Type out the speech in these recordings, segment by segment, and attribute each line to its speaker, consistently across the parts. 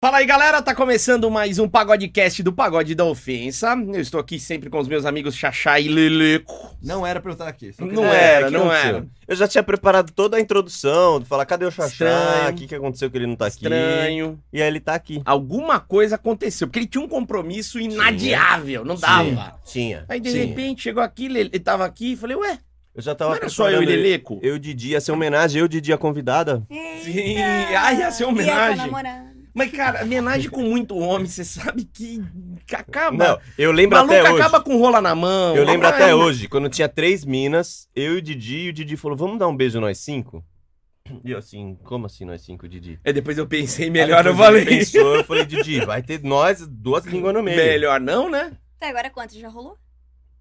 Speaker 1: Fala aí, galera, tá começando mais um Pagodecast do Pagode da Ofensa. Eu estou aqui sempre com os meus amigos Xaxá e Leleco.
Speaker 2: Não era pra eu estar aqui. só
Speaker 1: Não
Speaker 2: queria-
Speaker 1: é.
Speaker 2: é.
Speaker 1: era,
Speaker 3: o que
Speaker 1: não
Speaker 3: aconteceu?
Speaker 1: era.
Speaker 3: Eu já tinha preparado toda a introdução, de falar cadê o Xaxá,
Speaker 1: Estranho.
Speaker 3: o que, que aconteceu que ele não tá aqui.
Speaker 1: Estranho.
Speaker 3: E aí ele tá aqui.
Speaker 1: Alguma coisa aconteceu, porque ele tinha um compromisso inadiável, não dava.
Speaker 3: Tinha.
Speaker 1: Aí, de
Speaker 3: tinha.
Speaker 1: repente, chegou aqui, Lele- ele tava aqui e falei, ué,
Speaker 3: Eu já
Speaker 1: não
Speaker 3: tava
Speaker 1: era só eu e
Speaker 3: preparando
Speaker 1: Leleco?
Speaker 3: Eu Didi, ia ser homenagem, eu Didi a convidada.
Speaker 1: Sim, ai, ia ser
Speaker 4: E
Speaker 1: homenagem.
Speaker 4: eu tô namorando.
Speaker 1: Mas, cara, homenagem com muito homem, você sabe que acaba.
Speaker 3: Não, eu lembro
Speaker 1: Maluco
Speaker 3: até hoje.
Speaker 1: acaba com rola na mão. Ah, é, né?
Speaker 3: Eu lembro
Speaker 1: Ai,
Speaker 3: até hoje, quando tinha três minas, eu e o Didi, e o Didi falou, vamos dar um beijo nós cinco? E eu assim, como assim nós cinco, Didi?
Speaker 1: Aí É, depois eu pensei melhor,
Speaker 3: Aí
Speaker 1: eu
Speaker 3: depois ele
Speaker 1: falei.
Speaker 3: Pensou, eu falei, Didi, vai ter nós duas línguas no meio.
Speaker 1: Melhor não, né?
Speaker 4: Até agora quanto? Já rolou?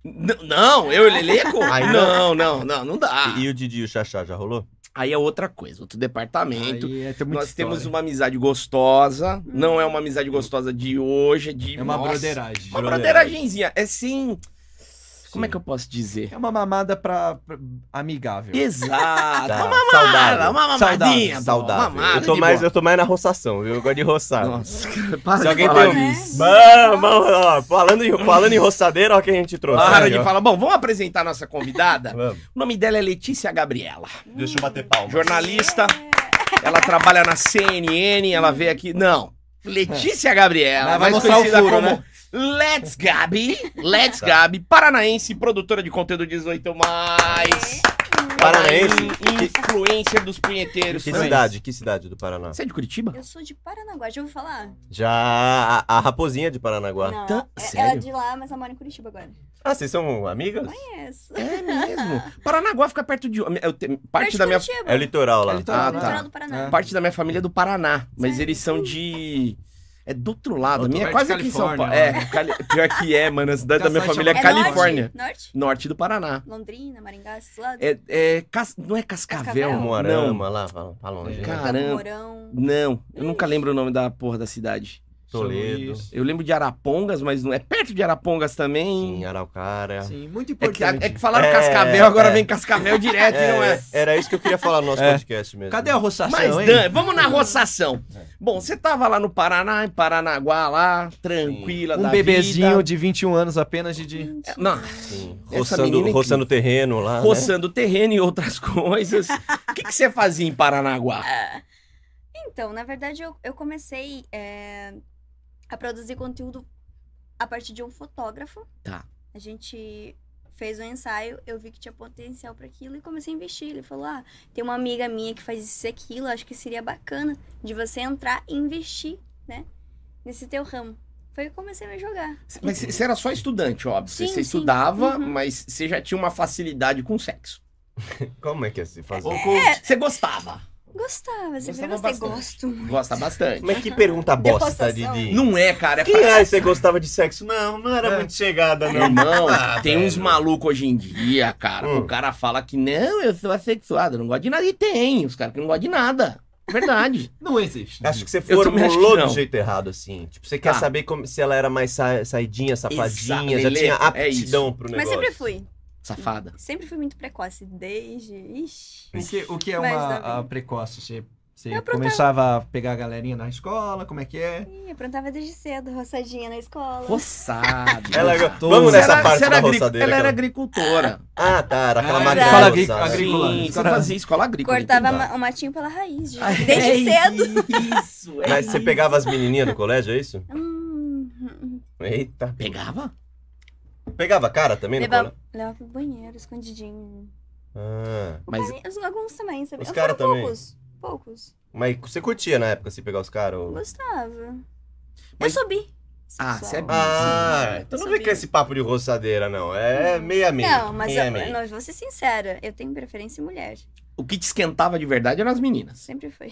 Speaker 1: N- não, eu e o Leleco?
Speaker 3: Aí
Speaker 1: não, não, não, não dá.
Speaker 3: E, e o Didi e o Xaxá já rolou?
Speaker 1: Aí é outra coisa, outro departamento.
Speaker 2: Aí é, tem muita
Speaker 1: Nós temos
Speaker 2: história. Hum.
Speaker 1: uma amizade gostosa. Não é uma amizade gostosa de hoje, é de.
Speaker 2: É uma
Speaker 1: nossa,
Speaker 2: broderagem.
Speaker 1: Uma broderagenzinha. É sim. Como é que eu posso dizer?
Speaker 2: É uma mamada pra, pra- amigável.
Speaker 1: Exato.
Speaker 3: Tá,
Speaker 1: Ah, Uma mamada,
Speaker 3: saudável.
Speaker 1: uma mamadinha. pô,
Speaker 3: Saudável.
Speaker 1: Mamada,
Speaker 3: eu, tô
Speaker 1: de
Speaker 3: mais,
Speaker 1: boa.
Speaker 3: eu tô mais na roçação, viu? Eu gosto de roçar.
Speaker 1: Nossa,
Speaker 2: Tá.
Speaker 1: cara, para
Speaker 3: Se
Speaker 1: de
Speaker 3: alguém
Speaker 1: falar
Speaker 3: tem
Speaker 4: Né?
Speaker 3: um-
Speaker 1: disso.
Speaker 4: Hum.
Speaker 3: Vamos, vamos, ó, falando, em, falando em roçadeira, olha o que a gente trouxe.
Speaker 1: Para
Speaker 3: Aí,
Speaker 2: Tá.
Speaker 1: de
Speaker 3: ó.
Speaker 1: falar. Bom, vamos apresentar a nossa convidada.
Speaker 3: Vamos.
Speaker 1: O nome dela é Letícia Gabriela.
Speaker 3: Deixa eu bater palma.
Speaker 4: É,
Speaker 1: Jornalista. Ela trabalha na CNN, ela veio aqui. Não. Letícia Gabriela,
Speaker 2: Mas vai
Speaker 1: mais
Speaker 2: mostrar o
Speaker 1: conhecida
Speaker 2: furo,
Speaker 1: como
Speaker 2: né?
Speaker 1: Let's Gabi. Let's
Speaker 4: Tá.
Speaker 1: Gabi, paranaense, produtora de conteúdo 18. Mais.
Speaker 3: Paranaense?
Speaker 1: Paranaen- Influencer dos punheteiros.
Speaker 3: Que
Speaker 1: também.
Speaker 3: cidade? Que cidade do Paraná?
Speaker 1: Você é de Curitiba?
Speaker 4: Eu sou de Paranaguá, já ouviu falar?
Speaker 3: Já a, a Raposinha de Paranaguá.
Speaker 4: Não.
Speaker 1: tá-
Speaker 4: é-
Speaker 1: sério?
Speaker 4: Ela é de lá, mas ela mora em Curitiba agora.
Speaker 3: Ah, vocês são amigas?
Speaker 4: Conheço.
Speaker 1: É mesmo. Paranaguá fica perto de. eu te- parte,
Speaker 4: Perto
Speaker 1: da
Speaker 4: de
Speaker 1: minha,
Speaker 4: Curitiba.
Speaker 3: É o litoral lá.
Speaker 2: É litoral,
Speaker 1: Ah,
Speaker 2: né?
Speaker 1: tá.
Speaker 4: Litoral do Paraná.
Speaker 1: parte da minha família é do Paraná. Mas eles são de. É do outro lado. A
Speaker 2: Outro
Speaker 1: minha é
Speaker 2: perto
Speaker 1: quase
Speaker 2: de
Speaker 1: aqui em São Paulo.
Speaker 2: Califórnia,
Speaker 1: É, Cali- pior que é, mano. A cidade da minha
Speaker 2: Caçante
Speaker 1: família é
Speaker 2: chama-
Speaker 1: Califórnia.
Speaker 4: Norte? norte?
Speaker 1: Norte do Paraná.
Speaker 4: Londrina, Maringá, esses lados?
Speaker 1: É, é cas- não é Cascavel?
Speaker 4: Cascavel?
Speaker 1: Não.
Speaker 3: Moarama, um lá, pra, pra longe.
Speaker 2: É.
Speaker 3: né?
Speaker 1: Caramba.
Speaker 4: Campo Mourão.
Speaker 1: Não, eu nunca lembro o nome da porra da cidade.
Speaker 3: Toledo.
Speaker 2: São Luís.
Speaker 1: Eu lembro de Arapongas, mas não é perto de Arapongas também.
Speaker 3: Sim, Araucária.
Speaker 2: Sim, muito
Speaker 1: é, que,
Speaker 2: importante.
Speaker 1: é que falaram
Speaker 3: É,
Speaker 1: Cascavel, agora
Speaker 3: é.
Speaker 1: vem Cascavel direto, e não é?
Speaker 3: Era isso que eu queria falar no nosso
Speaker 2: É.
Speaker 3: podcast mesmo.
Speaker 2: Cadê a roçação,
Speaker 1: Mas,
Speaker 2: hein?
Speaker 1: Dan, vamos na roçação. Bom, você tava lá no Paraná, em Paranaguá, lá, tranquila
Speaker 2: Um
Speaker 1: da
Speaker 2: bebezinho
Speaker 1: vida.
Speaker 2: de 21 anos apenas, Didi.
Speaker 4: Gente,
Speaker 1: Não,
Speaker 3: Sim.
Speaker 1: Essa
Speaker 3: Roçando,
Speaker 1: menina é
Speaker 3: roçando terreno lá. né?
Speaker 1: roçando terreno e outras coisas. O que que você fazia em Paranaguá?
Speaker 4: Então, na verdade, eu, eu comecei é, a produzir conteúdo a partir de um fotógrafo.
Speaker 1: Tá.
Speaker 4: A gente fez um ensaio, eu vi que tinha potencial pra aquilo e comecei a investir. Ele falou: Ah, tem uma amiga minha que faz isso e aquilo, acho que seria bacana de você entrar e investir, né? Nesse teu ramo. Foi que eu comecei a me jogar.
Speaker 1: Mas você era só estudante, óbvio. Você
Speaker 4: Sim,
Speaker 1: você
Speaker 4: sim.
Speaker 1: estudava,
Speaker 4: Uhum.
Speaker 1: mas você já tinha uma facilidade com sexo.
Speaker 3: Como é que é se fazer?
Speaker 1: Você gostava.
Speaker 4: Gostava, sempre
Speaker 1: Gostava
Speaker 4: gostei,
Speaker 1: bastante.
Speaker 4: gosto.
Speaker 1: Gosta bastante.
Speaker 3: Mas que pergunta bosta,
Speaker 4: Depostação.
Speaker 3: Didi.
Speaker 1: Não é, cara. É
Speaker 3: Quem é você gostava de sexo? Não, não era
Speaker 2: É.
Speaker 3: muito chegada,
Speaker 1: Meu
Speaker 3: não.
Speaker 1: irmão,
Speaker 3: Ah,
Speaker 1: tem
Speaker 3: velho.
Speaker 1: uns malucos hoje em dia, cara.
Speaker 3: Hum.
Speaker 1: O cara fala que não, eu sou assexuado, eu não gosto de nada. E tem os caras que não gostam de nada. Verdade.
Speaker 2: Não existe.
Speaker 3: Acho que você
Speaker 1: Eu também acho que
Speaker 3: formulou
Speaker 1: não.
Speaker 3: do jeito errado, assim. Tipo, você
Speaker 1: Tá.
Speaker 3: quer saber como- se ela era mais sa saidinha, safadinha, já
Speaker 1: Lelê,
Speaker 3: tinha
Speaker 1: é isso.
Speaker 3: aptidão pro
Speaker 4: Mas
Speaker 3: negócio.
Speaker 4: sempre fui.
Speaker 1: Safada.
Speaker 4: Sempre fui muito precoce, desde. Ixi.
Speaker 2: O que, o que é
Speaker 4: Mas
Speaker 2: uma
Speaker 4: dá bem.
Speaker 2: a precoce? Você, você
Speaker 4: Eu aprontava.
Speaker 2: começava a pegar a galerinha na escola, como é que é?
Speaker 4: Ih, aprontava desde cedo, roçadinha na escola.
Speaker 1: Roçada.
Speaker 3: Ela-
Speaker 2: Gostoso.
Speaker 3: Vamos
Speaker 1: Você
Speaker 3: nessa
Speaker 1: era-
Speaker 3: parte
Speaker 1: você era
Speaker 3: da
Speaker 1: agri-
Speaker 3: roçadeira.
Speaker 1: Ela era
Speaker 3: cara.
Speaker 1: agricultora.
Speaker 3: Ah, tá, era aquela
Speaker 2: Ah,
Speaker 3: máquina
Speaker 4: escola
Speaker 3: de
Speaker 2: agri-
Speaker 3: roçar, né?
Speaker 2: agri- Agrícola,
Speaker 1: Sim, você
Speaker 2: escola-
Speaker 1: fazia escola agrícola.
Speaker 4: Cortava
Speaker 1: então.
Speaker 4: ma- o matinho pela raiz, gente.
Speaker 1: É
Speaker 4: Desde cedo.
Speaker 1: Isso, é
Speaker 3: Mas você
Speaker 1: isso.
Speaker 3: pegava as menininhas do colégio, é isso?
Speaker 1: Uhum.
Speaker 4: Hum,
Speaker 3: Eita.
Speaker 1: Pegava?
Speaker 3: Pegava a cara também no
Speaker 4: leva,
Speaker 3: colégio?
Speaker 4: leva pro banheiro, escondidinho.
Speaker 3: Ah.
Speaker 1: Mas
Speaker 4: Pra mim, os- Alguns também, sabe?
Speaker 3: Os
Speaker 4: Eu
Speaker 3: cara
Speaker 4: foram
Speaker 3: também?
Speaker 4: Poucos, poucos.
Speaker 3: Mas você curtia na época, se pegar os caras? ou-
Speaker 4: Gostava.
Speaker 1: Mas-
Speaker 4: Eu subi.
Speaker 1: Ah, você é bi.
Speaker 3: Ah, então não vem com esse papo de roçadeira, não. É meia-meia.
Speaker 4: Não,
Speaker 1: é
Speaker 4: mas eu,
Speaker 3: meia-meia.
Speaker 4: não, eu vou ser sincera. Eu tenho preferência em mulher.
Speaker 1: o que te esquentava de verdade eram as meninas. Hum.
Speaker 4: Sempre foi.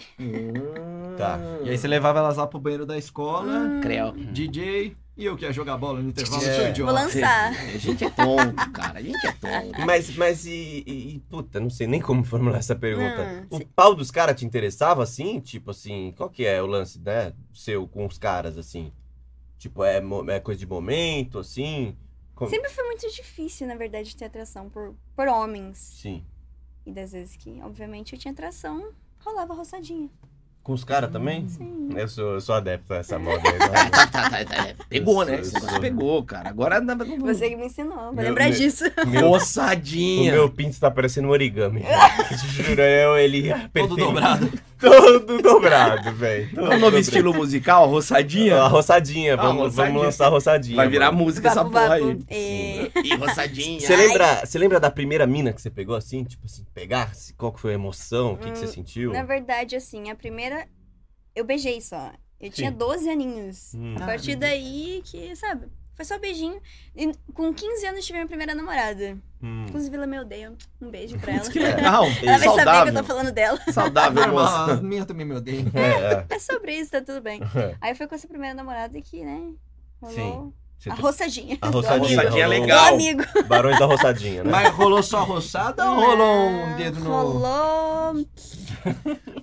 Speaker 3: Tá.
Speaker 2: E aí você levava elas lá pro banheiro da escola,
Speaker 4: Hum,
Speaker 1: Creu.
Speaker 2: DJ, e eu que ia jogar bola no intervalo,
Speaker 3: É.
Speaker 2: sou
Speaker 4: vou
Speaker 2: idiota.
Speaker 4: lançar.
Speaker 1: A gente é tonto, cara. A gente é tonto.
Speaker 3: Mas, mas e, e- e, Puta, não sei nem como formular essa pergunta.
Speaker 4: Não,
Speaker 3: o pau dos caras te interessava assim? Tipo assim, qual que é o lance, né? Seu com os caras, assim? Tipo, é, mo- é coisa de momento, assim?
Speaker 1: Hum.
Speaker 3: Como-
Speaker 4: Sempre foi muito difícil, na verdade, ter atração por, por homens.
Speaker 3: Sim.
Speaker 4: E das vezes que, obviamente, eu tinha atração, rolava roçadinha.
Speaker 3: Com os caras também?
Speaker 1: Hum.
Speaker 4: Sim.
Speaker 3: Eu sou, eu sou adepto a essa moda aí. né?
Speaker 1: Tá, tá, tá, tá. Pegou, né? Esse negócio pegou, cara. Agora na- não.
Speaker 4: Você que me ensinou, vou
Speaker 3: Meu-
Speaker 4: lembrar
Speaker 3: meu-
Speaker 4: disso.
Speaker 3: Meu- o
Speaker 1: Moçadinha.
Speaker 3: meu pinto tá parecendo um origami. Eu Te juro, eu, ele apertei.
Speaker 2: Todo dobrado.
Speaker 3: Todo dobrado, velho.
Speaker 1: É um novo estilo musical, roçadinha.
Speaker 3: A roçadinha,
Speaker 1: Ah,
Speaker 3: vamos,
Speaker 1: roçadinha.
Speaker 3: vamos lançar a roçadinha.
Speaker 1: Vai virar
Speaker 3: mano.
Speaker 1: música essa
Speaker 4: Vapo,
Speaker 1: porra aí. né?
Speaker 4: vapo. É,
Speaker 1: E roçadinha.
Speaker 3: Você lembra, você lembra da primeira mina que você pegou assim? Tipo assim, pegar? Se- Qual que foi a emoção? O que, que você
Speaker 4: Hum,
Speaker 3: sentiu?
Speaker 4: Na verdade, assim, a primeira. Eu beijei só. Eu tinha
Speaker 3: Sim.
Speaker 4: 12 aninhos.
Speaker 3: Hum.
Speaker 4: A partir daí que, sabe, foi só beijinho. E com 15 anos tive minha primeira namorada.
Speaker 3: Hum.
Speaker 4: Inclusive, ela me odeia. Um beijo pra
Speaker 1: Putz,
Speaker 4: ela.
Speaker 1: que é. legal.
Speaker 4: Ela vai saber Tá que eu
Speaker 1: Saudável.
Speaker 4: tô falando dela.
Speaker 3: Tá
Speaker 1: Saudável, moça.
Speaker 2: Normal, as minhas também me odeiam.
Speaker 3: É, é.
Speaker 4: É sobre isso, tá tudo bem.
Speaker 3: Você
Speaker 4: Aí foi com essa primeira namorada que, né? Rolou
Speaker 3: tá-
Speaker 4: a roçadinha.
Speaker 3: A
Speaker 4: do
Speaker 3: roçadinha.
Speaker 4: amigo.
Speaker 1: Roçadinha é
Speaker 3: rolou.
Speaker 4: Do
Speaker 1: legal.
Speaker 4: amigo.
Speaker 3: Barões da roçadinha, né?
Speaker 2: Mas rolou só roçada ou rolou um dedo no.
Speaker 4: É, Rolou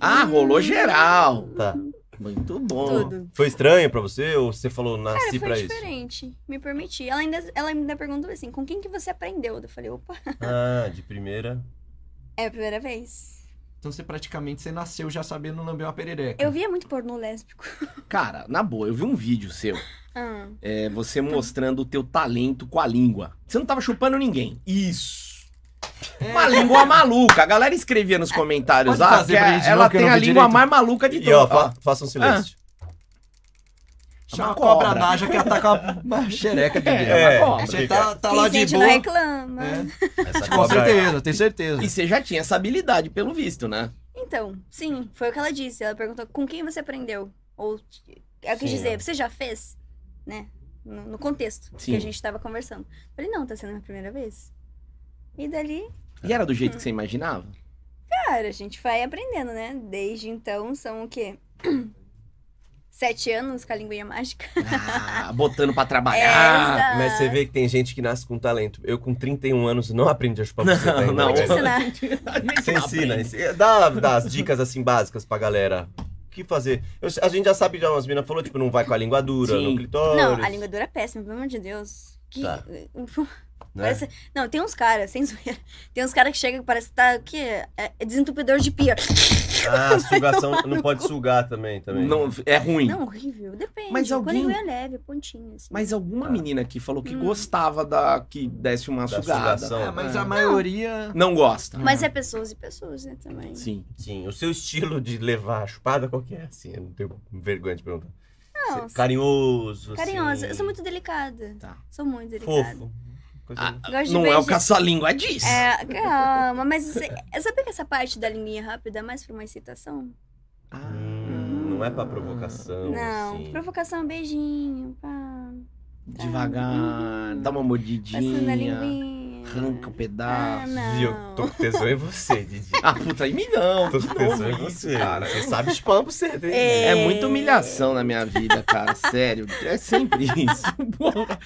Speaker 1: Ah, rolou geral.
Speaker 3: Tá.
Speaker 1: Muito bom.
Speaker 4: tudo.
Speaker 3: Foi estranho pra você ou você falou,
Speaker 4: Cara,
Speaker 3: nasci
Speaker 4: foi
Speaker 3: pra isso?
Speaker 4: diferente. Me permiti. Ela ainda, ela ainda perguntou assim, com quem que você aprendeu? Eu falei, opa,
Speaker 3: Ah, de primeira.
Speaker 4: é a primeira vez.
Speaker 2: Então você praticamente você nasceu já sabendo lamber uma perereca.
Speaker 4: Eu via muito pornô lésbico.
Speaker 1: Cara, na boa, eu vi um vídeo seu.
Speaker 4: Ah,
Speaker 1: É você mostrando o teu talento com a língua. Você não tava chupando ninguém. Isso.
Speaker 2: É,
Speaker 1: Uma língua maluca. A galera escrevia nos comentários
Speaker 2: Pode
Speaker 1: lá
Speaker 2: fazer
Speaker 1: que
Speaker 2: pra
Speaker 1: a-
Speaker 2: gente, não,
Speaker 1: ela
Speaker 2: que eu
Speaker 1: tem
Speaker 2: não
Speaker 1: a
Speaker 2: vi
Speaker 1: língua
Speaker 2: direito.
Speaker 1: mais maluca É de Ah.
Speaker 3: E ó,
Speaker 1: todas.
Speaker 3: fa- faça um silêncio.
Speaker 1: uma
Speaker 2: Chama uma cobra,
Speaker 1: cobra.
Speaker 2: naja que ataca uma xereca de
Speaker 1: É,
Speaker 2: dentro.
Speaker 1: é uma cobra.
Speaker 2: Você tá, tá
Speaker 4: quem
Speaker 2: lá de
Speaker 4: sente
Speaker 2: boa.
Speaker 4: não reclama.
Speaker 2: É,
Speaker 3: Essa
Speaker 2: com
Speaker 3: cobra-
Speaker 2: certeza, tem certeza.
Speaker 1: E você já tinha essa habilidade, pelo visto, né?
Speaker 4: Então, sim, foi o que ela disse. Ela perguntou com quem você aprendeu. Ou eu quis
Speaker 3: Sim,
Speaker 4: dizer,
Speaker 3: é.
Speaker 4: você já fez? Né? No, no contexto
Speaker 1: Sim.
Speaker 4: que a gente tava conversando. Eu falei, não, tá sendo a minha primeira vez. E dali,
Speaker 1: E era do jeito que você imaginava?
Speaker 4: cara, a gente vai aprendendo, né? Desde então são o quê? Sete anos com a linguinha mágica.
Speaker 1: Ah, botando pra trabalhar.
Speaker 4: Essa.
Speaker 3: Mas você vê que tem gente que nasce com talento. Eu, com 31 anos, não aprendi a chupar tá buceta ainda.
Speaker 1: não.
Speaker 4: Vou te ensinar.
Speaker 3: Você
Speaker 4: Tá
Speaker 1: tá
Speaker 3: ensina, ensina. Dá, dá as dicas assim básicas pra galera. O que fazer? Eu- a gente já sabe, já umas minas falou, tipo, não vai com a língua dura,
Speaker 1: Sim.
Speaker 3: no clitóris.
Speaker 4: Não, a língua dura é péssima, pelo amor de Deus. Que... eh,
Speaker 3: Tá. né?
Speaker 4: Parece... Não, tem uns caras, sem zoeira. Tem uns caras que chegam que parece que tá. o quê? É é desentupidor de pia.
Speaker 3: Ah, sugação, não pode sugar também, também.
Speaker 1: Não, é ruim.
Speaker 4: Não, horrível. Depende.
Speaker 1: Mas
Speaker 4: Quando
Speaker 1: alguém-
Speaker 4: ele é leve, pontinha, assim.
Speaker 1: Mas alguma
Speaker 3: Ah.
Speaker 1: menina aqui falou que
Speaker 4: Hum.
Speaker 1: gostava da que desse uma
Speaker 3: Da
Speaker 1: sugada.
Speaker 3: sugação.
Speaker 2: É, mas
Speaker 1: É.
Speaker 2: a maioria.
Speaker 1: Não gosta.
Speaker 4: Mas é pessoas e pessoas, né, também.
Speaker 1: Sim.
Speaker 3: Sim, o seu estilo de levar a chupada, qual que é? Assim, eu não tenho vergonha de perguntar.
Speaker 4: Não,
Speaker 3: Você- Carinhoso,
Speaker 4: carinhosa.
Speaker 3: assim,
Speaker 4: Eu sou muito delicada.
Speaker 1: Tá.
Speaker 4: Sou muito delicada.
Speaker 3: Fofo. Coisa
Speaker 1: Ah,
Speaker 4: Gosto de
Speaker 1: não é o
Speaker 4: beijar.
Speaker 1: caça-língua, é disso.
Speaker 4: É, calma, mas você... sabe que essa parte da linha rápida é mais pra uma excitação?
Speaker 1: Ah.
Speaker 3: Hum, não é pra provocação,
Speaker 4: Não,
Speaker 3: assim.
Speaker 4: provocação, beijinho, pá,
Speaker 1: Devagar, dá uma
Speaker 4: passando a
Speaker 1: mordidinha,
Speaker 4: linguinha.
Speaker 1: arranca o
Speaker 4: Ah,
Speaker 1: pedaço.
Speaker 4: não.
Speaker 3: E eu tô com tesão em você, Didi.
Speaker 1: Ah, puta, em mim não.
Speaker 3: Tô
Speaker 1: de
Speaker 3: com
Speaker 1: novo
Speaker 3: tesão em
Speaker 1: isso,
Speaker 3: você.
Speaker 1: cara.
Speaker 3: Você sabe chupar você, né?
Speaker 4: É.
Speaker 1: É muita humilhação na minha vida, cara. Sério, é sempre isso. Porra.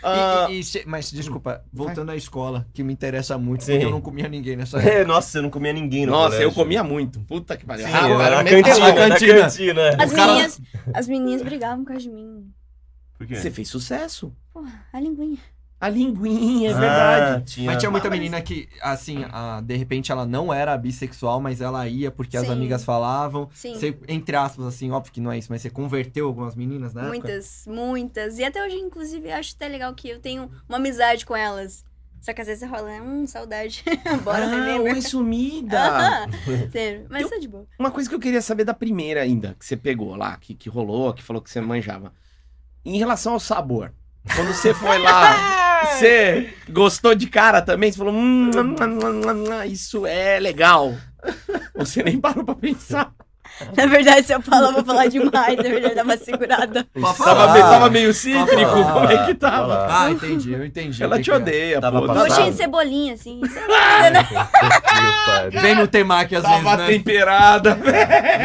Speaker 1: Ah,
Speaker 2: E- e- e se- mas desculpa, voltando à escola, que me interessa muito,
Speaker 3: Sim.
Speaker 2: porque eu não comia ninguém nessa época.
Speaker 3: É, nossa, você não comia ninguém no
Speaker 1: nossa, eu
Speaker 3: colégio.
Speaker 1: comia muito. Puta que pariu.
Speaker 3: Sim,
Speaker 1: Ah,
Speaker 3: era na
Speaker 1: meteu
Speaker 3: cantina,
Speaker 1: lá.
Speaker 2: na
Speaker 3: na
Speaker 2: cantina.
Speaker 3: cantina.
Speaker 4: As
Speaker 2: O cara-
Speaker 4: meninas, as meninas brigavam por causa de mim.
Speaker 3: Por quê?
Speaker 1: Você fez sucesso.
Speaker 4: Porra, a linguinha.
Speaker 1: A linguinha, é verdade.
Speaker 3: Ah, tinha...
Speaker 2: Mas tinha muita
Speaker 4: Mas-
Speaker 2: menina que, assim, a- de repente ela não era bissexual, mas ela ia porque as
Speaker 4: Sim.
Speaker 2: amigas falavam.
Speaker 4: Sim.
Speaker 2: Você, entre aspas, assim, óbvio que não é isso, mas você converteu algumas meninas, né?
Speaker 4: Muitas, muitas. E até hoje, inclusive, eu acho até legal que eu tenho uma amizade com elas. Só que às vezes rola, né? Hum, saudade. Bora
Speaker 1: ah,
Speaker 4: beber, né?
Speaker 1: oi, sumida.
Speaker 4: Aham. Sério, mas tá de boa.
Speaker 1: Uma coisa que eu queria saber da primeira ainda, que você pegou lá, que, que rolou, que falou que você manjava. Em relação ao sabor, quando você foi lá, você gostou de cara também? Você falou, hum, nham, nham, nham, nham, isso é legal. Você nem parou pra pensar.
Speaker 4: Na verdade, se eu falar, eu vou falar demais. Na verdade, dá uma segurada.
Speaker 2: Pra
Speaker 1: Tava,
Speaker 2: falar.
Speaker 1: meio- Ah. tava meio cítrico,
Speaker 2: falar,
Speaker 1: como é que tava?
Speaker 3: falar.
Speaker 2: Ah, entendi, eu entendi.
Speaker 1: Ela
Speaker 2: Tem
Speaker 1: te
Speaker 2: que-
Speaker 1: odeia,
Speaker 3: Tava
Speaker 1: pô. tá
Speaker 3: passado.
Speaker 4: Coxinha
Speaker 1: Tava,
Speaker 4: de cebolinha, assim.
Speaker 3: Ah, Meu pai.
Speaker 2: Vem no temaki às
Speaker 1: tava assim.
Speaker 2: vezes, né?
Speaker 1: temperada, velho.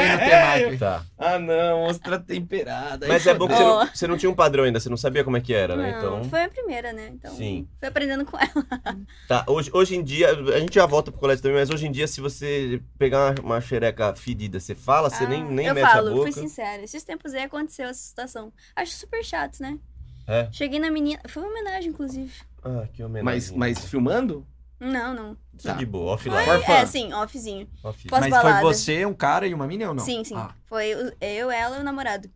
Speaker 2: Vem no temaki.
Speaker 3: Tá.
Speaker 1: Ah, não, ostra temperada.
Speaker 3: Mas é bom que você
Speaker 4: Ó.
Speaker 3: não, você não tinha um padrão ainda, você não sabia como é que era, né?
Speaker 4: Não,
Speaker 3: Então.
Speaker 4: foi a primeira, né? Então,
Speaker 3: Sim.
Speaker 4: fui aprendendo com ela.
Speaker 3: Tá, hoje, hoje em dia, a gente já volta pro colégio também, mas hoje em dia, se você pegar uma, uma xereca fedida, você fala, você nem, nem
Speaker 4: Ah, eu
Speaker 3: mete
Speaker 4: falo,
Speaker 3: a boca.
Speaker 4: fui sincera. Esses tempos aí aconteceu essa situação. Acho super chato, né?
Speaker 3: É.
Speaker 4: Cheguei na menina. Foi uma homenagem, inclusive.
Speaker 3: Ah, que homenagem.
Speaker 1: Mas, mas filmando?
Speaker 4: Não, não.
Speaker 3: Isso
Speaker 1: Tá.
Speaker 3: de boa, offline.
Speaker 4: Foi,
Speaker 1: fun.
Speaker 4: é, sim, offzinho.
Speaker 3: Off-
Speaker 4: Posso-
Speaker 2: Mas foi
Speaker 4: baladas.
Speaker 2: você, um cara e uma menina ou não?
Speaker 4: Sim, sim.
Speaker 2: Ah,
Speaker 4: Foi o- eu, ela e o namorado.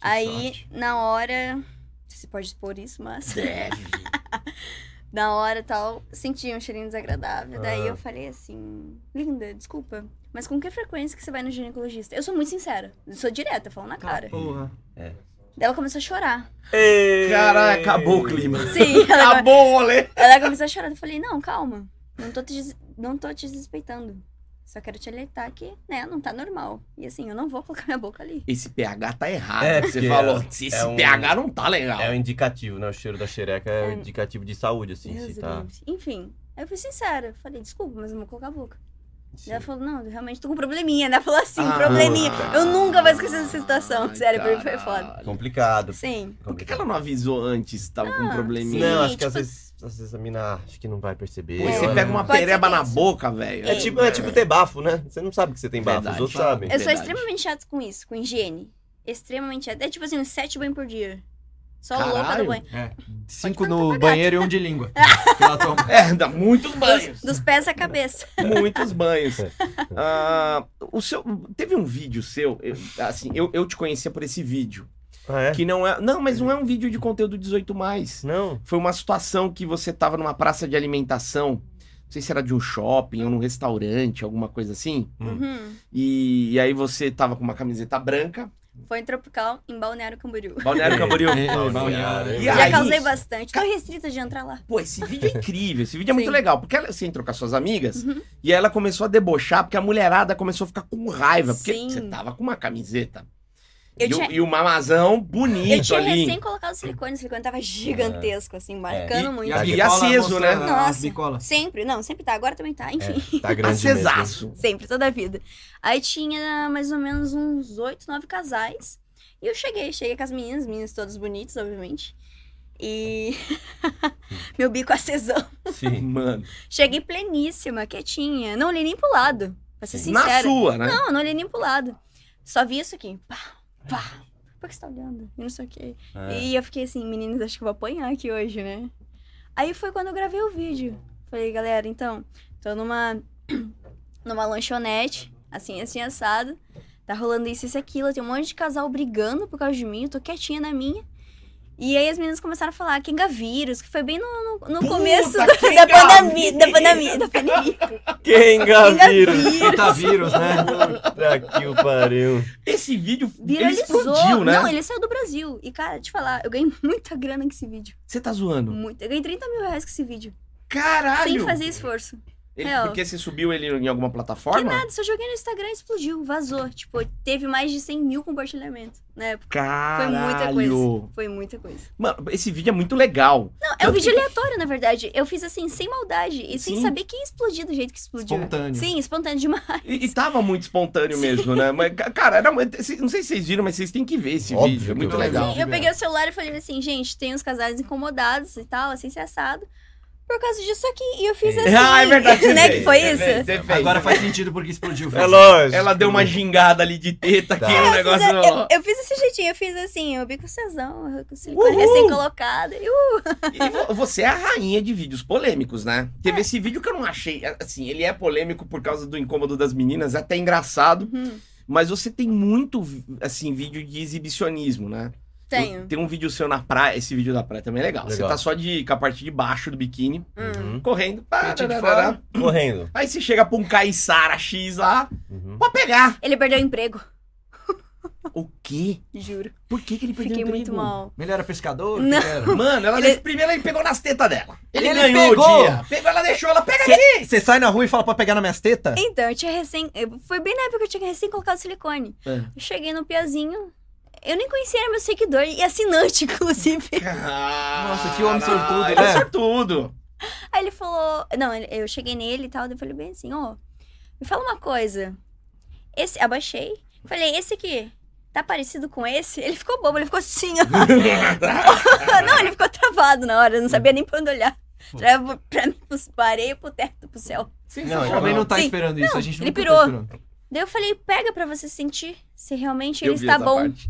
Speaker 4: Aí,
Speaker 2: sorte.
Speaker 4: na hora. Não sei se pode expor isso, mas.
Speaker 1: Deve.
Speaker 4: na hora tal, senti um cheirinho desagradável. Daí
Speaker 3: Ah.
Speaker 4: eu falei assim, linda, desculpa. Mas com que frequência que você vai no ginecologista? Eu sou muito sincera. eu Sou direta, falo
Speaker 2: Ah.
Speaker 4: na cara.
Speaker 2: tá, porra.
Speaker 4: Daí ela começou a chorar.
Speaker 3: Ei!
Speaker 1: Caralho, acabou o clima.
Speaker 4: Sim, ela,
Speaker 1: Acabou o
Speaker 2: Ah.
Speaker 1: rolê.
Speaker 4: ela começou a chorar. Eu falei, não, calma. Não tô te, des- não tô te desrespeitando. Só quero te alertar que, né, não tá normal. E assim, eu não vou colocar minha boca ali.
Speaker 1: Esse pH tá errado.
Speaker 3: É,
Speaker 1: você
Speaker 3: porque
Speaker 1: falou,
Speaker 3: é-
Speaker 1: esse
Speaker 3: é um-
Speaker 1: pH não tá legal.
Speaker 3: É um indicativo, né? O cheiro da xereca é um indicativo de saúde, assim.
Speaker 4: Deus
Speaker 3: Se
Speaker 4: do
Speaker 3: tá...
Speaker 4: livre. Enfim, aí eu fui sincera. Falei, desculpa, mas eu não vou colocar a boca.
Speaker 3: se-
Speaker 4: Daí ela falou, não, eu realmente tô com probleminha, né? Ela falou assim,
Speaker 1: Ah.
Speaker 4: probleminha. Eu nunca vou esquecer dessa situação.
Speaker 1: Ai,
Speaker 4: Sério, pra mim foi
Speaker 1: caralho.
Speaker 4: foda.
Speaker 3: Complicado.
Speaker 4: Sim.
Speaker 1: Por que, que ela não avisou antes? Tava com um
Speaker 4: Ah,
Speaker 1: probleminha.
Speaker 3: Não,
Speaker 4: Sim,
Speaker 3: acho que às
Speaker 4: tipo-
Speaker 3: vezes, às vezes a mina acha que não vai perceber.
Speaker 1: Pô, e você
Speaker 3: Ela-
Speaker 1: pega uma
Speaker 4: É, Pode ser
Speaker 1: pereba na
Speaker 4: isso.
Speaker 1: boca, velho.
Speaker 3: É tipo, é tipo ter bafo, né? Você não sabe que você tem bafo,
Speaker 1: Verdade.
Speaker 3: os outros sabem.
Speaker 4: Eu sou
Speaker 1: É Verdade.
Speaker 4: extremamente chata com isso, com higiene. Extremamente chata. É tipo assim, uns sete banhos por dia. Só
Speaker 1: Caralho.
Speaker 4: louca do banho.
Speaker 2: É. Cinco no banheiro e um de língua. que ela toma.
Speaker 1: É, dá muitos banhos.
Speaker 4: Dos, dos pés à cabeça.
Speaker 1: Muitos banhos. Ah, o seu, teve um vídeo seu, eu- assim, eu, eu te conhecia por esse vídeo.
Speaker 3: Ah, é?
Speaker 1: Que não é. Não, mas não é um vídeo de conteúdo 18. Mais.
Speaker 3: Não.
Speaker 1: Foi uma situação que você tava numa praça de alimentação. Não sei se era de um shopping ou num restaurante, alguma coisa assim.
Speaker 4: Uhum.
Speaker 1: E, e aí você tava com uma camiseta branca,
Speaker 4: Foi em Tropical, em Balneário Camboriú.
Speaker 1: Balneário Camboriú.
Speaker 2: É, é,
Speaker 3: Balneário.
Speaker 2: é.
Speaker 1: E
Speaker 4: Já
Speaker 1: aí?
Speaker 4: causei bastante. Tô restrita de entrar lá.
Speaker 1: Pô, esse vídeo é incrível, esse vídeo é muito
Speaker 4: Sim.
Speaker 1: legal. Porque ela, você entrou com as suas amigas
Speaker 4: Uhum.
Speaker 1: e ela começou a debochar, porque a mulherada começou a ficar com raiva, porque
Speaker 4: Sim.
Speaker 1: você tava com uma camiseta.
Speaker 4: Eu
Speaker 1: e, o-
Speaker 4: tinha-
Speaker 1: e o mamazão
Speaker 4: Eu
Speaker 1: bonito
Speaker 4: tinha
Speaker 1: ali.
Speaker 4: recém colocado silicone, o silicone tava gigantesco, assim, marcando muito.
Speaker 1: a- É. E
Speaker 2: bicola
Speaker 1: aceso,
Speaker 2: mostrando
Speaker 1: né?
Speaker 2: as
Speaker 4: Nossa.
Speaker 2: bicolas.
Speaker 4: Sempre, não, sempre tá, agora também tá, enfim.
Speaker 3: Tá grande mesmo.
Speaker 1: Acesaço.
Speaker 4: Sempre, toda a vida. Aí tinha mais ou menos uns oito, nove casais. E eu cheguei, cheguei com as meninas, meninas todas bonitas, obviamente. E. Meu bico acesão.
Speaker 3: Sim.
Speaker 1: Mano,
Speaker 4: Cheguei pleníssima, quietinha. Não olhei nem pro lado, pra ser
Speaker 1: na
Speaker 4: sincera.
Speaker 1: sua, né?
Speaker 4: Não, não olhei nem pro lado. Só vi isso aqui. Pá, pá. Por que você tá olhando? E não sei o quê.
Speaker 3: É.
Speaker 4: E eu fiquei assim, meninas, acho que eu vou apanhar aqui hoje, né? Aí foi quando eu gravei o vídeo. Falei, galera, então, tô numa numa lanchonete, assim, assim, assado. Tá rolando isso, isso, e aquilo. Tem um monte de casal brigando por causa de mim. Eu tô quietinha na minha. E aí as meninas começaram a falar Kengavírus, que foi bem no, no, no
Speaker 1: Puta,
Speaker 4: começo da,
Speaker 1: Kengavírus!
Speaker 4: da pandemia, da pandemia, da pandemia.
Speaker 3: Quem engavira?
Speaker 1: Tá
Speaker 2: Puta vírus, né?
Speaker 3: Puta que o pariu.
Speaker 1: Esse vídeo ele
Speaker 4: Viralizou.
Speaker 1: explodiu, né?
Speaker 4: Não, ele saiu do Brasil. E, cara, te falar, eu ganhei muita grana com esse vídeo.
Speaker 1: Você tá zoando.
Speaker 4: Muito. Eu ganhei 30 mil reais com esse vídeo.
Speaker 1: Caralho!
Speaker 4: Sem fazer esforço.
Speaker 1: Ele-
Speaker 4: real.
Speaker 1: porque você subiu ele em alguma
Speaker 4: Que
Speaker 1: plataforma?
Speaker 4: nada, só joguei no Instagram e explodiu, vazou. Tipo, teve mais de 100 mil compartilhamentos na época. Foi
Speaker 1: Caralho!
Speaker 4: muita coisa. Foi muita coisa.
Speaker 1: Mano, esse vídeo é muito legal.
Speaker 4: Não, é
Speaker 1: Tanto
Speaker 4: um vídeo
Speaker 1: que-
Speaker 4: aleatório, na verdade. Eu fiz assim, sem maldade e
Speaker 1: Sim. Tá,
Speaker 4: sem saber que ia explodir do jeito que explodiu.
Speaker 2: Espontâneo.
Speaker 4: Sim, espontâneo demais.
Speaker 1: E, e tava muito espontâneo mesmo, né? Mas, ca- cara, era, muito- cê- não sei se vocês viram, mas vocês têm que ver esse
Speaker 3: Óbvio
Speaker 1: vídeo. É
Speaker 3: que
Speaker 1: muito
Speaker 3: eu vou ver.
Speaker 1: legal.
Speaker 4: Sim, eu peguei o celular e falei assim, gente, tem uns casais incomodados e tal, assim, se assado. Por causa disso aqui. E eu fiz assim.
Speaker 1: Ah, é verdade. é você
Speaker 4: né?
Speaker 1: fez,
Speaker 4: Que foi
Speaker 1: você
Speaker 4: isso?
Speaker 1: fez, você fez.
Speaker 2: Agora faz sentido porque explodiu o
Speaker 3: É
Speaker 2: vídeo.
Speaker 3: lógico.
Speaker 1: Ela deu uma gingada ali de teta
Speaker 3: Tá.
Speaker 1: que o
Speaker 4: Eu,
Speaker 1: negócio.
Speaker 4: eu- eu fiz esse jeitinho, eu fiz assim, eu bico cesão, com silicone
Speaker 1: Uhul!
Speaker 4: recém-colocado. e eu-
Speaker 1: E vo- você é a rainha de vídeos polêmicos, né?
Speaker 4: É.
Speaker 1: Teve esse vídeo que eu não achei. Assim, ele é polêmico por causa do incômodo das meninas, é até engraçado.
Speaker 4: Uhum,
Speaker 1: Mas você tem muito, assim, vídeo de exibicionismo, né?
Speaker 4: tenho.
Speaker 1: Eu- Tem um vídeo seu na praia, esse vídeo da praia também é legal. Você
Speaker 3: Legal.
Speaker 1: tá só de, com a parte de baixo do biquíni,
Speaker 4: Hum.
Speaker 3: Uhum.
Speaker 1: correndo. Pá,
Speaker 2: Peitinho de
Speaker 1: tarará.
Speaker 2: fora.
Speaker 3: Correndo.
Speaker 1: Aí você chega pra um Caissara X lá,
Speaker 3: Uhum.
Speaker 1: pra pegar.
Speaker 4: Ele perdeu o emprego,
Speaker 1: O quê?
Speaker 4: juro.
Speaker 1: Por que, que ele perdeu
Speaker 4: Fiquei
Speaker 1: o
Speaker 4: muito
Speaker 1: emprego?
Speaker 4: mal.
Speaker 2: Ele era pescador?
Speaker 4: Não.
Speaker 2: O que era?
Speaker 1: Mano, ela
Speaker 4: Ele-
Speaker 1: deix- primeiro ele pegou nas tetas dela. Ele,
Speaker 2: Ele
Speaker 1: ganhou
Speaker 2: pegou.
Speaker 1: o dia. Pegou, ela deixou, ela pega aqui.
Speaker 2: Você sai na rua e fala pra pegar na minha teta?
Speaker 4: Então, eu tinha recém. eu- Foi bem na época que eu tinha recém colocado silicone.
Speaker 1: É.
Speaker 4: Eu cheguei no Piazinho. Eu nem conhecia, era meu seguidor e assinante, inclusive.
Speaker 1: Nossa,
Speaker 2: que homem sortudo,
Speaker 1: Ah, Ele é
Speaker 2: né?
Speaker 1: sortudo.
Speaker 4: Aí ele falou. Não, ele- eu cheguei nele e tal. daí Eu falei bem assim: ó, me fala uma coisa. Esse. Abaixei. Falei, esse aqui. Tá parecido com esse? Ele ficou bobo, ele ficou assim, ó. não, ele ficou travado na hora, eu não sabia nem pra onde olhar. Pra, pra mim, pros- pra areia, pro teto, pro céu.
Speaker 2: Não,
Speaker 1: Sensacional.
Speaker 2: ele não tá
Speaker 4: Sim.
Speaker 2: esperando isso. a gente
Speaker 4: ele
Speaker 2: nunca tá
Speaker 4: pirou.
Speaker 2: esperando.
Speaker 4: Daí eu falei, pega pra você sentir. se realmente
Speaker 1: Eu
Speaker 4: ele
Speaker 1: vi
Speaker 4: está
Speaker 1: essa
Speaker 4: bom.
Speaker 1: parte.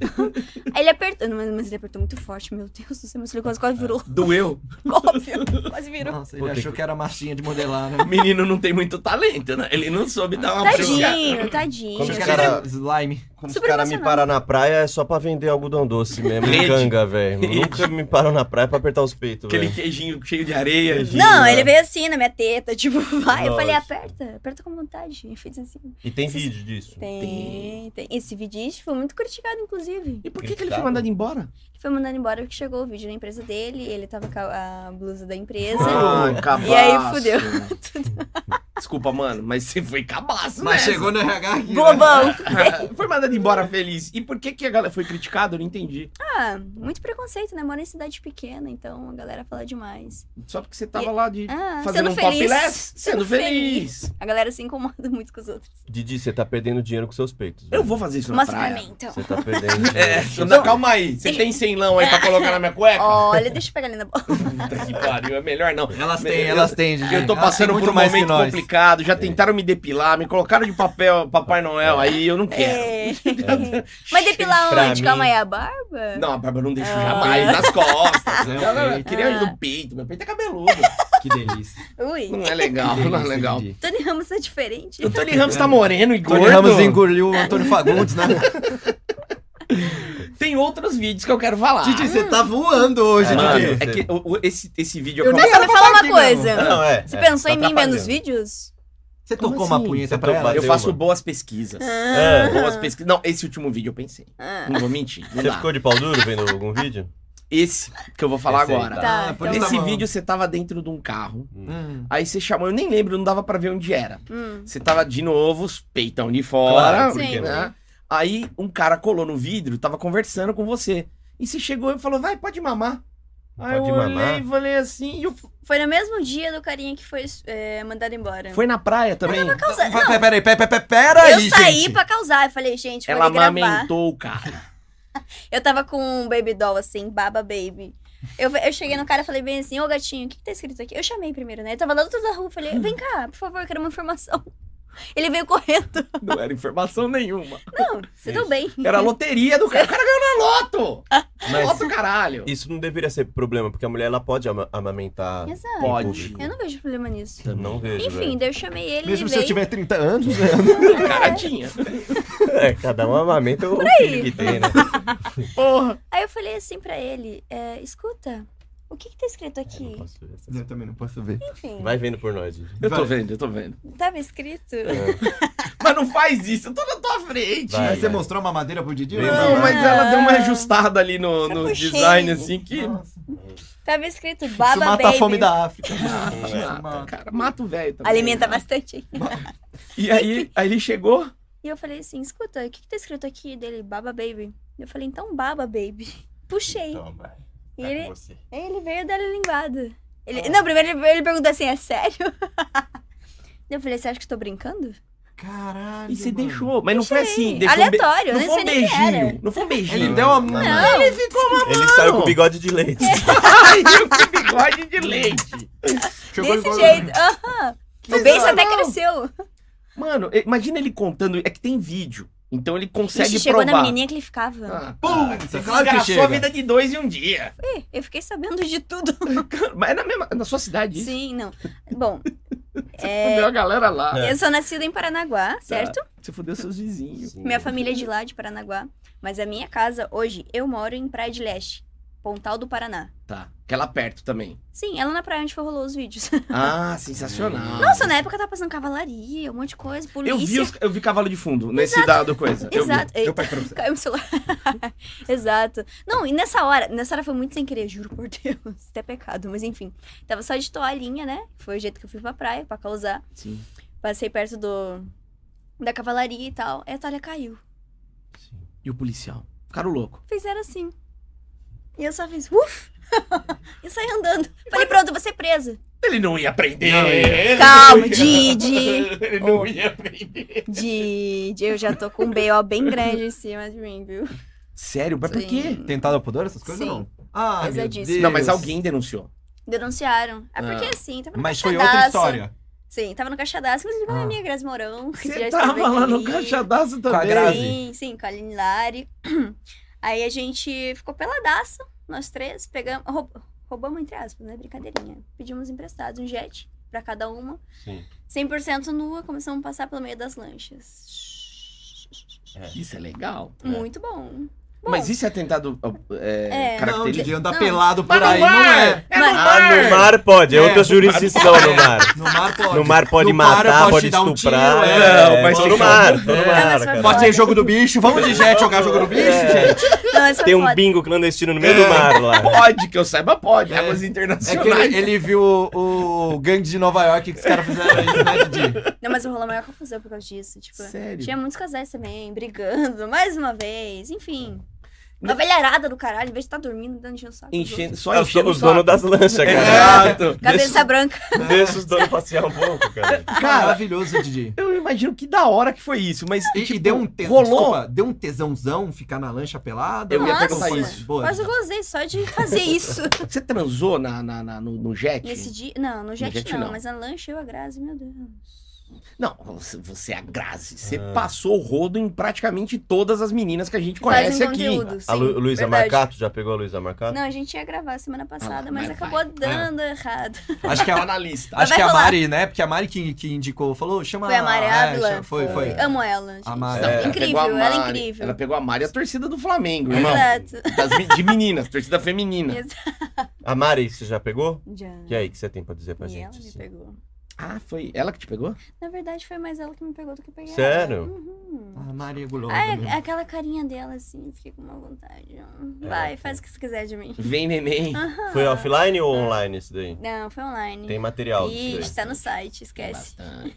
Speaker 4: Aí ele apertou. Não, mas ele apertou muito forte, meu Deus do céu, meu silicone quase virou.
Speaker 1: Doeu.
Speaker 4: Óbvio, quase virou.
Speaker 2: Nossa,
Speaker 1: Vou
Speaker 2: ele
Speaker 1: ter
Speaker 2: achou
Speaker 1: que-
Speaker 2: que era massinha de modelar, né?
Speaker 1: O menino não tem muito talento, né? Ele não soube dar uma puxada.
Speaker 4: Tadinho, tadinho.
Speaker 3: Como
Speaker 2: Os
Speaker 3: que
Speaker 4: gente.
Speaker 3: era?
Speaker 2: cara slime.
Speaker 3: Como os
Speaker 4: Super
Speaker 3: caras me
Speaker 4: emocionante.
Speaker 3: param na praia é só pra vender algodão doce mesmo.
Speaker 1: Rede.
Speaker 3: Canga, velho.
Speaker 1: Rede.
Speaker 3: Nunca me param na praia pra apertar os peitos,
Speaker 1: Aquele
Speaker 3: velho.
Speaker 1: queijinho cheio de areia.
Speaker 3: Queijinho.
Speaker 4: Não,
Speaker 3: né?
Speaker 4: ele veio assim na minha teta, tipo, vai. Eu falei,
Speaker 3: Nossa.
Speaker 4: aperta, aperta com vontade. Ele fez assim.
Speaker 3: E tem vídeo disso.
Speaker 4: Tem, tem. Esse vídeo foi muito criticado, inclusive.
Speaker 1: E por que, que ele foi mandado embora?
Speaker 4: Ele foi mandado embora porque chegou o vídeo na empresa dele, ele tava com a, a blusa da empresa.
Speaker 1: Ah, cabaço.
Speaker 4: E aí, fudeu.
Speaker 1: Desculpa, mano, mas você foi cabaço,
Speaker 2: Mas
Speaker 1: nessa.
Speaker 2: chegou no RH aqui, né?
Speaker 4: Bobão!
Speaker 1: foi mandado embora feliz. E por que, que a galera foi criticada? Eu não entendi.
Speaker 4: Ah, muito preconceito, né? Mora em cidade pequena, então a galera fala demais.
Speaker 1: Só porque você tava lá de.
Speaker 4: Ah,
Speaker 1: Fazendo
Speaker 4: sendo
Speaker 1: um
Speaker 4: feliz.
Speaker 1: topless, sendo feliz.
Speaker 4: A galera se incomoda muito com os outros.
Speaker 3: Didi, você tá perdendo dinheiro com seus peitos.
Speaker 1: Eu
Speaker 3: velho.
Speaker 1: vou fazer isso na
Speaker 4: Mostra pra
Speaker 1: praia.
Speaker 4: mim, então.
Speaker 3: Você tá perdendo
Speaker 1: É,
Speaker 3: dinheiro.
Speaker 1: não, calma aí. Você tem 100 lão
Speaker 4: É.
Speaker 1: aí pra colocar na minha cueca?
Speaker 4: Olha, deixa eu pegar ali na bola.
Speaker 1: Puta que pariu, é melhor não.
Speaker 2: Elas
Speaker 1: Me-
Speaker 2: têm,
Speaker 1: eu-
Speaker 2: elas têm, gente.
Speaker 1: Eu tô passando por um momento complicado, já tentaram me depilar, me colocaram de papel, Papai Noel, aí eu não quero.
Speaker 4: É. Mas depilar
Speaker 3: Pra
Speaker 4: onde?
Speaker 3: mim-
Speaker 4: Calma aí, a barba?
Speaker 1: Não, a barba eu não deixo
Speaker 4: Ah.
Speaker 1: jamais nas costas.
Speaker 2: É,
Speaker 1: Eu- eu- eu
Speaker 2: ok.
Speaker 1: queria ir no peito, meu peito é cabeludo.
Speaker 2: Que delícia.
Speaker 4: Ui.
Speaker 1: Não é legal, não é legal.
Speaker 4: Tony Ramos é diferente.
Speaker 1: O Tony Ramos tá moreno e gordo.
Speaker 2: Tony Ramos engoliu o Antônio Fagundes, né?
Speaker 1: Tem outros vídeos que eu quero falar.
Speaker 2: Didi, você tá voando hoje,
Speaker 1: Mano,
Speaker 2: Didi.
Speaker 3: Didi.
Speaker 1: é que o- o- esse, esse vídeo
Speaker 2: Eu
Speaker 1: eu
Speaker 2: nem
Speaker 1: prometo-
Speaker 4: Só me
Speaker 2: era pra
Speaker 4: fala
Speaker 2: falar
Speaker 4: uma
Speaker 2: aqui, não.
Speaker 4: coisa.
Speaker 3: Não, é.
Speaker 4: Você
Speaker 3: é,
Speaker 4: pensou
Speaker 3: tá
Speaker 4: em mim
Speaker 3: atrapalhando.
Speaker 4: vendo os vídeos?
Speaker 2: Você
Speaker 1: Como
Speaker 2: tocou uma
Speaker 1: assim?
Speaker 2: punheta
Speaker 3: Você
Speaker 2: pra ela?
Speaker 1: eu
Speaker 3: bateu,
Speaker 1: faço
Speaker 3: mano.
Speaker 1: boas pesquisas.
Speaker 4: Ah.
Speaker 1: Boas pesquisas. Não, esse último vídeo eu pensei.
Speaker 4: Ah.
Speaker 1: Não vou mentir. Não
Speaker 3: Você
Speaker 1: dá.
Speaker 3: ficou de pau duro vendo algum vídeo?
Speaker 1: Esse que eu vou falar
Speaker 3: Esse aí,
Speaker 1: agora.
Speaker 4: Tá,
Speaker 2: Ah,
Speaker 4: então-
Speaker 2: por isso
Speaker 1: Nesse
Speaker 2: tá bom.
Speaker 1: vídeo você tava dentro de um carro.
Speaker 2: Hum.
Speaker 1: Aí você chamou, eu nem lembro, não dava pra ver onde era.
Speaker 4: Hum.
Speaker 1: Você tava de novo, os peitão de fora.
Speaker 3: Claro,
Speaker 4: por que
Speaker 1: né?
Speaker 4: não?
Speaker 1: Aí um cara colou no vidro, tava conversando com você. E você chegou e falou, vai, pode mamar. Aí
Speaker 3: Pode
Speaker 1: eu olhei
Speaker 3: mamar?
Speaker 1: e falei assim, e eu...
Speaker 4: Foi no mesmo dia do carinha que foi é, mandado embora.
Speaker 1: foi na praia também.
Speaker 4: Causa-
Speaker 2: Pe- pe- Peraí, peraí, peraí, peraí,
Speaker 4: eu saí
Speaker 2: gente.
Speaker 4: pra causar. Eu falei, gente, vou
Speaker 1: Ela
Speaker 4: ali gravar.
Speaker 1: amamentou o cara.
Speaker 4: Eu tava com um baby doll, assim, baba baby. Eu, eu cheguei no cara e falei bem assim, ô gatinho, o que, que tá escrito aqui? Eu chamei primeiro, né? Eu tava lá do outro lado da rua, falei, vem cá, por favor, eu quero uma informação. Ele veio correndo.
Speaker 1: Não era informação nenhuma.
Speaker 4: Não, você deu bem.
Speaker 1: Era a loteria do cara. O cara ganhou na loto.
Speaker 3: Mas
Speaker 1: Loto caralho.
Speaker 3: isso não deveria ser problema, porque a mulher ela pode ama- amamentar. em
Speaker 4: Exato.
Speaker 1: Pode.
Speaker 3: público.
Speaker 4: Eu não vejo problema nisso.
Speaker 3: Não vejo.
Speaker 4: Enfim, daí eu chamei ele
Speaker 2: Mesmo
Speaker 4: ele
Speaker 2: se eu
Speaker 4: veio.
Speaker 2: tiver 30 anos, né?
Speaker 1: Cara tinha.
Speaker 3: velho. É, cada um amamenta o filho que tem, né?
Speaker 1: Porra.
Speaker 4: Aí eu falei assim pra ele, é, escuta, o que que tá escrito
Speaker 3: Eu não
Speaker 4: aqui?
Speaker 3: posso ver essas
Speaker 2: Eu também não posso ver.
Speaker 4: Enfim,
Speaker 3: Vai vendo por nós, Didi.
Speaker 1: Eu tô
Speaker 2: Vai.
Speaker 1: vendo, eu tô vendo.
Speaker 4: tava escrito...
Speaker 1: Mas não faz isso, eu tô na tua frente.
Speaker 3: Vai,
Speaker 2: Mas é você
Speaker 3: vai.
Speaker 2: mostrou uma madeira pro Didi?
Speaker 3: Vem,
Speaker 1: Não,
Speaker 3: Ah.
Speaker 4: É.
Speaker 1: mas ela deu uma ajustada ali no,
Speaker 4: Só
Speaker 1: no
Speaker 4: puxei.
Speaker 1: design, assim, que.
Speaker 2: Nossa.
Speaker 4: Tava escrito
Speaker 2: Isso
Speaker 4: Baba
Speaker 2: mata
Speaker 4: Baby.
Speaker 2: a fome da África.
Speaker 1: Mata,
Speaker 2: Mata.
Speaker 1: cara. Mata o velho também.
Speaker 4: Alimenta
Speaker 1: né?
Speaker 4: bastante.
Speaker 1: E aí, aí ele chegou.
Speaker 4: E eu falei assim, escuta, o que, que tá escrito aqui dele? Baba Baby. Eu falei, então Baba Baby. Puxei.
Speaker 3: Então, vai. Tá
Speaker 4: e
Speaker 1: É,
Speaker 4: ele,
Speaker 3: você.
Speaker 4: ele veio dar a linguada. Ele,
Speaker 1: Ah.
Speaker 4: Não, primeiro ele, ele perguntou assim, é sério? eu falei, você acha que eu tô brincando?
Speaker 2: Caralho.
Speaker 1: E você
Speaker 2: mano.
Speaker 1: deixou. Mas não foi assim.
Speaker 4: Sim,
Speaker 1: Deixou um be-
Speaker 4: Aleatório, eu
Speaker 1: Não
Speaker 4: nem
Speaker 1: foi um
Speaker 4: sei nem quem era.
Speaker 1: beijinho. Não foi um beijinho.
Speaker 2: Ele deu uma. né?
Speaker 4: Não,
Speaker 3: Ele saiu com bigode de leite.
Speaker 1: Ai, eu com bigode de leite.
Speaker 2: Chegou
Speaker 4: desse
Speaker 2: igual-
Speaker 4: jeito. Aham. O beijo até
Speaker 1: não.
Speaker 4: cresceu.
Speaker 1: Mano, e- imagina ele contando. É que tem vídeo. Então ele consegue
Speaker 4: Ixi, chegou na
Speaker 1: provar.
Speaker 4: menininha que ele ficava.
Speaker 1: Ah,
Speaker 2: Pum!
Speaker 1: cara, Você
Speaker 2: Claro que
Speaker 1: desgraçou
Speaker 2: chega.
Speaker 1: a vida de dois em um dia.
Speaker 4: Ih, Eu fiquei sabendo de tudo.
Speaker 1: Mas é na, mesma, na sua cidade isso.
Speaker 4: Sim, é. não. Bom,
Speaker 1: Fudeu a galera lá.
Speaker 4: eu sou nascida em
Speaker 1: Tá,
Speaker 4: Paranaguá, certo?
Speaker 1: Você fudeu seus vizinhos.
Speaker 3: Sim.
Speaker 4: Minha família é de lá, de Paranaguá. Mas a minha casa, hoje, eu moro em Praia de Leste, Pontal do Paraná.
Speaker 1: Tá. Aquela perto também.
Speaker 4: Sim, ela na praia onde foi rolou os vídeos.
Speaker 1: Ah, sensacional.
Speaker 4: Nossa, na época tava passando cavalaria, um monte de coisa, polícia.
Speaker 1: Eu vi, os- eu vi cavalo de fundo nesse dado coisa. Eu vi.
Speaker 4: Exato. Ei,
Speaker 2: Eu pego pra você.
Speaker 4: Caiu meu celular. Exato. Não, e nessa hora, nessa hora foi muito sem querer, juro por Deus. Até pecado, mas enfim. Tava só de toalhinha, né? Foi o jeito que eu fui pra praia, pra causar.
Speaker 1: Sim.
Speaker 4: Passei perto do... Da cavalaria e tal. Aí a toalha caiu.
Speaker 1: E o policial? Ficaram louco.
Speaker 4: Fizeram assim. E eu só fiz, uff! e saí andando. Falei, pronto, eu vou ser presa.
Speaker 1: Ele não ia aprender.
Speaker 2: Não ia.
Speaker 1: ele
Speaker 4: Calma,
Speaker 1: não ia-
Speaker 4: Didi.
Speaker 1: Ele não ia aprender.
Speaker 4: De, de- eu já tô com um BO bem grande em cima de mim, viu?
Speaker 1: Sério, mas por
Speaker 4: Sim.
Speaker 1: quê?
Speaker 2: Tentado ao pudor, essas coisas
Speaker 4: Sim.
Speaker 2: ou não? Ah,
Speaker 4: Mas eu
Speaker 2: meu
Speaker 4: disse.
Speaker 2: Deus.
Speaker 1: Não, mas alguém denunciou.
Speaker 4: Denunciaram. É porque
Speaker 1: Ah.
Speaker 4: assim, tava
Speaker 2: Mas foi outra
Speaker 4: cagadaço.
Speaker 2: história.
Speaker 4: Sim, tava no Caixa d'Água, inclusive
Speaker 2: Ah.
Speaker 4: a minha Grazi Mourão. que já
Speaker 1: Você
Speaker 4: esteve
Speaker 1: tava lá no
Speaker 4: aqui.
Speaker 1: cachadaço
Speaker 2: a
Speaker 1: também.
Speaker 2: Grazi.
Speaker 4: Sim, sim, com a Aline Lari. Aí a gente ficou peladaço, nós três, pegamos, roub- roubamos, entre aspas, né? Brincadeirinha. Pedimos emprestados um jet pra cada uma.
Speaker 3: Sim.
Speaker 4: 100% nua, começamos a passar pelo meio das lanchas.
Speaker 1: Isso é legal.
Speaker 3: É.
Speaker 4: Muito bom. Bom,
Speaker 1: Mas isso é tentado é,
Speaker 4: É.
Speaker 2: Não,
Speaker 1: característico.
Speaker 2: Didi, andar
Speaker 4: Não.
Speaker 2: pelado por
Speaker 1: Mas no
Speaker 2: aí não
Speaker 1: mar!
Speaker 2: é.
Speaker 1: É no
Speaker 4: Mas-
Speaker 1: mar!
Speaker 3: Ah, no mar pode, é,
Speaker 2: É,
Speaker 3: outra jurisdição no mar.
Speaker 2: No mar pode.
Speaker 3: No mar pode
Speaker 2: No mar eu
Speaker 3: matar,
Speaker 2: posso
Speaker 3: pode
Speaker 2: te dar um
Speaker 3: estuprar.
Speaker 2: tiro,
Speaker 1: é.
Speaker 3: é,
Speaker 1: Mas
Speaker 3: tô
Speaker 1: tem
Speaker 3: no mar,
Speaker 2: jogo.
Speaker 3: tô no
Speaker 2: É,
Speaker 4: mas
Speaker 3: mar,
Speaker 4: vai
Speaker 3: cara.
Speaker 2: Pode ter jogo do bicho. Vamos de jet jogar jogo do bicho,
Speaker 3: É.
Speaker 2: gente.
Speaker 4: não, essa
Speaker 3: Tem um
Speaker 4: foto-
Speaker 3: bingo clandestino no meio do mar lá.
Speaker 1: Pode, que eu saiba, pode.
Speaker 2: É.
Speaker 1: Águas
Speaker 2: É
Speaker 1: internacionais.
Speaker 2: que ele, ele viu o, o gangue de Nova York que os caras fizeram isso, né, Didi?
Speaker 4: Não, mas rolou a maior confusão por causa disso. Tipo,
Speaker 1: Sério.
Speaker 4: tinha muitos casais também, brigando, mais uma vez, enfim.
Speaker 1: Não-
Speaker 4: Uma velharada do caralho, em vez de estar dormindo, dando enchendo o saco. dos outros.
Speaker 1: Enchendo, só
Speaker 3: Os,
Speaker 1: enchendo
Speaker 3: os
Speaker 1: o saco.
Speaker 3: donos das lanchas, cara.
Speaker 1: Exato.
Speaker 4: Cabeça branca.
Speaker 3: Deixa os donos passear um pouco, cara.
Speaker 1: Cara,
Speaker 2: Maravilhoso, Didi.
Speaker 1: eu imagino que da hora que foi isso, mas
Speaker 2: E, e
Speaker 1: tipo,
Speaker 2: deu um tesão,
Speaker 1: rolou.
Speaker 2: deu um tesãozão ficar na lancha pelada?
Speaker 1: Eu ia
Speaker 4: Nossa.
Speaker 1: perguntar isso.
Speaker 2: Boa.
Speaker 4: Mas eu gozei só de fazer isso.
Speaker 1: Você transou na, na, na- no, no jet?
Speaker 4: Nesse dia. Não, no jet,
Speaker 1: jet
Speaker 4: não,
Speaker 1: não.
Speaker 4: mas na lancha eu a Grazi, meu Deus.
Speaker 1: Não, você, você é a Grazi. Você
Speaker 3: Ah.
Speaker 1: passou o rodo em praticamente todas as meninas que a gente
Speaker 4: Faz
Speaker 1: conhece
Speaker 4: um
Speaker 1: aqui.
Speaker 4: conteúdo, sim.
Speaker 3: A Lu, Luísa
Speaker 4: verdade.
Speaker 3: Marcato, já pegou a Luísa Marcato?
Speaker 4: Não, a gente ia gravar semana passada,
Speaker 1: Ah,
Speaker 4: mas,
Speaker 1: mas
Speaker 4: acabou
Speaker 1: vai.
Speaker 4: dando errado.
Speaker 2: Acho que é a,
Speaker 1: é
Speaker 3: É.
Speaker 1: analista.
Speaker 2: acho
Speaker 4: vai
Speaker 2: que a
Speaker 4: rolar.
Speaker 2: Mari, né? Porque a Mari que, que indicou, falou, chama...
Speaker 4: Foi a Mari
Speaker 2: é,
Speaker 4: Ávila.
Speaker 2: chama- foi, foi.
Speaker 4: Amo ela, gente.
Speaker 2: A Mari.
Speaker 4: Não,
Speaker 2: É, ela
Speaker 4: incrível, ela é incrível.
Speaker 1: Ela pegou a Mari, a torcida do Flamengo, irmão.
Speaker 4: Exato.
Speaker 1: Das mi- de meninas, torcida feminina.
Speaker 4: Exato.
Speaker 3: A Mari, você já pegou?
Speaker 4: Já.
Speaker 3: E aí, o que você tem pra dizer pra
Speaker 4: E ela
Speaker 3: gente?
Speaker 4: me
Speaker 3: assim?
Speaker 4: pegou.
Speaker 1: Ah, foi ela que te pegou?
Speaker 4: Na verdade, foi mais ela que me pegou do que eu peguei ela.
Speaker 3: Sério?
Speaker 4: Uhum.
Speaker 2: A Mari é gulosa
Speaker 4: Ai,
Speaker 2: mesmo.
Speaker 4: aquela carinha dela, assim, fiquei com uma vontade. Hum,
Speaker 3: É,
Speaker 4: Vai,
Speaker 3: tá.
Speaker 4: faz o que você quiser de mim.
Speaker 1: Vem, neném.
Speaker 4: Aham.
Speaker 3: Foi offline ou online esse daí?
Speaker 4: Não, foi online.
Speaker 3: Tem material disso
Speaker 4: Ixi, tá no site, esquece.
Speaker 1: Bastante.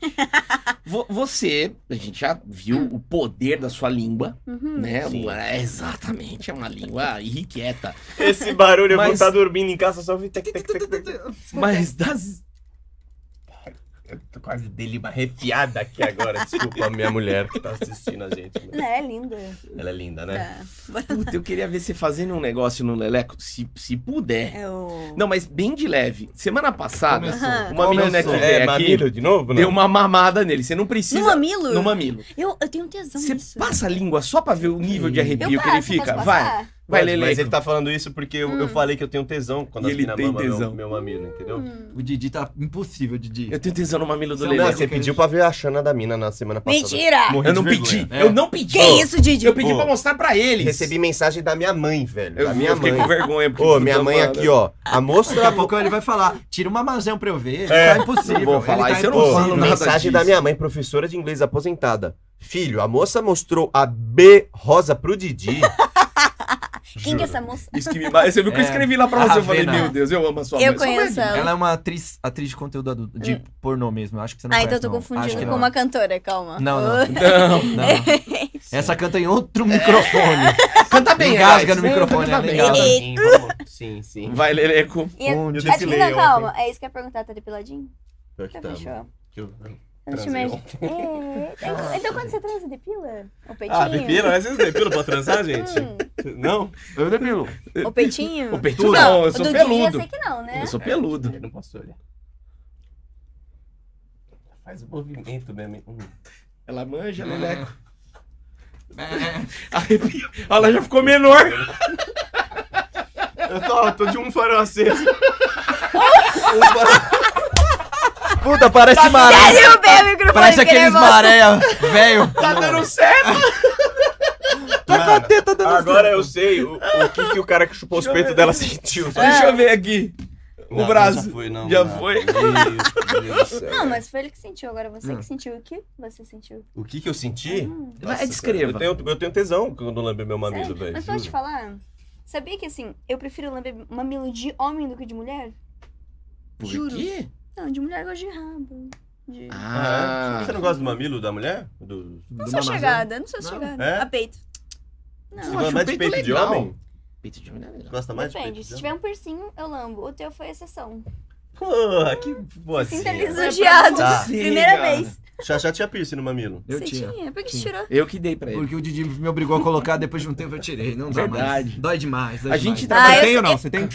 Speaker 1: Vo- Você, a gente já viu o poder da sua língua,
Speaker 4: Uhum.
Speaker 1: né?
Speaker 3: Sim.
Speaker 1: O- é, exatamente, é uma língua irrequieta.
Speaker 3: daí. Esse barulho, eu vou
Speaker 1: Mas-
Speaker 3: estar dormindo em casa, só vi... Tec, tec, tec, tec, tec.
Speaker 1: Mas das.
Speaker 3: Eu tô quase dele uma arrepiada aqui agora. Desculpa a minha mulher que tá assistindo a gente.
Speaker 4: Ela é linda.
Speaker 3: Ela é linda, né?
Speaker 4: Tá.
Speaker 1: Puta, eu queria ver você fazendo um negócio no Leleco, se, se puder.
Speaker 4: Eu...
Speaker 1: Não, mas bem de leve. Semana passada,
Speaker 4: é Aham.
Speaker 1: uma menina que
Speaker 2: Começou.
Speaker 1: veio
Speaker 3: É,
Speaker 1: aqui
Speaker 3: mamilo de novo, né?
Speaker 1: deu uma mamada nele. Você não precisa.
Speaker 4: No mamilo?
Speaker 1: No mamilo.
Speaker 4: Eu, eu tenho um tesão
Speaker 1: Você
Speaker 4: nisso.
Speaker 1: passa a língua só pra ver o nível de
Speaker 2: Eu
Speaker 1: arrepio
Speaker 4: eu
Speaker 1: que ele fica?
Speaker 4: posso
Speaker 1: Vai,
Speaker 4: passar?
Speaker 1: vai,
Speaker 3: Pode, Mas
Speaker 1: Leleco.
Speaker 3: ele tá falando isso porque eu, eu
Speaker 4: Hum.
Speaker 3: falei que eu tenho tesão quando
Speaker 1: E
Speaker 3: as
Speaker 1: ele
Speaker 3: meninas
Speaker 1: tem
Speaker 3: mamam meu,
Speaker 1: tesão.
Speaker 3: meu mamilo, entendeu?
Speaker 4: Hum.
Speaker 2: O Didi tá impossível, Didi.
Speaker 1: Eu tenho tesão no mamilo do
Speaker 2: Não,
Speaker 1: Leleco.
Speaker 3: Não,
Speaker 2: Leleco
Speaker 3: você
Speaker 2: que a
Speaker 3: pediu
Speaker 2: gente-
Speaker 3: pra ver a Xana da mina na semana passada.
Speaker 4: Mentira!
Speaker 3: Morri
Speaker 1: Eu
Speaker 3: de
Speaker 1: não
Speaker 3: vergonha.
Speaker 1: pedi.
Speaker 2: É.
Speaker 1: Eu não pedi.
Speaker 4: Que isso, Didi?
Speaker 1: Eu pedi
Speaker 3: Pô.
Speaker 1: pra mostrar pra eles.
Speaker 3: Recebi mensagem da minha mãe, velho. da
Speaker 1: Eu,
Speaker 3: minha
Speaker 1: eu fiquei
Speaker 3: mãe.
Speaker 1: com vergonha. porque
Speaker 3: Ô,
Speaker 1: eu
Speaker 3: minha
Speaker 1: tô
Speaker 3: mãe
Speaker 1: falando.
Speaker 3: aqui, ó. A
Speaker 2: Daqui a
Speaker 3: moça.
Speaker 2: pouco ele vai falar, tira uma maçã pra eu ver.
Speaker 3: É.
Speaker 2: Tá impossível.
Speaker 1: Não vou falar
Speaker 2: ele tá
Speaker 1: isso, eu não
Speaker 3: Ô,
Speaker 1: falo
Speaker 2: impossível.
Speaker 1: nada
Speaker 3: mensagem
Speaker 1: disso.
Speaker 3: da minha mãe, professora de inglês aposentada. Filho, a moça mostrou a B rosa pro Didi.
Speaker 4: Quem que
Speaker 3: Juro.
Speaker 4: é essa moça?
Speaker 1: Isso que me mais. Você viu que eu
Speaker 2: É.
Speaker 1: escrevi lá pra
Speaker 2: A
Speaker 1: você? Eu falei,
Speaker 2: Ravena.
Speaker 1: meu Deus, eu amo a sua
Speaker 4: Eu
Speaker 1: mãe. Sua mãe é
Speaker 4: conheço
Speaker 1: linda.
Speaker 4: ela.
Speaker 2: Ela é uma atriz, atriz de conteúdo adulto, de pornô mesmo. eu Acho que você não
Speaker 4: Hum. Ah, então eu
Speaker 2: conhece,
Speaker 4: tô
Speaker 2: não. Acho
Speaker 4: confundindo
Speaker 2: que
Speaker 4: com
Speaker 2: não.
Speaker 4: uma cantora, calma.
Speaker 2: Não, não.
Speaker 1: Não,
Speaker 2: Não. Essa é canta em
Speaker 4: É.
Speaker 2: outro microfone.
Speaker 1: canta bem,
Speaker 2: Engasga no
Speaker 1: Alex.
Speaker 2: microfone,
Speaker 1: Canta
Speaker 2: é
Speaker 1: bem.
Speaker 2: legal.
Speaker 3: Sim, vamos. Sim, sim.
Speaker 1: Vai, Leleco.
Speaker 4: E-
Speaker 2: Um
Speaker 3: Eu
Speaker 2: dia-
Speaker 4: Mas,
Speaker 3: desfilei
Speaker 4: não,
Speaker 3: ontem.
Speaker 4: calma. É isso que eu ia perguntar, tá depiladinho?
Speaker 3: Pior que
Speaker 4: Tá,
Speaker 3: tamo.
Speaker 4: fechou.
Speaker 3: Que eu-
Speaker 4: Eu não te
Speaker 3: Transei
Speaker 4: imagino. É, então- Então quando você transa, depila? O peitinho?
Speaker 3: Ah, depila? Mas Vocês depilam pra transar, gente?
Speaker 4: Hum,
Speaker 3: Não?
Speaker 2: Eu depilo.
Speaker 4: o peitinho?
Speaker 1: O peito não,
Speaker 4: Não,
Speaker 1: eu sou
Speaker 4: do
Speaker 1: peludo.
Speaker 4: Didi eu sei que não, né?
Speaker 1: Eu sou peludo.
Speaker 3: Eu não posso olhar. Faz o movimento mesmo. hein? Hum.
Speaker 1: Ela manja, Leleco.
Speaker 2: É,
Speaker 1: Arrepia. Ela já ficou menor.
Speaker 3: Eu tô, eu tô de um farol aceso. Um farol- Puta, parece
Speaker 4: Tá
Speaker 3: maré.
Speaker 4: Derrubei o microfone, é
Speaker 2: Parece
Speaker 4: fiquei
Speaker 2: aqueles
Speaker 4: nervosa.
Speaker 2: maréia, velho.
Speaker 1: Tá dando certo.
Speaker 3: Mano, Agora eu sei o, o que, que o cara que chupou os peitos dela sentiu.
Speaker 4: É.
Speaker 1: Deixa eu ver aqui. O
Speaker 3: Não,
Speaker 1: braço.
Speaker 3: Já foi, não.
Speaker 1: Já
Speaker 3: não.
Speaker 1: foi.
Speaker 3: Meu Deus do céu.
Speaker 4: Não, mas foi ele que sentiu, agora
Speaker 3: Hum.
Speaker 4: você que sentiu. O que você sentiu?
Speaker 3: O que, que eu senti?
Speaker 4: Hum.
Speaker 1: Vai,
Speaker 3: Nossa,
Speaker 1: descreva.
Speaker 3: cara, Eu tenho, eu tenho tesão quando lambe meu mamilo,
Speaker 4: Sério?
Speaker 3: velho.
Speaker 4: Mas posso te
Speaker 3: juro.
Speaker 4: falar? Sabia que assim, eu prefiro lamber mamilo de homem do que de mulher? Juro.
Speaker 1: quê?
Speaker 4: Não, de mulher eu gosto de rabo. De...
Speaker 1: Ah.
Speaker 3: Você não gosta do mamilo da mulher? Do...
Speaker 4: não sou
Speaker 2: né?
Speaker 4: chegada, não sou chegada.
Speaker 3: É?
Speaker 4: A peito.
Speaker 1: Eu
Speaker 3: Você
Speaker 4: Não,
Speaker 1: acho
Speaker 3: gosta mais de
Speaker 1: o
Speaker 3: peito
Speaker 1: peito
Speaker 3: de
Speaker 1: legal.
Speaker 3: homem?
Speaker 1: Peito de mulher é legal.
Speaker 3: Gosta mais
Speaker 4: depende.
Speaker 3: de peito então? de
Speaker 4: Se tiver um piercing, eu lambo. O teu foi exceção.
Speaker 3: Porra, que boazinha.
Speaker 4: Sinta lisonjeado.
Speaker 3: Tá.
Speaker 4: Primeira
Speaker 1: Sim,
Speaker 4: vez.
Speaker 3: Xaxá tinha piercing no mamilo.
Speaker 2: Ah, Eu
Speaker 4: Você
Speaker 2: tinha.
Speaker 4: Por que
Speaker 2: Sim.
Speaker 4: tirou?
Speaker 1: Eu que dei pra ele.
Speaker 2: Porque o Didi me obrigou a colocar, depois de um tempo eu tirei. Não dá
Speaker 1: Verdade.
Speaker 2: mais. Dói demais. Dói
Speaker 1: A
Speaker 2: demais.
Speaker 1: gente
Speaker 4: tá- Ah,
Speaker 2: Você
Speaker 4: eu
Speaker 2: tem ou
Speaker 4: sei-
Speaker 2: não? Você tem?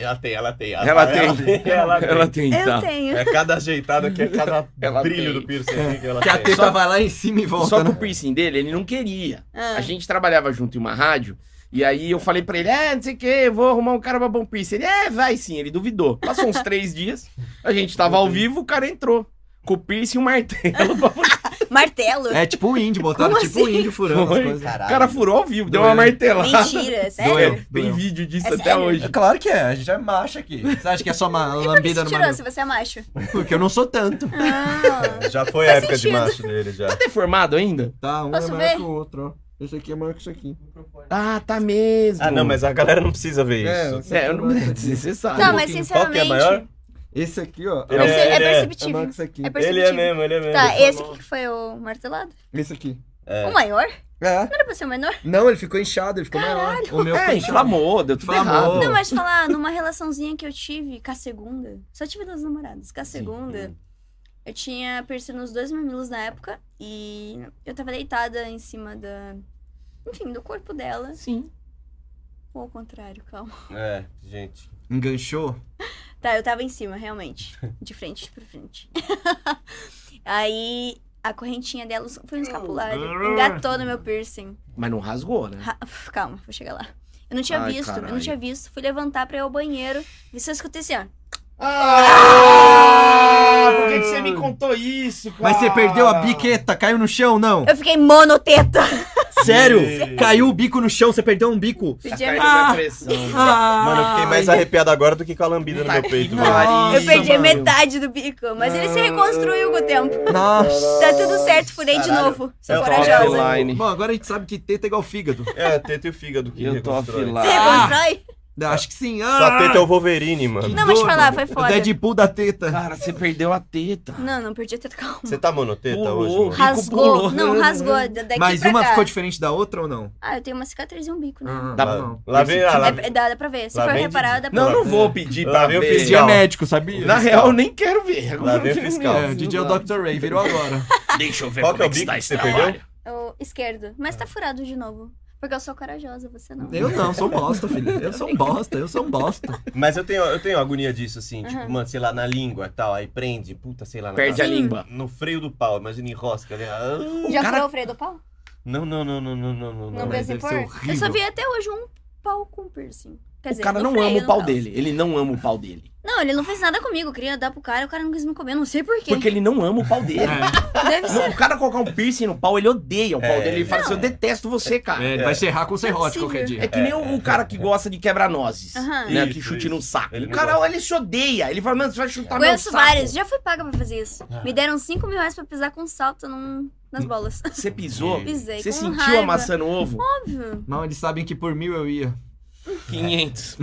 Speaker 3: Ela tem, ela tem.
Speaker 1: Ela tem.
Speaker 3: Ela tem.
Speaker 1: Ela tem,
Speaker 4: Ah, Eu
Speaker 2: Então.
Speaker 1: tá.
Speaker 4: tenho.
Speaker 3: É cada ajeitada que é cada
Speaker 1: Ela
Speaker 3: brilho
Speaker 1: tem.
Speaker 3: do piercing aqui que ela
Speaker 2: Que a
Speaker 3: tem.
Speaker 2: teta vai lá em cima e volta,
Speaker 1: Só que
Speaker 2: né?
Speaker 1: o piercing dele, ele não queria.
Speaker 4: Ah,
Speaker 1: A gente trabalhava junto em uma rádio. E aí eu falei pra ele, é, não sei o que, eu vou arrumar um cara pra bom piercing. Ele, é, vai sim, ele duvidou. Passou uns três dias, a gente tava ao vivo, o cara entrou. Com o piercing e um martelo. pra-
Speaker 4: Martelo.
Speaker 2: É tipo o índio, botaram
Speaker 4: Como
Speaker 2: tipo o
Speaker 4: assim?
Speaker 2: índio furando
Speaker 1: Foi.
Speaker 2: as coisas.
Speaker 1: o
Speaker 3: Caralho.
Speaker 1: cara furou ao vivo, deu uma
Speaker 2: Doeu.
Speaker 1: martelada.
Speaker 4: Mentira, sério?
Speaker 2: Doeu.
Speaker 1: É, Tem vídeo disso
Speaker 4: É
Speaker 1: até
Speaker 4: sério?
Speaker 1: hoje.
Speaker 2: Claro que é, a gente é macho aqui. Você acha que é só uma
Speaker 4: E por que
Speaker 2: lambida
Speaker 4: você
Speaker 2: no
Speaker 4: tirou
Speaker 2: mamilo?
Speaker 4: se você é macho?
Speaker 2: Porque eu não sou tanto.
Speaker 4: Ah,
Speaker 3: Já foi a
Speaker 4: Faz
Speaker 3: época
Speaker 4: sentido.
Speaker 3: de macho dele, já.
Speaker 1: Tá deformado ainda?
Speaker 2: Tá, um
Speaker 4: Posso
Speaker 2: é maior
Speaker 4: ver?
Speaker 2: que o outro, ó. Esse aqui é maior que isso aqui.
Speaker 1: Ah, tá mesmo.
Speaker 3: Ah, não, mas a galera não precisa ver
Speaker 2: É,
Speaker 3: isso.
Speaker 2: esse
Speaker 1: É, eu
Speaker 2: aqui
Speaker 1: não...
Speaker 2: maior que
Speaker 1: é
Speaker 2: isso aqui.
Speaker 1: desnecessário.
Speaker 4: tá, mas
Speaker 3: Qual que
Speaker 4: sinceramente.
Speaker 3: é maior?
Speaker 2: Esse aqui, ó.
Speaker 3: Ele
Speaker 4: perce-
Speaker 3: é-
Speaker 4: é,
Speaker 3: ele é-
Speaker 2: É maior que
Speaker 4: perceptível.
Speaker 2: isso aqui.
Speaker 4: É
Speaker 3: Ele é
Speaker 4: perceptível.
Speaker 3: mesmo, ele é mesmo.
Speaker 4: Tá, esse aqui que foi o martelado?
Speaker 2: Esse aqui.
Speaker 3: É.
Speaker 4: O maior?
Speaker 2: É.
Speaker 4: Não era pra ser o menor?
Speaker 2: Não, ele ficou inchado, ele ficou maior. O meu
Speaker 1: É,
Speaker 2: ficou inchado.
Speaker 1: inflamou, deu tudo
Speaker 2: Inflamou.
Speaker 1: errado.
Speaker 2: Não,
Speaker 4: Não, mas falar, numa relaçãozinha que eu tive, com a segunda. Só tive duas namoradas. Com a segunda, eu tinha piercing nos dois mamilos na época. E eu tava deitada em cima da. Enfim, do corpo dela.
Speaker 1: Sim.
Speaker 4: Ou ao contrário, calma.
Speaker 3: É, gente.
Speaker 2: Enganchou?
Speaker 4: Tá, eu tava em cima, realmente. De frente pra frente. Aí. A correntinha dela foi um escapulário. Engatou no meu piercing.
Speaker 1: Mas não rasgou, né?
Speaker 4: Ra- Uf, Calma, vou chegar lá. Eu não tinha
Speaker 1: Ai,
Speaker 4: visto, eu não
Speaker 1: caralho.
Speaker 4: tinha visto. Fui levantar pra ir ao banheiro. E só escutei assim, ó.
Speaker 1: Ah! Por que, que você me contou isso, cara?
Speaker 2: Mas você perdeu a biqueta, caiu no chão, não?
Speaker 4: Eu fiquei monoteta.
Speaker 2: É Sério?
Speaker 3: Sim.
Speaker 2: Caiu o bico no chão, você perdeu um bico.
Speaker 1: Tá
Speaker 4: Podia-
Speaker 1: caindo
Speaker 2: Ah!
Speaker 1: na pressão.
Speaker 2: Ah,
Speaker 3: Mano, eu fiquei mais arrepiado agora do que com a lambida no meu peito,
Speaker 1: Tá
Speaker 3: mano.
Speaker 1: aqui,
Speaker 4: Eu perdi
Speaker 1: mano.
Speaker 4: metade do bico, mas ele se reconstruiu com o tempo.
Speaker 2: Nossa.
Speaker 4: Tá tudo certo, furei de
Speaker 3: Caralho.
Speaker 4: novo. Sou
Speaker 3: É o
Speaker 1: top lá.
Speaker 4: corajosa.
Speaker 1: Offline.
Speaker 2: Bom, agora a gente sabe que teta é igual fígado.
Speaker 3: É, teta e o fígado que
Speaker 1: Eu tô
Speaker 3: reconstrói.
Speaker 4: Se
Speaker 1: afilado.
Speaker 4: reconstrói?
Speaker 2: Acho que sim. Ah,
Speaker 3: Sua teta é o Wolverine, mano.
Speaker 4: Não, mas
Speaker 2: doido.
Speaker 4: falar, foi
Speaker 2: O
Speaker 4: foda.
Speaker 2: Deadpool da teta.
Speaker 1: Cara, você perdeu a teta.
Speaker 4: Não, não perdi até calma.
Speaker 3: Você tá monoteta
Speaker 1: Pulou.
Speaker 3: hoje, mano?
Speaker 1: Ra-
Speaker 4: Rasgou.
Speaker 1: pulou.
Speaker 4: Não, rasgou. da- Daqui
Speaker 2: Mas
Speaker 4: pra
Speaker 2: uma
Speaker 4: cá.
Speaker 2: ficou diferente da outra ou não?
Speaker 4: Ah, eu tenho uma cicatriz e um bico, né?
Speaker 2: Ah,
Speaker 1: Dá-
Speaker 2: não.
Speaker 3: Lá vem a...
Speaker 4: É,
Speaker 3: Lá...
Speaker 4: é- dá, dá pra ver. Se
Speaker 3: lá
Speaker 4: for
Speaker 3: vem
Speaker 4: reparar, dá pra
Speaker 1: Não, eu não
Speaker 4: ver.
Speaker 1: vou pedir
Speaker 3: Lá
Speaker 1: pra
Speaker 3: vem o
Speaker 1: ver.
Speaker 2: Didi é
Speaker 3: fiscal.
Speaker 2: médico, sabia?
Speaker 1: Na real, eu nem quero ver.
Speaker 3: Lá vem o
Speaker 1: Eu não
Speaker 3: fiscal.
Speaker 1: quero
Speaker 2: É,
Speaker 1: ver.
Speaker 2: o Didi é o
Speaker 1: Não dá.
Speaker 2: Dr. Ray, virou agora.
Speaker 1: Deixa eu ver
Speaker 3: Qual que
Speaker 1: como
Speaker 3: é
Speaker 1: é
Speaker 3: o
Speaker 1: que
Speaker 3: bico
Speaker 1: está
Speaker 3: que
Speaker 1: esse
Speaker 3: você
Speaker 1: trabalho.
Speaker 4: O esquerdo. Mas tá furado de novo. Porque eu sou corajosa, você não.
Speaker 2: Eu não, sou bosta, filho. Eu sou um bosta, eu sou um bosta.
Speaker 3: Mas eu tenho, eu tenho agonia disso, assim.
Speaker 4: Aham.
Speaker 3: Tipo, mano, sei lá, na língua e tal. Aí prende, puta, sei lá. Na
Speaker 1: Perde a língua.
Speaker 3: No freio do pau, imagina enrosca, né? Ah,
Speaker 4: Já
Speaker 1: cara-
Speaker 4: furou o freio do pau?
Speaker 3: Não, não, não, não, não, não, não.
Speaker 4: Não
Speaker 2: mas
Speaker 4: pensa
Speaker 2: deve
Speaker 4: em pôr?
Speaker 2: ser
Speaker 4: Eu só
Speaker 2: horrível.
Speaker 4: vi até hoje um pau com piercing. Quer
Speaker 1: O
Speaker 4: dizer,
Speaker 1: cara
Speaker 4: no
Speaker 1: não
Speaker 4: freio,
Speaker 1: ama o
Speaker 4: no
Speaker 1: pau
Speaker 4: caso.
Speaker 1: dele. Ele não ama o pau dele.
Speaker 4: Não, ele não fez nada comigo. Eu queria dar pro cara, o cara não quis me comer, não sei porquê.
Speaker 1: Porque ele não ama o pau dele.
Speaker 4: Deve ser.
Speaker 1: Não, o cara colocar um piercing no pau, ele odeia o pau
Speaker 3: É,
Speaker 1: dele. Ele fala
Speaker 3: não.
Speaker 1: assim: eu detesto você, cara.
Speaker 2: É,
Speaker 1: É,
Speaker 2: ele vai serrar com o serrote
Speaker 4: possível.
Speaker 2: qualquer dia.
Speaker 1: que nem o, o cara que gosta de quebra-nozes.
Speaker 4: Aham.
Speaker 1: Né,
Speaker 3: Isso,
Speaker 1: que chute
Speaker 3: isso.
Speaker 1: no saco.
Speaker 3: Ele
Speaker 1: o
Speaker 3: não
Speaker 1: cara, ele se odeia. Ele fala, mano, você vai chutar meu
Speaker 4: Conheço
Speaker 1: saco.
Speaker 4: vários, já fui paga pra fazer isso. Me deram 5 mil reais pra pisar com salto num- nas bolas.
Speaker 1: Você pisou?
Speaker 4: Pisei
Speaker 1: Você
Speaker 4: com
Speaker 1: sentiu
Speaker 4: raiva.
Speaker 1: amassando ovo?
Speaker 4: Óbvio.
Speaker 2: Não, eles sabem que por mil eu ia.
Speaker 1: 500.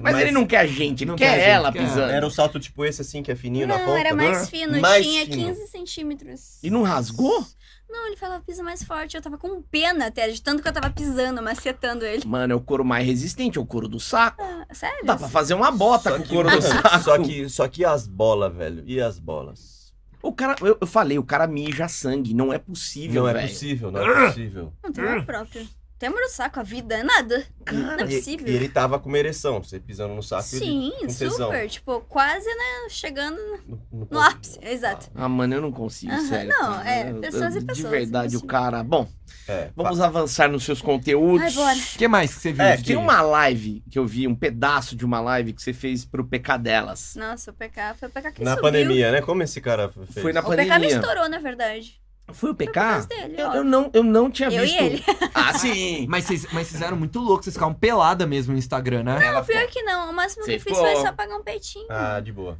Speaker 1: Mas, ele não quer a gente, ele
Speaker 2: Não
Speaker 1: quer,
Speaker 2: quer a gente,
Speaker 1: ela
Speaker 2: quer.
Speaker 1: pisando.
Speaker 3: Era um salto tipo esse, assim, que é fininho na
Speaker 4: Não,
Speaker 3: ponta?
Speaker 4: era mais
Speaker 3: né?
Speaker 4: fino,
Speaker 3: Mais
Speaker 4: tinha
Speaker 3: fino.
Speaker 4: 15 centímetros.
Speaker 1: E não rasgou?
Speaker 4: Não, ele falava pisa mais forte. Eu tava com pena até, de tanto que eu tava pisando, macetando ele.
Speaker 1: Mano, é o couro mais resistente, é o couro do saco.
Speaker 4: Ah, Sério?
Speaker 1: Dá pra fazer uma bota
Speaker 3: Só
Speaker 1: com o
Speaker 3: que,
Speaker 1: couro do
Speaker 3: mano,
Speaker 1: saco.
Speaker 3: só que, só que as bolas, velho. E as bolas?
Speaker 1: O cara, eu, eu falei, o cara mija sangue. Não é possível,
Speaker 3: não é
Speaker 1: velho.
Speaker 3: possível, não
Speaker 4: Ah!
Speaker 3: é possível.
Speaker 4: Não, tem amor próprio. Tem amor no saco, a vida é nada. Não é
Speaker 3: E-
Speaker 4: possível.
Speaker 3: E, ele tava com uma ereção, você pisando no saco. e ele-
Speaker 4: Sim,
Speaker 3: Tá, com tesão.
Speaker 4: super. Tipo, quase, né, chegando
Speaker 3: no- no-
Speaker 4: no ápice. Exato.
Speaker 1: Ah, mano, eu não consigo,
Speaker 4: Aham,
Speaker 1: sério.
Speaker 4: não,
Speaker 1: cara.
Speaker 4: é,
Speaker 1: Eu- eu-
Speaker 4: pessoas e
Speaker 1: De
Speaker 4: pessoas,
Speaker 1: verdade, o
Speaker 4: impossível.
Speaker 1: cara. Bom,
Speaker 3: É,
Speaker 1: vamos avançar nos seus conteúdos.
Speaker 4: Ai, bora.
Speaker 2: O que mais que você viu?
Speaker 3: É,
Speaker 2: Didi?
Speaker 1: Tem uma live que eu vi, um pedaço de uma live que você fez pro Pecadelas.
Speaker 4: Nossa, o PK foi o PK que
Speaker 3: Na
Speaker 4: subiu.
Speaker 3: pandemia, né? Como esse cara fez?
Speaker 1: Foi na
Speaker 4: O PK me
Speaker 1: pandemia.
Speaker 4: estourou, na verdade.
Speaker 1: Foi o
Speaker 4: Por causa
Speaker 1: PK?
Speaker 4: dele,
Speaker 1: Eu,
Speaker 4: ó.
Speaker 1: eu não, eu não tinha
Speaker 4: Eu e
Speaker 1: visto.
Speaker 4: ele.
Speaker 1: Ah, sim.
Speaker 2: Mas vocês, mas vocês eram muito loucos, vocês ficavam pelada mesmo no Instagram, né?
Speaker 4: Não, pior
Speaker 3: tá.
Speaker 4: que não. O máximo que
Speaker 1: Você
Speaker 4: eu fiz
Speaker 1: ficou-
Speaker 4: foi só pagar um peitinho.
Speaker 3: Ah, de boa.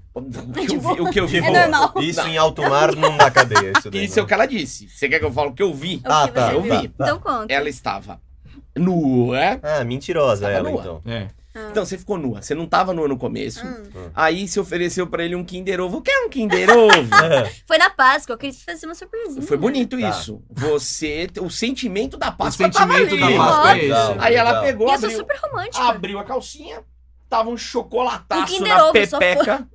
Speaker 1: O que eu vi, o que eu vi
Speaker 3: De
Speaker 4: É
Speaker 1: foi-
Speaker 3: boa.
Speaker 4: normal.
Speaker 3: Isso em alto mar não dá cadeia. Isso, daí,
Speaker 1: Isso é o
Speaker 3: não.
Speaker 1: que ela disse. Você quer que eu fale o que eu vi?
Speaker 4: É O
Speaker 3: Ah,
Speaker 4: que
Speaker 3: tá,
Speaker 4: você
Speaker 1: eu
Speaker 4: viu.
Speaker 1: vi,
Speaker 3: tá.
Speaker 4: Então conta.
Speaker 1: Ela estava nua.
Speaker 3: Ah, mentirosa
Speaker 1: Tava
Speaker 3: ela,
Speaker 1: nua.
Speaker 3: então.
Speaker 2: É.
Speaker 4: Ah.
Speaker 1: Então, você ficou nua. Você não tava nua no começo.
Speaker 4: Hum.
Speaker 1: Aí se ofereceu pra ele um Kinder Ovo. Quer um Kinder Ovo?
Speaker 4: Foi na Páscoa, eu queria fazer uma surpresinha.
Speaker 1: Foi bonito
Speaker 3: Tá.
Speaker 1: isso. Você. O sentimento da
Speaker 2: O
Speaker 1: Páscoa tava
Speaker 2: sentimento
Speaker 1: ali.
Speaker 2: da
Speaker 4: Páscoa.
Speaker 2: Páscoa é
Speaker 3: Legal.
Speaker 2: esse.
Speaker 1: Aí ela
Speaker 3: Legal.
Speaker 1: pegou,
Speaker 4: E eu sou
Speaker 1: abriu,
Speaker 4: super romântica.
Speaker 1: abriu a calcinha, tava um
Speaker 4: Um
Speaker 1: chocolataço
Speaker 4: Tipo, Kinder
Speaker 1: na
Speaker 4: Ovo, só
Speaker 1: pepeca.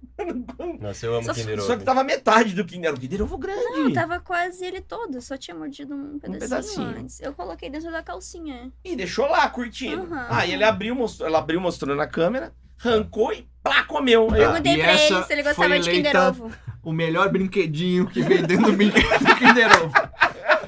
Speaker 3: Nossa, eu amo
Speaker 4: Só-
Speaker 3: Kinder
Speaker 1: Só que
Speaker 3: Ovo.
Speaker 1: tava metade do Kinder Ovo. Kinder Ovo grande.
Speaker 4: Não, tá- tava quase ele todo. Só tinha mordido um pedacinho,
Speaker 1: pedacinho.
Speaker 4: antes. Eu coloquei dentro da calcinha.
Speaker 1: E deixou lá, curtindo.
Speaker 4: Aham.
Speaker 1: Aí ele abriu, mostrou, ela abriu, mostrou na câmera. rancou e plá, comeu.
Speaker 3: Ah,
Speaker 1: Aí eu,
Speaker 4: Perguntei
Speaker 2: Tá. e
Speaker 4: pra ele
Speaker 2: essa
Speaker 4: se ele
Speaker 2: foi
Speaker 4: gostava de Kinder
Speaker 2: eleita-
Speaker 4: Ovo.
Speaker 2: O melhor brinquedinho que vem dentro do brinquedo do Kinder Ovo.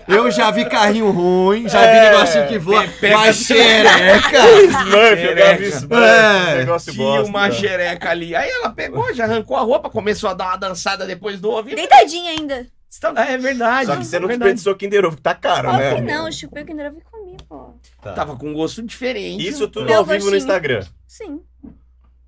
Speaker 2: Eu já vi carrinho ruim, já
Speaker 1: É,
Speaker 2: vi negocinho que voa,
Speaker 1: pepeca
Speaker 2: mas
Speaker 1: de-
Speaker 2: xereca!
Speaker 3: Smurf, eu
Speaker 1: Xereca.
Speaker 3: gravei Smurf,
Speaker 2: É,
Speaker 3: negócio
Speaker 1: tinha
Speaker 3: bosta.
Speaker 1: uma xereca ali. Aí ela pegou, já arrancou a roupa, começou a dar uma dançada depois do ovo. e-
Speaker 4: Deitadinha ainda.
Speaker 1: Então, é verdade.
Speaker 3: Só que você não
Speaker 1: verdade.
Speaker 3: desperdiçou Kinder Ovo, que tá caro,
Speaker 4: Óbvio
Speaker 3: né?
Speaker 4: que não, eu chupei o Kinder Ovo e comi, pô.
Speaker 3: Tá.
Speaker 1: Tava né? com um gosto diferente.
Speaker 3: Isso tudo
Speaker 4: Meu
Speaker 3: ao vivo no
Speaker 4: gostinho.
Speaker 3: Instagram.
Speaker 4: Sim.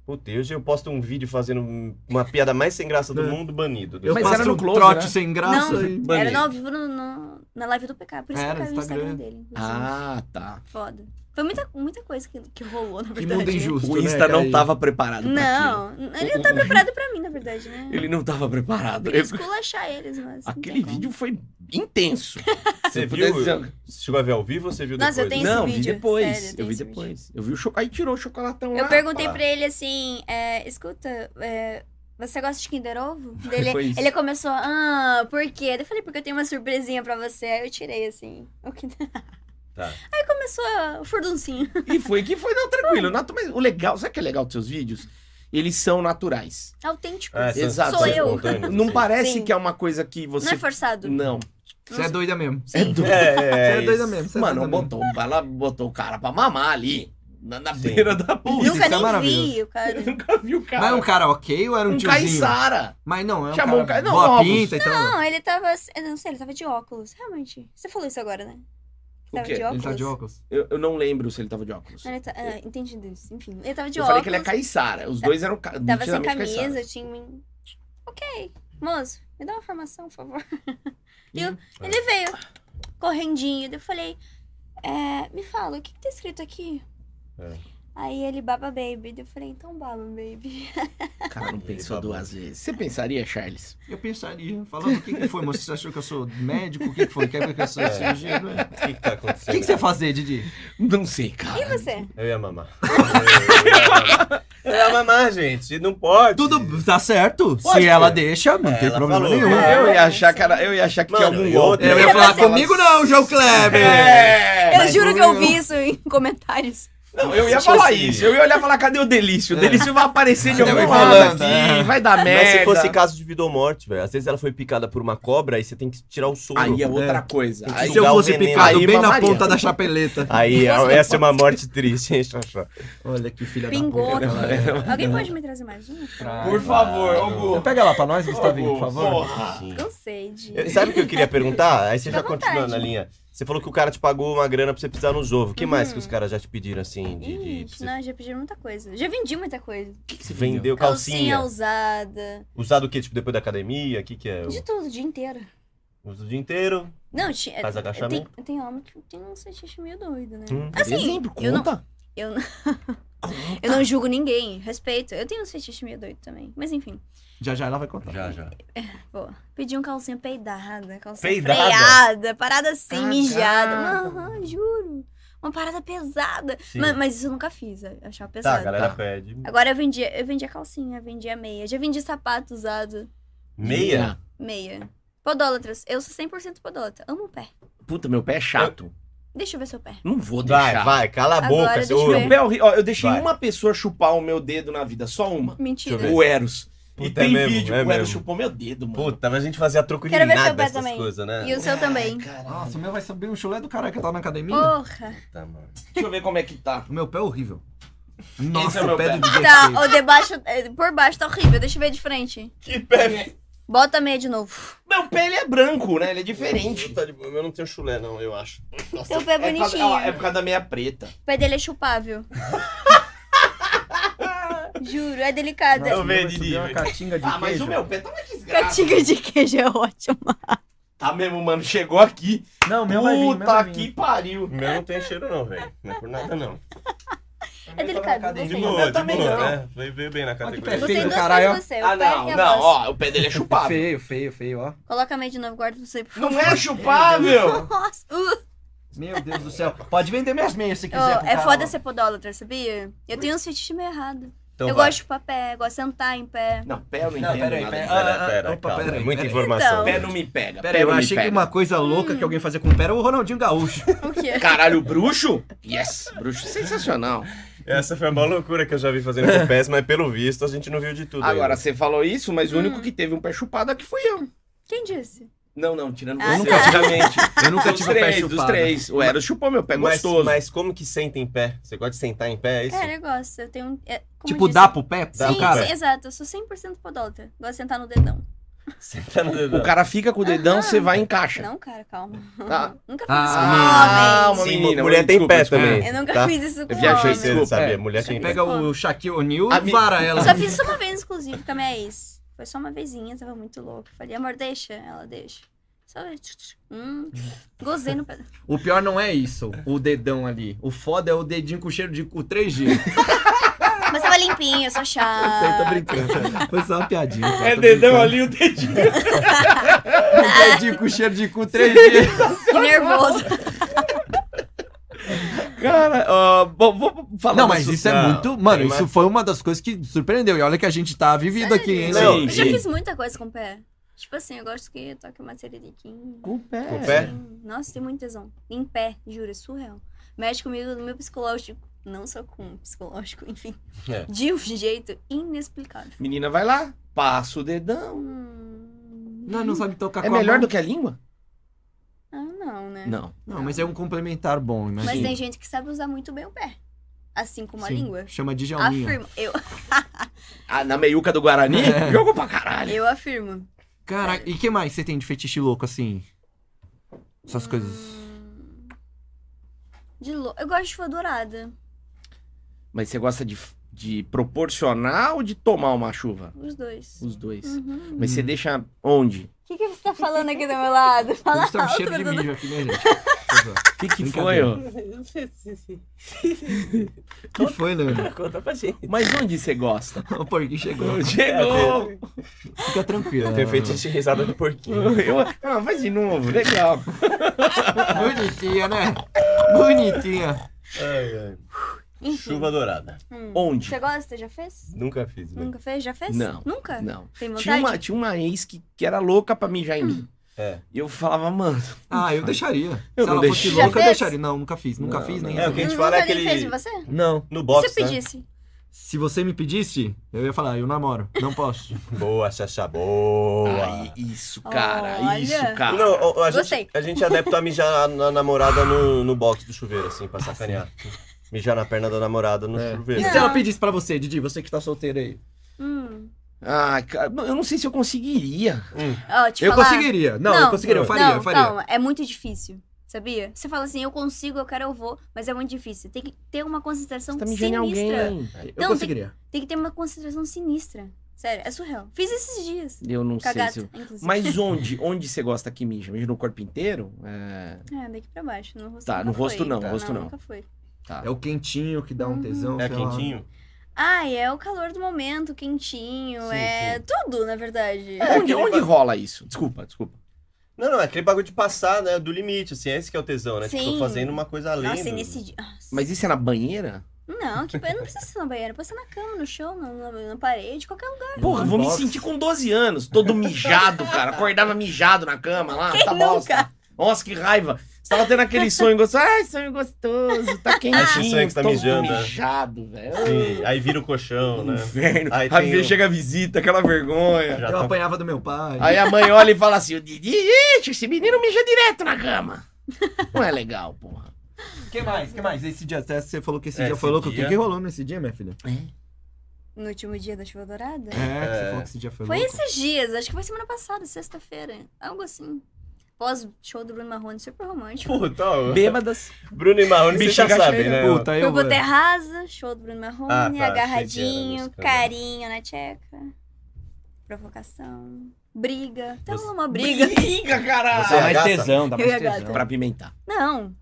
Speaker 3: Puta, hoje eu posto um vídeo fazendo uma piada mais sem graça do
Speaker 2: É.
Speaker 3: mundo, banido.
Speaker 2: Eu
Speaker 3: Deus
Speaker 1: Mas
Speaker 3: posso-
Speaker 2: faço
Speaker 1: era no
Speaker 2: um
Speaker 1: Close,
Speaker 2: trote
Speaker 1: né?
Speaker 2: sem graça.
Speaker 4: Não,
Speaker 2: e-
Speaker 1: Banido.
Speaker 4: era no ao vivo no, no- na live do PK, por isso
Speaker 2: Era,
Speaker 4: que eu caiu o Instagram
Speaker 2: Instagram.
Speaker 4: dele. inclusive.
Speaker 1: Ah, tá.
Speaker 4: Foda. Foi muita, muita coisa que, que rolou, na
Speaker 2: Que
Speaker 4: verdade.
Speaker 2: mundo
Speaker 4: né?
Speaker 2: injusto.
Speaker 1: O
Speaker 2: né,
Speaker 1: Insta não
Speaker 2: Caio?
Speaker 1: tava preparado pra aquilo.
Speaker 4: Não, ele não tá preparado pra mim, na verdade, né?
Speaker 1: Ele não tava
Speaker 4: Eu
Speaker 1: preparado.
Speaker 4: queria
Speaker 1: Eu-
Speaker 4: esculachar eles, mas. não tem
Speaker 1: Aquele
Speaker 4: como.
Speaker 1: vídeo foi intenso.
Speaker 3: Você
Speaker 1: Eu pudesse
Speaker 3: viu?
Speaker 1: dizer-
Speaker 3: Você chegou a ver ao vivo ou você viu
Speaker 4: Nossa,
Speaker 3: depois?
Speaker 4: eu tenho
Speaker 1: Não,
Speaker 4: esse
Speaker 1: vi
Speaker 4: vídeo,
Speaker 1: depois.
Speaker 4: sério, tem
Speaker 1: eu vi
Speaker 4: esse
Speaker 1: depois. Eu vi o chocolate. Aí tirou o chocolatão lá.
Speaker 4: Eu perguntei
Speaker 3: pá.
Speaker 4: pra ele assim: é, escuta, é, você gosta de Kinder Ovo? Daí
Speaker 1: Foi
Speaker 4: Ele,
Speaker 1: isso.
Speaker 4: ele começou, ah, por quê? Daí Eu falei, porque eu tenho uma surpresinha pra você. Aí eu tirei assim. o Kinder-
Speaker 3: Tá.
Speaker 4: Aí começou o furduncinho.
Speaker 1: E foi que foi, não, tranquilo. Nato, mas o legal, sabe o que é legal dos seus vídeos? Eles são naturais.
Speaker 4: Autêntico.
Speaker 3: Ah, são-
Speaker 1: Exato.
Speaker 3: são
Speaker 4: Sou eu.
Speaker 3: espontâneos,
Speaker 1: Não
Speaker 3: assim.
Speaker 1: parece
Speaker 4: Sim.
Speaker 1: que é uma coisa que você.
Speaker 4: Não é forçado.
Speaker 1: Não.
Speaker 2: Você é doida mesmo.
Speaker 1: É doido.
Speaker 3: É,
Speaker 2: Você
Speaker 3: é,
Speaker 2: é doida
Speaker 3: isso.
Speaker 2: mesmo.
Speaker 4: tá
Speaker 2: você é
Speaker 1: Mano,
Speaker 2: doida mesmo.
Speaker 1: botou, ela botou o cara pra mamar ali. Na, na
Speaker 3: Sim.
Speaker 1: beira da
Speaker 2: Isso,
Speaker 1: pista.
Speaker 4: Nunca
Speaker 2: isso é
Speaker 4: nem
Speaker 2: maravilhoso.
Speaker 4: vi o cara.
Speaker 1: Eu nunca vi o cara.
Speaker 2: Mas é um cara ok ou era um,
Speaker 1: um
Speaker 2: tiozinho?
Speaker 1: caiçara.
Speaker 2: Mas não, é um
Speaker 1: Chamou um
Speaker 2: cara
Speaker 1: ca- não,
Speaker 2: boa
Speaker 1: novos.
Speaker 2: pinta então. e tal.
Speaker 4: Não, ele tava. Eu não sei, ele tava de óculos. Realmente. Você falou isso agora, né?
Speaker 1: O
Speaker 4: Tava
Speaker 1: quê?
Speaker 4: de
Speaker 2: Ele
Speaker 4: óculos.
Speaker 2: tá de óculos.
Speaker 1: Eu, eu não lembro se ele tava de óculos.
Speaker 4: Não, ele tá- ah, entendi disso. Enfim, ele tava de
Speaker 1: eu falei
Speaker 4: óculos.
Speaker 1: que ele é caiçara. Os dois eram ca...
Speaker 4: Tava sem
Speaker 1: nitidamente
Speaker 4: camisa,
Speaker 1: caiçaras.
Speaker 4: eu tinha. um- Ok. Moço, me dá uma formação, por favor. E eu- ele veio correndinho. daí Eu falei, é, me fala, o que, que tá escrito aqui?
Speaker 3: É.
Speaker 4: Aí ele, baba baby. Daí Eu falei, então baba baby.
Speaker 1: O cara não
Speaker 3: Ele
Speaker 1: pensou
Speaker 3: babou.
Speaker 1: duas vezes. Você pensaria, Charles?
Speaker 2: Eu pensaria, falando o que, que foi, moço? Você achou que eu sou médico? O que, que foi? Quer que eu sou
Speaker 3: É.
Speaker 2: cirurgia? Não é?
Speaker 3: O que, que tá acontecendo?
Speaker 2: O que, que você ia fazer, Didi?
Speaker 1: Não sei, cara.
Speaker 4: E você?
Speaker 3: Eu ia mamar. Eu ia mamar. Eu ia mamar, gente. Não pode.
Speaker 2: Tudo tá certo?
Speaker 1: Pode,
Speaker 2: Se ela
Speaker 3: cara.
Speaker 2: deixa, não
Speaker 3: É,
Speaker 2: tem
Speaker 3: ela
Speaker 2: problema
Speaker 3: falou,
Speaker 2: nenhum.
Speaker 3: né?
Speaker 1: Eu ia achar, cara, eu ia achar que
Speaker 3: Mano,
Speaker 1: tinha algum
Speaker 3: eu
Speaker 1: golpe.
Speaker 3: odeio-
Speaker 2: Eu ia falar,
Speaker 4: Você-
Speaker 2: comigo não, João Kleber!
Speaker 1: É!
Speaker 4: eu
Speaker 2: mas
Speaker 4: juro que
Speaker 2: eu-
Speaker 4: eu vi isso em comentários.
Speaker 1: Não, eu ia
Speaker 3: Tipo
Speaker 1: falar
Speaker 3: assim-
Speaker 1: isso. Eu ia olhar e falar, cadê o Delício? O Delício vai aparecer de
Speaker 2: Cadê
Speaker 1: algum
Speaker 2: o
Speaker 1: lado
Speaker 2: Fernando?
Speaker 1: aqui, vai dar merda.
Speaker 3: Mas se fosse caso de vida ou morte, velho. Às vezes ela foi picada por uma cobra e você tem que tirar o soro.
Speaker 1: Aí é outra coisa.
Speaker 3: Tem que
Speaker 1: Aí
Speaker 2: Se eu
Speaker 3: Sugar o
Speaker 2: fosse
Speaker 3: veneno.
Speaker 2: picado
Speaker 1: Aí,
Speaker 2: bem na
Speaker 1: mamaria.
Speaker 2: ponta da chapeleta.
Speaker 3: Aí é- essa é uma morte triste, hein, Xaxá?
Speaker 2: Olha que filha
Speaker 4: Pingou.
Speaker 2: da puta. né?
Speaker 4: Alguém pode me trazer mais um?
Speaker 1: Por favor, ô Gu.
Speaker 2: Pega lá pra nós,
Speaker 1: Gustavinho,
Speaker 2: Gustavinho,
Speaker 1: por favor.
Speaker 2: por favor.
Speaker 1: Porra.
Speaker 3: Sim.
Speaker 4: Cansei de.
Speaker 3: Eu- Sabe o que eu queria perguntar? Aí você
Speaker 4: Fica
Speaker 3: já
Speaker 4: à
Speaker 3: continua
Speaker 4: é vontade.
Speaker 3: na linha. Você falou que o cara te pagou uma grana pra você pisar nos ovos. O que mais que os caras já te pediram, assim, de... de- pra
Speaker 4: Uhum. Ixi,
Speaker 3: você-
Speaker 4: não, já pedi muita coisa. Já vendi muita coisa.
Speaker 3: Você vendeu
Speaker 4: Calcinha,
Speaker 3: calcinha.
Speaker 4: usada.
Speaker 3: Usado o quê? Tipo, depois da academia? O que que é?
Speaker 4: De tudo, o dia inteiro.
Speaker 3: Usa o dia inteiro?
Speaker 4: Não, tinha.
Speaker 3: Faz
Speaker 4: Tem,
Speaker 3: agachamento?
Speaker 4: tem homem que tem um fetiche meio doido, né?
Speaker 3: Hum.
Speaker 1: Por
Speaker 4: Assim,
Speaker 1: exemplo,
Speaker 4: eu não-
Speaker 1: conta.
Speaker 4: Eu não... eu não julgo ninguém, respeito. Eu tenho um fetiche meio doido também. Mas enfim,
Speaker 2: Já já ela vai contar.
Speaker 3: Já, já.
Speaker 4: boa. Pedi um calcinha peidada, calcinha
Speaker 3: Peidada?
Speaker 4: freada, parada assim,
Speaker 1: Cagada.
Speaker 4: mijada. Aham, juro. Uma parada pesada.
Speaker 3: Sim.
Speaker 4: Ma- Mas, isso eu nunca fiz, eu achava
Speaker 3: Tá,
Speaker 4: pesado.
Speaker 3: a galera
Speaker 1: Tá.
Speaker 3: pede.
Speaker 4: Agora eu vendia, eu vendia calcinha, vendia meia. Já vendi sapato usado,
Speaker 3: Meia?
Speaker 4: meia. Podólatras, eu sou 100% podólatra. Amo o pé.
Speaker 1: Puta, meu pé é chato.
Speaker 4: Deixa eu ver seu pé.
Speaker 1: Não vou
Speaker 3: Vai,
Speaker 1: deixar.
Speaker 3: vai, cala a
Speaker 4: Agora
Speaker 3: boca,
Speaker 4: deixa
Speaker 3: seu...
Speaker 4: eu
Speaker 1: Meu pé é horrível. Ó, eu deixei
Speaker 3: Vai.
Speaker 1: uma pessoa chupar o meu dedo na vida, só uma.
Speaker 4: Mentira.
Speaker 3: Deixa eu ver.
Speaker 1: O Eros. e
Speaker 3: Puta, é
Speaker 1: tem
Speaker 3: mesmo,
Speaker 1: vídeo,
Speaker 3: é
Speaker 1: o Eros
Speaker 3: mesmo.
Speaker 1: chupou meu dedo, mano.
Speaker 3: Puta, mas a gente fazia troco de
Speaker 4: Quero ver seu
Speaker 3: nada
Speaker 4: pé
Speaker 3: essas
Speaker 4: também.
Speaker 3: coisas, né?
Speaker 4: E o seu
Speaker 1: Ai,
Speaker 4: também.
Speaker 1: Ah, caralho.
Speaker 2: Nossa, o meu vai subir um chulé do cara que tá na academia.
Speaker 4: Porra.
Speaker 3: Puta, mano.
Speaker 1: Deixa eu ver como é que tá.
Speaker 2: O meu pé é horrível.
Speaker 1: Esse
Speaker 2: Nossa,
Speaker 1: é o meu
Speaker 2: o pé,
Speaker 1: pé.
Speaker 2: do DJ
Speaker 4: Tá,
Speaker 2: feio.
Speaker 4: o de baixo, é, por baixo tá horrível. Deixa eu ver de frente.
Speaker 1: Que pé.
Speaker 4: Bota a meia de novo.
Speaker 1: é- Meu pé ele é branco, né? Ele é diferente.
Speaker 3: Tá de boa, Eu não tenho chulé, não, eu acho. Nossa,
Speaker 4: Seu pé é
Speaker 1: por causa-
Speaker 4: bonitinho.
Speaker 1: ó, é por causa da meia preta.
Speaker 4: O pé dele é chupável. Juro, é delicado.
Speaker 2: Nossa,
Speaker 3: Eu
Speaker 2: o meu
Speaker 3: vejo,
Speaker 2: vai
Speaker 3: Didi,
Speaker 2: subir uma
Speaker 3: eu-
Speaker 2: catinga de
Speaker 1: Ah, mas
Speaker 2: queijo.
Speaker 1: o meu pé tá uma desgraça.
Speaker 4: Catiga de queijo é ótima.
Speaker 1: Tá mesmo, mano. Chegou aqui.
Speaker 2: Não, o meu vai vir, o meu
Speaker 1: Puta
Speaker 2: vai vir.
Speaker 1: que pariu.
Speaker 3: O meu não tem cheiro, não, velho. Não é por nada, não.
Speaker 4: É delicado,
Speaker 2: Cadê?
Speaker 3: De
Speaker 4: gostei.
Speaker 1: Eu
Speaker 3: boa, de
Speaker 1: também
Speaker 3: boa,
Speaker 1: não. É,
Speaker 3: né? Veio veio bem na
Speaker 2: que
Speaker 3: categoria.
Speaker 4: Você tem
Speaker 2: Feio,
Speaker 4: duas
Speaker 2: caralho.
Speaker 4: coisas você, É, o
Speaker 1: Ah,
Speaker 4: pé
Speaker 1: não,
Speaker 4: e a
Speaker 1: não.
Speaker 4: voz.
Speaker 1: Ó, o pé dele é chupável.
Speaker 2: Feio, feio, feio, ó.
Speaker 4: Coloca a meia de novo, guarda você, por favor.
Speaker 1: Não é chupável.
Speaker 4: Nossa, uh.
Speaker 2: Meu Deus do céu. Pode vender minhas meias se quiser.
Speaker 4: Ó,
Speaker 2: pro
Speaker 4: é
Speaker 2: cara,
Speaker 4: foda
Speaker 2: ó.
Speaker 4: ser podólatra, sabia? Eu tenho uns fetiches meio errado.
Speaker 3: Então
Speaker 4: eu
Speaker 3: vai.
Speaker 4: gosto de chupar pé, gosto de sentar em pé.
Speaker 1: Não, pé eu não
Speaker 2: Não,
Speaker 1: entendo
Speaker 2: pera aí,
Speaker 1: nada.
Speaker 2: pera aí.
Speaker 3: Pera,
Speaker 2: Ah,
Speaker 3: pera,
Speaker 2: ah, opa,
Speaker 3: calma,
Speaker 2: pera aí,
Speaker 3: muita
Speaker 2: pera aí.
Speaker 3: informação.
Speaker 1: Pé não me pega.
Speaker 2: Pera
Speaker 1: Pé
Speaker 2: aí, eu
Speaker 1: não me
Speaker 2: achei que
Speaker 1: pega.
Speaker 2: uma coisa louca que alguém fazia com o pé era o Ronaldinho Gaúcho.
Speaker 4: O quê?
Speaker 1: Caralho, bruxo? Yes, bruxo sensacional.
Speaker 3: Essa foi uma loucura que eu já vi fazendo com o PES, mas pelo visto a gente não viu de tudo.
Speaker 1: Agora,
Speaker 3: ainda.
Speaker 1: você falou isso, mas o
Speaker 4: Hum.
Speaker 1: único que teve um pé chupado aqui fui eu.
Speaker 4: Quem disse?
Speaker 1: Não, não, tirando
Speaker 4: Ah,
Speaker 1: você,
Speaker 4: tá.
Speaker 1: praticamente.
Speaker 2: Eu nunca
Speaker 1: dos
Speaker 2: tive o pé
Speaker 1: três, dos
Speaker 2: chupado.
Speaker 1: três. O Eros chupou meu pé,
Speaker 3: mas,
Speaker 1: É gostoso.
Speaker 3: mas como que senta em pé? Você gosta de sentar em pé, é isso?
Speaker 4: Cara, eu gosto. Eu tenho. um- É, como
Speaker 2: Tipo,
Speaker 4: disse-
Speaker 2: dá pro pé?
Speaker 3: Dá
Speaker 2: pro
Speaker 4: Sim,
Speaker 3: pro pé.
Speaker 2: cara?
Speaker 4: sim, exato. Eu sou 100% podólatra. Gosto de sentar no dedão.
Speaker 3: Senta no dedão.
Speaker 1: O cara fica com o dedão,
Speaker 4: Aham.
Speaker 1: você vai e encaixa.
Speaker 4: Ah, Não, cara, calma.
Speaker 1: É. Ah,
Speaker 4: Nunca fiz
Speaker 2: Ah,
Speaker 4: isso com
Speaker 1: uma
Speaker 4: homem.
Speaker 3: Sim,
Speaker 1: menina,
Speaker 3: mulher
Speaker 1: mulher,
Speaker 3: tem
Speaker 1: desculpa,
Speaker 3: pé
Speaker 1: desculpa.
Speaker 3: também.
Speaker 4: É, Eu nunca
Speaker 3: tá?
Speaker 4: fiz isso com
Speaker 1: Eu viajei
Speaker 4: homem.
Speaker 1: cedo.
Speaker 3: Você
Speaker 1: Desculpa,
Speaker 3: sabia,
Speaker 1: é.
Speaker 3: mulher
Speaker 2: Você
Speaker 3: tem pé.
Speaker 2: pega o Shaquille O'Neal
Speaker 1: A
Speaker 2: e
Speaker 1: mi-
Speaker 2: vara ela.
Speaker 4: Eu só fiz isso uma vez, inclusive, com a minha ex. Foi só uma vezinha, tava muito louca. Falei, amor, deixa. Ela, deixa. Só... Hum, gozei no pé.
Speaker 2: O pior não é isso, o dedão ali. O foda é o dedinho com cheiro de cu 3G.
Speaker 4: Mas tava limpinho, eu sou
Speaker 2: Sei, tá tô
Speaker 4: chata.
Speaker 2: brincando. Foi só uma piadinha. só,
Speaker 1: É
Speaker 2: tô
Speaker 1: dedão
Speaker 2: Tá
Speaker 1: ali,
Speaker 2: brincando.
Speaker 1: o dedinho.
Speaker 2: O dedinho com cheiro de cu 3G.
Speaker 4: Que nervoso.
Speaker 1: Cara, ó, bom, vou falar.
Speaker 2: Não,
Speaker 1: da
Speaker 2: mas
Speaker 1: sua-
Speaker 2: isso é
Speaker 3: Não,
Speaker 2: muito. Mano,
Speaker 3: tem
Speaker 2: isso
Speaker 3: mais-
Speaker 2: foi uma das coisas que surpreendeu. E olha que a gente tá
Speaker 4: é
Speaker 2: vivido aqui, hein?
Speaker 1: Não,
Speaker 4: Eu
Speaker 2: Léo?
Speaker 4: já
Speaker 1: Sim.
Speaker 4: fiz muita coisa com o pé. Tipo assim, eu gosto que toque uma sereniquinha.
Speaker 2: é
Speaker 1: Com o pé.
Speaker 3: Com o pé?
Speaker 4: Nossa, tem muito tesão. Em pé, juro, é surreal. Mexe comigo no meu psicológico. Não só com o psicológico, enfim.
Speaker 3: É.
Speaker 4: De um jeito inexplicável.
Speaker 1: Menina, vai lá, passa o dedão.
Speaker 4: Hum,
Speaker 2: Não, não sabe tocar
Speaker 1: É
Speaker 2: Tá com a
Speaker 1: melhor
Speaker 2: mão.
Speaker 1: do que a língua?
Speaker 4: ah, não, né?
Speaker 1: Não.
Speaker 2: Não, mas é um complementar bom,
Speaker 4: Mas
Speaker 2: imagina.
Speaker 4: tem gente que sabe usar muito bem o pé. Assim como a
Speaker 2: Sim, É
Speaker 4: língua.
Speaker 2: Chama de jaulinha.
Speaker 4: Afirmo. Eu,
Speaker 1: Ah, na meiuca do Guarani?
Speaker 2: É.
Speaker 1: Jogou pra caralho.
Speaker 4: eu afirmo.
Speaker 2: Caraca, e que mais você tem de fetiche louco, assim? Essas coisas.
Speaker 4: Hum, De lo... Eu gosto de chuva dourada.
Speaker 1: Mas você gosta de, de proporcionar ou de tomar uma chuva?
Speaker 4: Os dois.
Speaker 1: Os dois.
Speaker 4: Uhum.
Speaker 1: Mas você deixa onde?
Speaker 4: O que, que você tá falando aqui do meu lado? Fala
Speaker 2: Eles tão
Speaker 4: alto,
Speaker 2: cheios tá de
Speaker 4: Dudu.
Speaker 2: mijo aqui, né, gente?
Speaker 1: O que, que foi,
Speaker 2: Brincadeira.
Speaker 1: ó?
Speaker 2: que foi, Leandro?
Speaker 5: Conta pra gente.
Speaker 1: Mas onde você gosta?
Speaker 2: O porquinho chegou.
Speaker 1: Chegou!
Speaker 2: Fica tranquilo.
Speaker 3: Tem fetiche de risada de porquinho.
Speaker 1: Eu... Ah, faz de novo, legal.
Speaker 2: Bonitinha, né? Bonitinha.
Speaker 4: Enfim.
Speaker 3: Chuva dourada.
Speaker 4: Hum.
Speaker 1: Onde?
Speaker 4: Você gosta? Já fez?
Speaker 3: Nunca fiz, né?
Speaker 4: Nunca fez? Já fez?
Speaker 1: Não.
Speaker 4: Nunca?
Speaker 1: Não.
Speaker 4: Tem
Speaker 1: Tinha
Speaker 4: vontade?
Speaker 1: uma, tinha uma ex que, que era louca pra mijar
Speaker 4: Hum.
Speaker 1: em mim.
Speaker 3: É.
Speaker 1: E eu falava, mano.
Speaker 2: Ah, eu deixaria.
Speaker 1: Eu
Speaker 2: Se
Speaker 1: não
Speaker 2: ela
Speaker 1: deixei.
Speaker 2: fosse
Speaker 4: Já
Speaker 2: louca, eu
Speaker 4: fez?
Speaker 2: deixaria. Não, nunca fiz. Nunca
Speaker 1: Não,
Speaker 2: fiz, nem. assim.
Speaker 1: não.
Speaker 3: É, o que a gente
Speaker 4: Hum,
Speaker 3: fala é
Speaker 4: nunca nem fez em
Speaker 3: aquele.
Speaker 4: você?
Speaker 2: Não.
Speaker 3: No
Speaker 4: Se
Speaker 3: box. né?
Speaker 1: né?
Speaker 4: você pedisse.
Speaker 2: Se você me pedisse, eu ia falar, eu namoro. Não posso.
Speaker 3: Né? Boa, Xaxá, boa. Ah.
Speaker 1: Ai, isso, cara.
Speaker 4: Olha.
Speaker 1: Isso, cara.
Speaker 3: Não, o- o- a
Speaker 4: Gostei.
Speaker 3: gente, a gente é adepto a mijar na namorada no, no box do chuveiro, assim, pra sacanear. Mijar na perna da namorada no
Speaker 2: É. E
Speaker 3: chuveiro.
Speaker 2: se ela pedisse pra você, Didi, você que tá solteiro aí?
Speaker 4: Hum.
Speaker 1: Ai, cara, eu não sei se eu conseguiria.
Speaker 3: Hum,
Speaker 4: Ó, te
Speaker 2: eu
Speaker 4: falar-
Speaker 2: conseguiria. Não, eu
Speaker 4: Não.
Speaker 2: conseguiria. Eu faria,
Speaker 4: não,
Speaker 2: eu faria.
Speaker 4: calma, é muito difícil, sabia? Você fala assim, eu consigo, eu quero, eu vou, mas é muito difícil. Tem que ter uma concentração
Speaker 1: Você tá mijando em alguém.
Speaker 4: sinistra.
Speaker 1: né?
Speaker 2: Eu
Speaker 4: Não,
Speaker 2: conseguiria.
Speaker 4: Então Tem que ter uma concentração sinistra. Sério, é surreal. Fiz esses dias.
Speaker 1: Eu não
Speaker 4: Cagata,
Speaker 1: sei se eu...
Speaker 4: inclusive.
Speaker 1: Mas onde? Onde você gosta que mija? Mija no corpo inteiro? É...
Speaker 4: É, daqui pra baixo, no rosto
Speaker 1: Tá, no
Speaker 4: nunca
Speaker 1: rosto
Speaker 4: foi.
Speaker 1: não, rosto não.
Speaker 4: Nunca foi.
Speaker 1: Tá.
Speaker 2: É o quentinho que dá um tesão.
Speaker 3: É
Speaker 2: sei lá.
Speaker 3: quentinho?
Speaker 4: Ah, e é o calor do momento, quentinho,
Speaker 3: Sim,
Speaker 4: é tudo, na verdade.
Speaker 1: É, onde
Speaker 3: aquele
Speaker 1: onde
Speaker 3: ba-
Speaker 1: rola isso? Desculpa, desculpa.
Speaker 3: Não, não, é aquele bagulho de passar, né? Do limite, assim, é esse que é o tesão, né? Tipo,
Speaker 4: Sim.
Speaker 3: tô fazendo uma coisa além.
Speaker 4: Nossa, e
Speaker 3: do-
Speaker 4: nesse dia. Nossa.
Speaker 1: Mas isso é na banheira?
Speaker 4: Não, que... eu não precisa ser na banheira. Pode ser na cama, no chão, na, na- na parede, qualquer lugar.
Speaker 1: Porra, eu vou me
Speaker 2: Box.
Speaker 1: sentir com 12 anos, todo mijado, cara. Acordava mijado na cama lá,
Speaker 4: Quem
Speaker 1: tá bosta.
Speaker 4: nunca?
Speaker 1: Nossa, que raiva. Você tava tendo aquele sonho gostoso. Ai, sonho gostoso, tá
Speaker 3: Esse
Speaker 1: quentinho,
Speaker 3: sonho que tá
Speaker 1: todo
Speaker 3: mijando, né?
Speaker 1: mijado, velho.
Speaker 3: Sim, aí vira o colchão, né?
Speaker 1: Inferno.
Speaker 3: Aí
Speaker 1: a
Speaker 3: tem
Speaker 1: vez
Speaker 3: o-
Speaker 1: chega a visita, aquela vergonha.
Speaker 3: Já
Speaker 2: Eu
Speaker 3: tá-
Speaker 2: apanhava do meu pai.
Speaker 1: Aí a mãe olha e fala assim: o Didi, ixi, esse menino mija direto na cama. Não é legal, porra.
Speaker 2: que mais? que mais? Esse dia, até você falou que esse
Speaker 3: É,
Speaker 2: dia foi
Speaker 3: esse
Speaker 2: louco. O
Speaker 3: dia-
Speaker 2: que, que rolou nesse dia, minha filha?
Speaker 4: No último dia da chuva
Speaker 2: É,
Speaker 4: dourada?
Speaker 2: que você falou que esse dia foi,
Speaker 4: Foi
Speaker 2: louco.
Speaker 4: esses dias, acho que foi semana passada, sexta-feira. Algo assim. Pós-show do Bruno Marrone, super romântico.
Speaker 3: Puta, ó.
Speaker 1: Bêbadas.
Speaker 3: Bruno e Marrone, vocês já
Speaker 1: Bexiga
Speaker 3: sabem,
Speaker 1: cheia.
Speaker 3: né?
Speaker 2: Puta, eu...
Speaker 4: Fui pro Terraza, show do Bruno Marrone,
Speaker 3: Ah, tá, achei que era
Speaker 4: agarradinho,
Speaker 3: música, né?
Speaker 4: carinho na tcheca. Provocação. Briga. Até
Speaker 3: Você-
Speaker 4: rolou uma briga.
Speaker 1: Briga, caralho.
Speaker 3: Você é a gata?
Speaker 2: dá
Speaker 4: Eu e a gata.
Speaker 1: Pra pimentar.
Speaker 4: Não.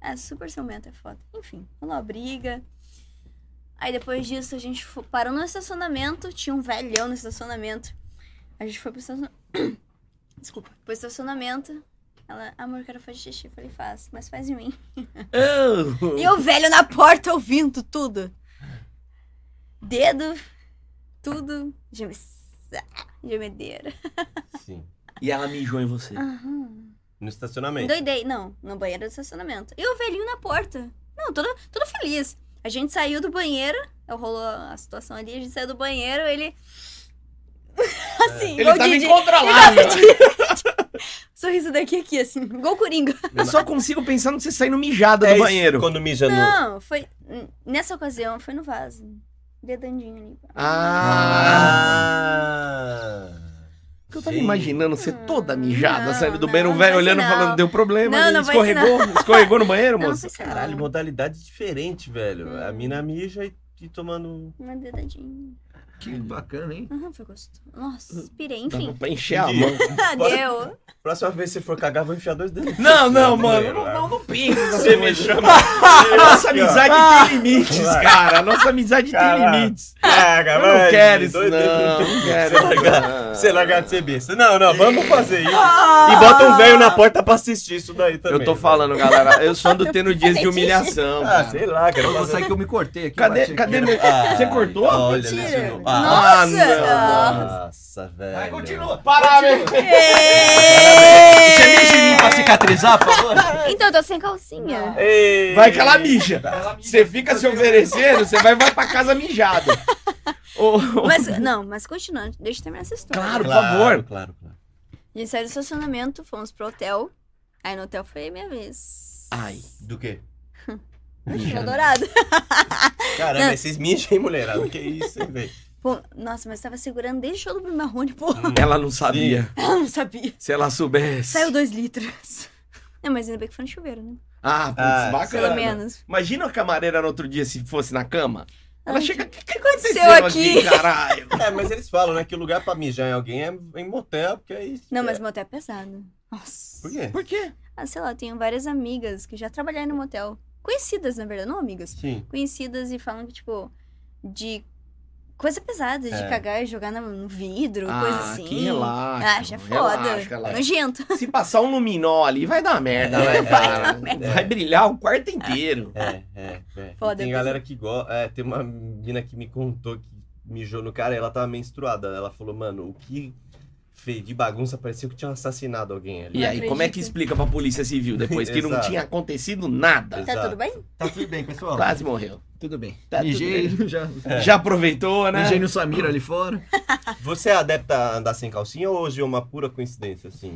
Speaker 4: É super ciumento, é foda. Enfim, rolou uma briga. Aí depois disso a gente fo- parou no estacionamento, tinha um velhão no estacionamento. A gente foi pro estacionamento. Desculpa, pro estacionamento. Ela, amor, quero fazer xixi. Eu falei, faz, mas faz em mim.
Speaker 1: Oh.
Speaker 4: E o velho na porta ouvindo tudo. Dedo, tudo. Geme... Gemedeira.
Speaker 3: Sim.
Speaker 1: E ela mijou em você.
Speaker 4: Aham.
Speaker 3: No estacionamento.
Speaker 4: é Doidei. Não, no banheiro do estacionamento. E o velhinho na porta. Não, todo, todo feliz. A gente saiu do banheiro, rolou a situação ali, a gente saiu do banheiro, ele. assim,
Speaker 1: Ele tá
Speaker 4: igual
Speaker 1: tava
Speaker 4: Didi.
Speaker 1: incontrolável.
Speaker 4: Sorriso daqui aqui, assim, igual Coringa.
Speaker 1: Eu só consigo pensar no que você saindo mijada do
Speaker 3: É isso,
Speaker 1: banheiro.
Speaker 3: Quando mija no.
Speaker 4: Não, foi. Nessa ocasião, foi no vaso. Dedandinho ali.
Speaker 1: Ah!
Speaker 3: Ah!
Speaker 1: Porque eu tava
Speaker 3: Gente.
Speaker 1: imaginando você toda mijada
Speaker 4: Não,
Speaker 1: saindo do
Speaker 4: não,
Speaker 1: banheiro, o
Speaker 4: não
Speaker 1: velho
Speaker 4: vai
Speaker 1: olhando
Speaker 4: ser,
Speaker 1: falando,
Speaker 4: não.
Speaker 1: deu problema.
Speaker 4: Não,
Speaker 1: ele
Speaker 4: não vai ser,
Speaker 1: escorregou, escorregou no banheiro,
Speaker 4: Não,
Speaker 1: moça.
Speaker 4: foi sério.
Speaker 3: Caralho, modalidade diferente, velho. A mina mija e, e tomando. um
Speaker 4: Uma dedadinha.
Speaker 2: Que bacana, hein?
Speaker 4: Aham, foi gostoso. Nossa,
Speaker 3: Uhum.
Speaker 4: inspirei,
Speaker 1: Dava
Speaker 4: enfim. tá,
Speaker 1: pra encher a
Speaker 3: Entendi.
Speaker 1: mão.
Speaker 4: Deu.
Speaker 3: Próxima vez que você for cagar, vou enfiar dois dedos.
Speaker 1: Não, não,
Speaker 3: Sim,
Speaker 1: mano.
Speaker 3: né,
Speaker 1: Não,
Speaker 3: lá.
Speaker 1: não, não pensa nessas
Speaker 3: Você me
Speaker 1: coisas.
Speaker 3: chama.
Speaker 1: A nossa amizade tem limites,
Speaker 3: Ah, Vai.
Speaker 1: cara. A nossa amizade tem
Speaker 3: Caralho.
Speaker 1: limites.
Speaker 3: Caga,
Speaker 1: Eu
Speaker 3: vai.
Speaker 1: não quero isso,
Speaker 3: Dois dedos.
Speaker 1: não. Não quero
Speaker 3: Você largar- Você largar de ser besta. Não, não, vamos fazer isso. E bota
Speaker 4: Ah,
Speaker 3: um velho na porta pra assistir isso daí também.
Speaker 1: Eu tô
Speaker 3: velho.
Speaker 1: falando, galera. Eu só ando tendo dias de humilhação.
Speaker 3: Ah,
Speaker 1: cara.
Speaker 3: sei lá, cara.
Speaker 2: Eu vou sair que eu me cortei aqui.
Speaker 1: Cadê,
Speaker 2: bati aqui.
Speaker 1: cadê meu...
Speaker 3: Ah,
Speaker 1: Você cortou?
Speaker 3: Olha,
Speaker 4: Mentira.
Speaker 3: né, senhor?
Speaker 1: Ah,
Speaker 4: Nossa!
Speaker 1: não,
Speaker 3: Nossa, velho.
Speaker 2: Vai, continua.
Speaker 1: Pará, meu.
Speaker 2: Você
Speaker 4: Ê!
Speaker 2: mexe
Speaker 4: É.
Speaker 2: em mim pra cicatrizar, por favor?
Speaker 4: Então, eu tô sem calcinha.
Speaker 3: Ei.
Speaker 1: Vai que ela mija.
Speaker 2: Ela mija.
Speaker 1: Você fica se oferecendo, você vai, vai pra casa mijado. Ô, ô,
Speaker 4: Mas, não, mas continuando, deixa eu terminar essa história.
Speaker 1: Claro. por favor.
Speaker 3: Claro, claro, claro.
Speaker 4: A gente saiu do estacionamento, fomos pro hotel. Aí no hotel foi minha vez.
Speaker 1: Ai,
Speaker 3: Do quê?
Speaker 4: Meu
Speaker 1: mijado.
Speaker 4: dourado.
Speaker 3: Caramba,
Speaker 4: Não.
Speaker 3: vocês mijam, hein, mulherada? Que isso, hein, velho?
Speaker 4: Pô, nossa, mas tava segurando desde o show do Bruno Marrone, pô.
Speaker 1: Ela não sabia.
Speaker 4: Ela não sabia.
Speaker 1: Se ela soubesse.
Speaker 4: Saiu dois litros. Não, mas ainda bem que foi no chuveiro, né?
Speaker 1: Ah, putz,
Speaker 3: Ah,
Speaker 1: bacana.
Speaker 4: Pelo menos.
Speaker 1: Imagina a camareira no outro dia se fosse na cama. Ela
Speaker 4: Ai,
Speaker 1: chega. O que, que
Speaker 4: aconteceu
Speaker 1: aconteceu aqui?
Speaker 4: aqui?"
Speaker 1: caralho?
Speaker 3: É, mas eles falam, né, que o lugar pra mijar em alguém é em motel, porque aí...
Speaker 4: Não, mas motel é pesado. Nossa.
Speaker 3: Por quê?
Speaker 1: Por quê?
Speaker 4: Ah, sei lá, eu tenho várias amigas que já trabalharam no motel. Conhecidas, na verdade, não amigas.
Speaker 3: Sim.
Speaker 4: Conhecidas e falam que, tipo, de coisa pesada, de
Speaker 3: É.
Speaker 4: cagar e jogar na- no vidro, coisa
Speaker 1: ah,
Speaker 4: assim.
Speaker 1: que relaxa.
Speaker 4: Ah, já é foda.
Speaker 1: relaxa, relaxa.
Speaker 4: Nojento.
Speaker 1: Se passar um luminol ali, vai dar uma merda, né,
Speaker 3: É, vai
Speaker 1: cara?
Speaker 4: dar
Speaker 1: Vai,
Speaker 4: merda.
Speaker 1: brilhar o quarto inteiro.
Speaker 3: É, é, é. E
Speaker 4: Foda,
Speaker 3: tem
Speaker 4: mas-
Speaker 3: galera que gosta... É, tem uma mina que me contou que mijou no cara e ela tava menstruada. Ela falou, mano, o que fez de bagunça parecia que tinha assassinado alguém ali.
Speaker 1: E aí, como é que
Speaker 4: acredito.
Speaker 1: explica pra polícia civil depois que não
Speaker 3: Exato.
Speaker 1: tinha acontecido nada?
Speaker 4: Tá tudo bem?
Speaker 2: Tá tudo bem, pessoal.
Speaker 1: Quase morreu.
Speaker 2: Tudo bem.
Speaker 1: Tá tudo Né?
Speaker 2: Mijei, já.
Speaker 3: É.
Speaker 1: Já aproveitou, né?
Speaker 2: Mijei no Samir ali fora.
Speaker 1: Ah.
Speaker 3: Você é adepta a andar sem calcinha ou hoje é uma pura coincidência, assim?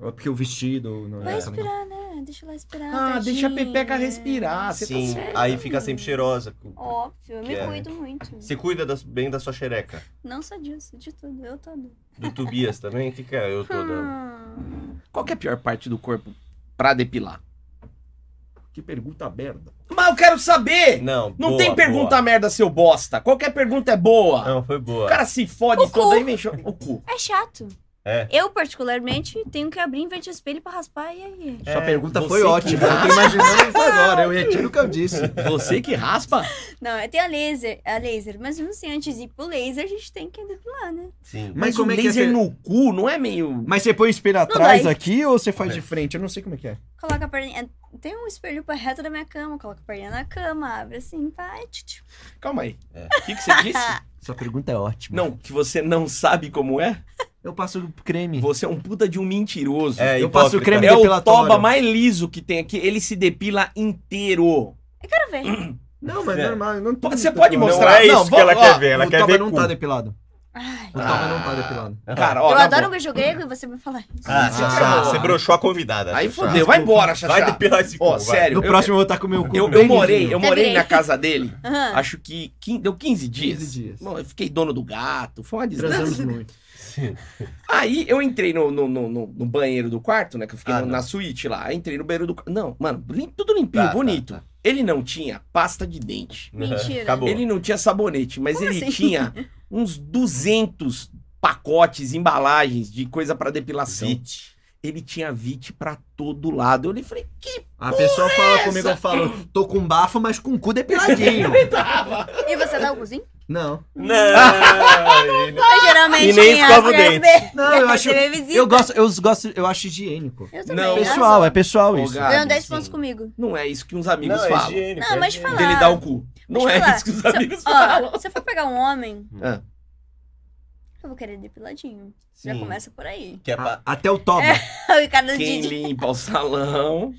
Speaker 2: Ó, Porque o vestido... Não
Speaker 4: Vai
Speaker 2: é,
Speaker 4: respirar, né? Deixa lá respirar.
Speaker 1: Ah, deixa a
Speaker 4: tadinha.
Speaker 1: pepeca respirar. Você
Speaker 3: Sim,
Speaker 1: tá certo.
Speaker 3: aí fica sempre cheirosa.
Speaker 4: Óbvio, eu
Speaker 3: Que
Speaker 4: me
Speaker 3: é.
Speaker 4: cuido muito.
Speaker 3: Você cuida das- bem da sua xereca.
Speaker 4: Não só disso, de tudo, eu todo.
Speaker 3: Do Tobias também? O que, que é eu tô dando?
Speaker 4: Hum.
Speaker 1: Qual que é a pior parte do corpo pra depilar?
Speaker 2: Que pergunta merda.
Speaker 1: Mas eu quero saber!
Speaker 3: Não,
Speaker 1: Não
Speaker 3: boa,
Speaker 1: tem pergunta merda, seu bosta. Qualquer pergunta é boa.
Speaker 3: boa. Não, foi boa.
Speaker 1: O cara se fode
Speaker 4: O
Speaker 1: todo
Speaker 4: cu.
Speaker 1: aí, mexeu o cu.
Speaker 4: É chato.
Speaker 3: É.
Speaker 4: Eu, particularmente, tenho que abrir em frente ao espelho pra raspar e aí.
Speaker 2: Sua
Speaker 3: É,
Speaker 2: pergunta
Speaker 3: você
Speaker 2: foi
Speaker 3: que-
Speaker 2: ótima. Eu tô imaginando isso agora. Eu retiro o que eu disse.
Speaker 1: Você que raspa?
Speaker 4: Não, eu tenho a laser, a laser, mas não sei, antes de ir pro laser, a gente tem que depilar, né?
Speaker 3: Sim.
Speaker 1: Mas, é o
Speaker 2: que
Speaker 1: laser
Speaker 2: você-
Speaker 1: no cu não é meio.
Speaker 2: Mas você põe o espelho atrás aqui ou você faz de frente? Eu não sei como é que é.
Speaker 4: Coloca a perninha. Tem um espelho pra reto da minha cama, coloca a perninha na cama, abre assim, pá, e tch, tch.
Speaker 1: Calma aí. O
Speaker 3: É.
Speaker 1: que, que você disse?
Speaker 2: Sua pergunta é ótima.
Speaker 1: não, que você não sabe como é?
Speaker 2: Eu passo creme.
Speaker 1: Você é um puta de um mentiroso.
Speaker 3: É,
Speaker 2: Eu
Speaker 3: hipócrita.
Speaker 2: passo o creme-
Speaker 1: É o
Speaker 2: depilatório.
Speaker 1: toba mais liso que tem aqui. Ele se depila inteiro.
Speaker 4: Quero ver.
Speaker 2: Não, mas
Speaker 3: É.
Speaker 2: normal. eu Não
Speaker 1: Pode- você pode
Speaker 3: Não
Speaker 1: mostrar?
Speaker 3: é isso
Speaker 1: Não,
Speaker 3: que
Speaker 1: vamos-
Speaker 3: ela
Speaker 1: ó,
Speaker 3: quer ver. Ela
Speaker 2: o
Speaker 3: quer
Speaker 2: Toba
Speaker 3: ver
Speaker 2: não
Speaker 3: cu.
Speaker 2: tá depilado.
Speaker 4: Ai.
Speaker 2: O Toba não tá depilado.
Speaker 1: Cara, ó.
Speaker 4: Eu
Speaker 1: na
Speaker 4: adoro um
Speaker 1: boa.
Speaker 4: beijo grego e você vai falar isso.
Speaker 3: Ah, você, brochou
Speaker 2: Ah.
Speaker 3: você broxou a convidada.
Speaker 1: Aí
Speaker 3: Xaxá.
Speaker 1: fodeu. Vai embora, Xaxá.
Speaker 3: Vai depilar esse cu,
Speaker 1: Ó,
Speaker 3: vai.
Speaker 1: sério.
Speaker 2: No
Speaker 1: eu-
Speaker 2: próximo eu vou estar com o meu cu.
Speaker 1: Eu, eu
Speaker 2: bem
Speaker 1: morei, eu
Speaker 2: lisinho.
Speaker 1: morei
Speaker 4: Deveria.
Speaker 1: na casa dele.
Speaker 4: Aham.
Speaker 1: Acho que quin- deu 15 dias.
Speaker 2: 15 dias.
Speaker 1: Bom, eu fiquei dono do gato, foi uma desgraça.
Speaker 2: Transamos muito.
Speaker 3: né?
Speaker 1: Aí eu entrei no, no, no, no- no banheiro do quarto, né? Que eu fiquei
Speaker 3: Ah,
Speaker 1: no-
Speaker 3: não.
Speaker 1: na suíte lá. Aí entrei no banheiro do quarto. Não, mano, lim- tudo limpinho,
Speaker 3: Tá, tá,
Speaker 1: bonito.
Speaker 3: tá.
Speaker 1: Ele não tinha pasta de dente.
Speaker 4: Mentira.
Speaker 3: Acabou.
Speaker 1: Ele não tinha sabonete, mas
Speaker 4: Como
Speaker 1: ele
Speaker 4: assim?
Speaker 1: tinha uns 200 pacotes, embalagens de coisa pra depilação.
Speaker 3: Vite.
Speaker 1: Ele tinha vite pra todo lado. Eu olhei e falei, que
Speaker 2: A pessoa fala comigo, eu falo, tô com bafo, mas com o cu depiladinho.
Speaker 1: tava?
Speaker 4: E você dá o cozinho?
Speaker 2: Ah. Não.
Speaker 3: Não, é ele não-
Speaker 4: Geralmente
Speaker 3: E nem
Speaker 4: as
Speaker 3: escova o
Speaker 4: mulheres
Speaker 3: dente.
Speaker 4: be-
Speaker 2: Não, eu acho-
Speaker 4: Você vê visita.
Speaker 2: Eu gosto, eu gosto, eu acho higiênico.
Speaker 4: Eu
Speaker 1: Não.
Speaker 4: também.
Speaker 2: Pessoal, é pessoal
Speaker 1: Ô,
Speaker 2: isso.
Speaker 1: Gabi,
Speaker 4: Ganhou 10
Speaker 3: sim.
Speaker 4: pontos comigo.
Speaker 1: Não é isso que uns amigos
Speaker 3: não, é
Speaker 1: falam.
Speaker 3: higiênico,
Speaker 4: Não,
Speaker 3: é
Speaker 4: mas
Speaker 3: higiênico.
Speaker 4: falar.
Speaker 1: Dele dar o cu. Não
Speaker 4: Deixa eu
Speaker 1: é
Speaker 4: falar.
Speaker 1: isso que os
Speaker 4: Se eu-
Speaker 1: amigos falam.
Speaker 4: Ó, se eu for pegar um homem,
Speaker 1: Ah.
Speaker 4: eu vou querer depiladinho. Já
Speaker 3: Sim.
Speaker 4: começa por aí.
Speaker 1: Ah,
Speaker 3: Que é pra-
Speaker 2: A- até o toba.
Speaker 4: O cara do
Speaker 1: Quem
Speaker 4: Didi.
Speaker 1: limpa o salão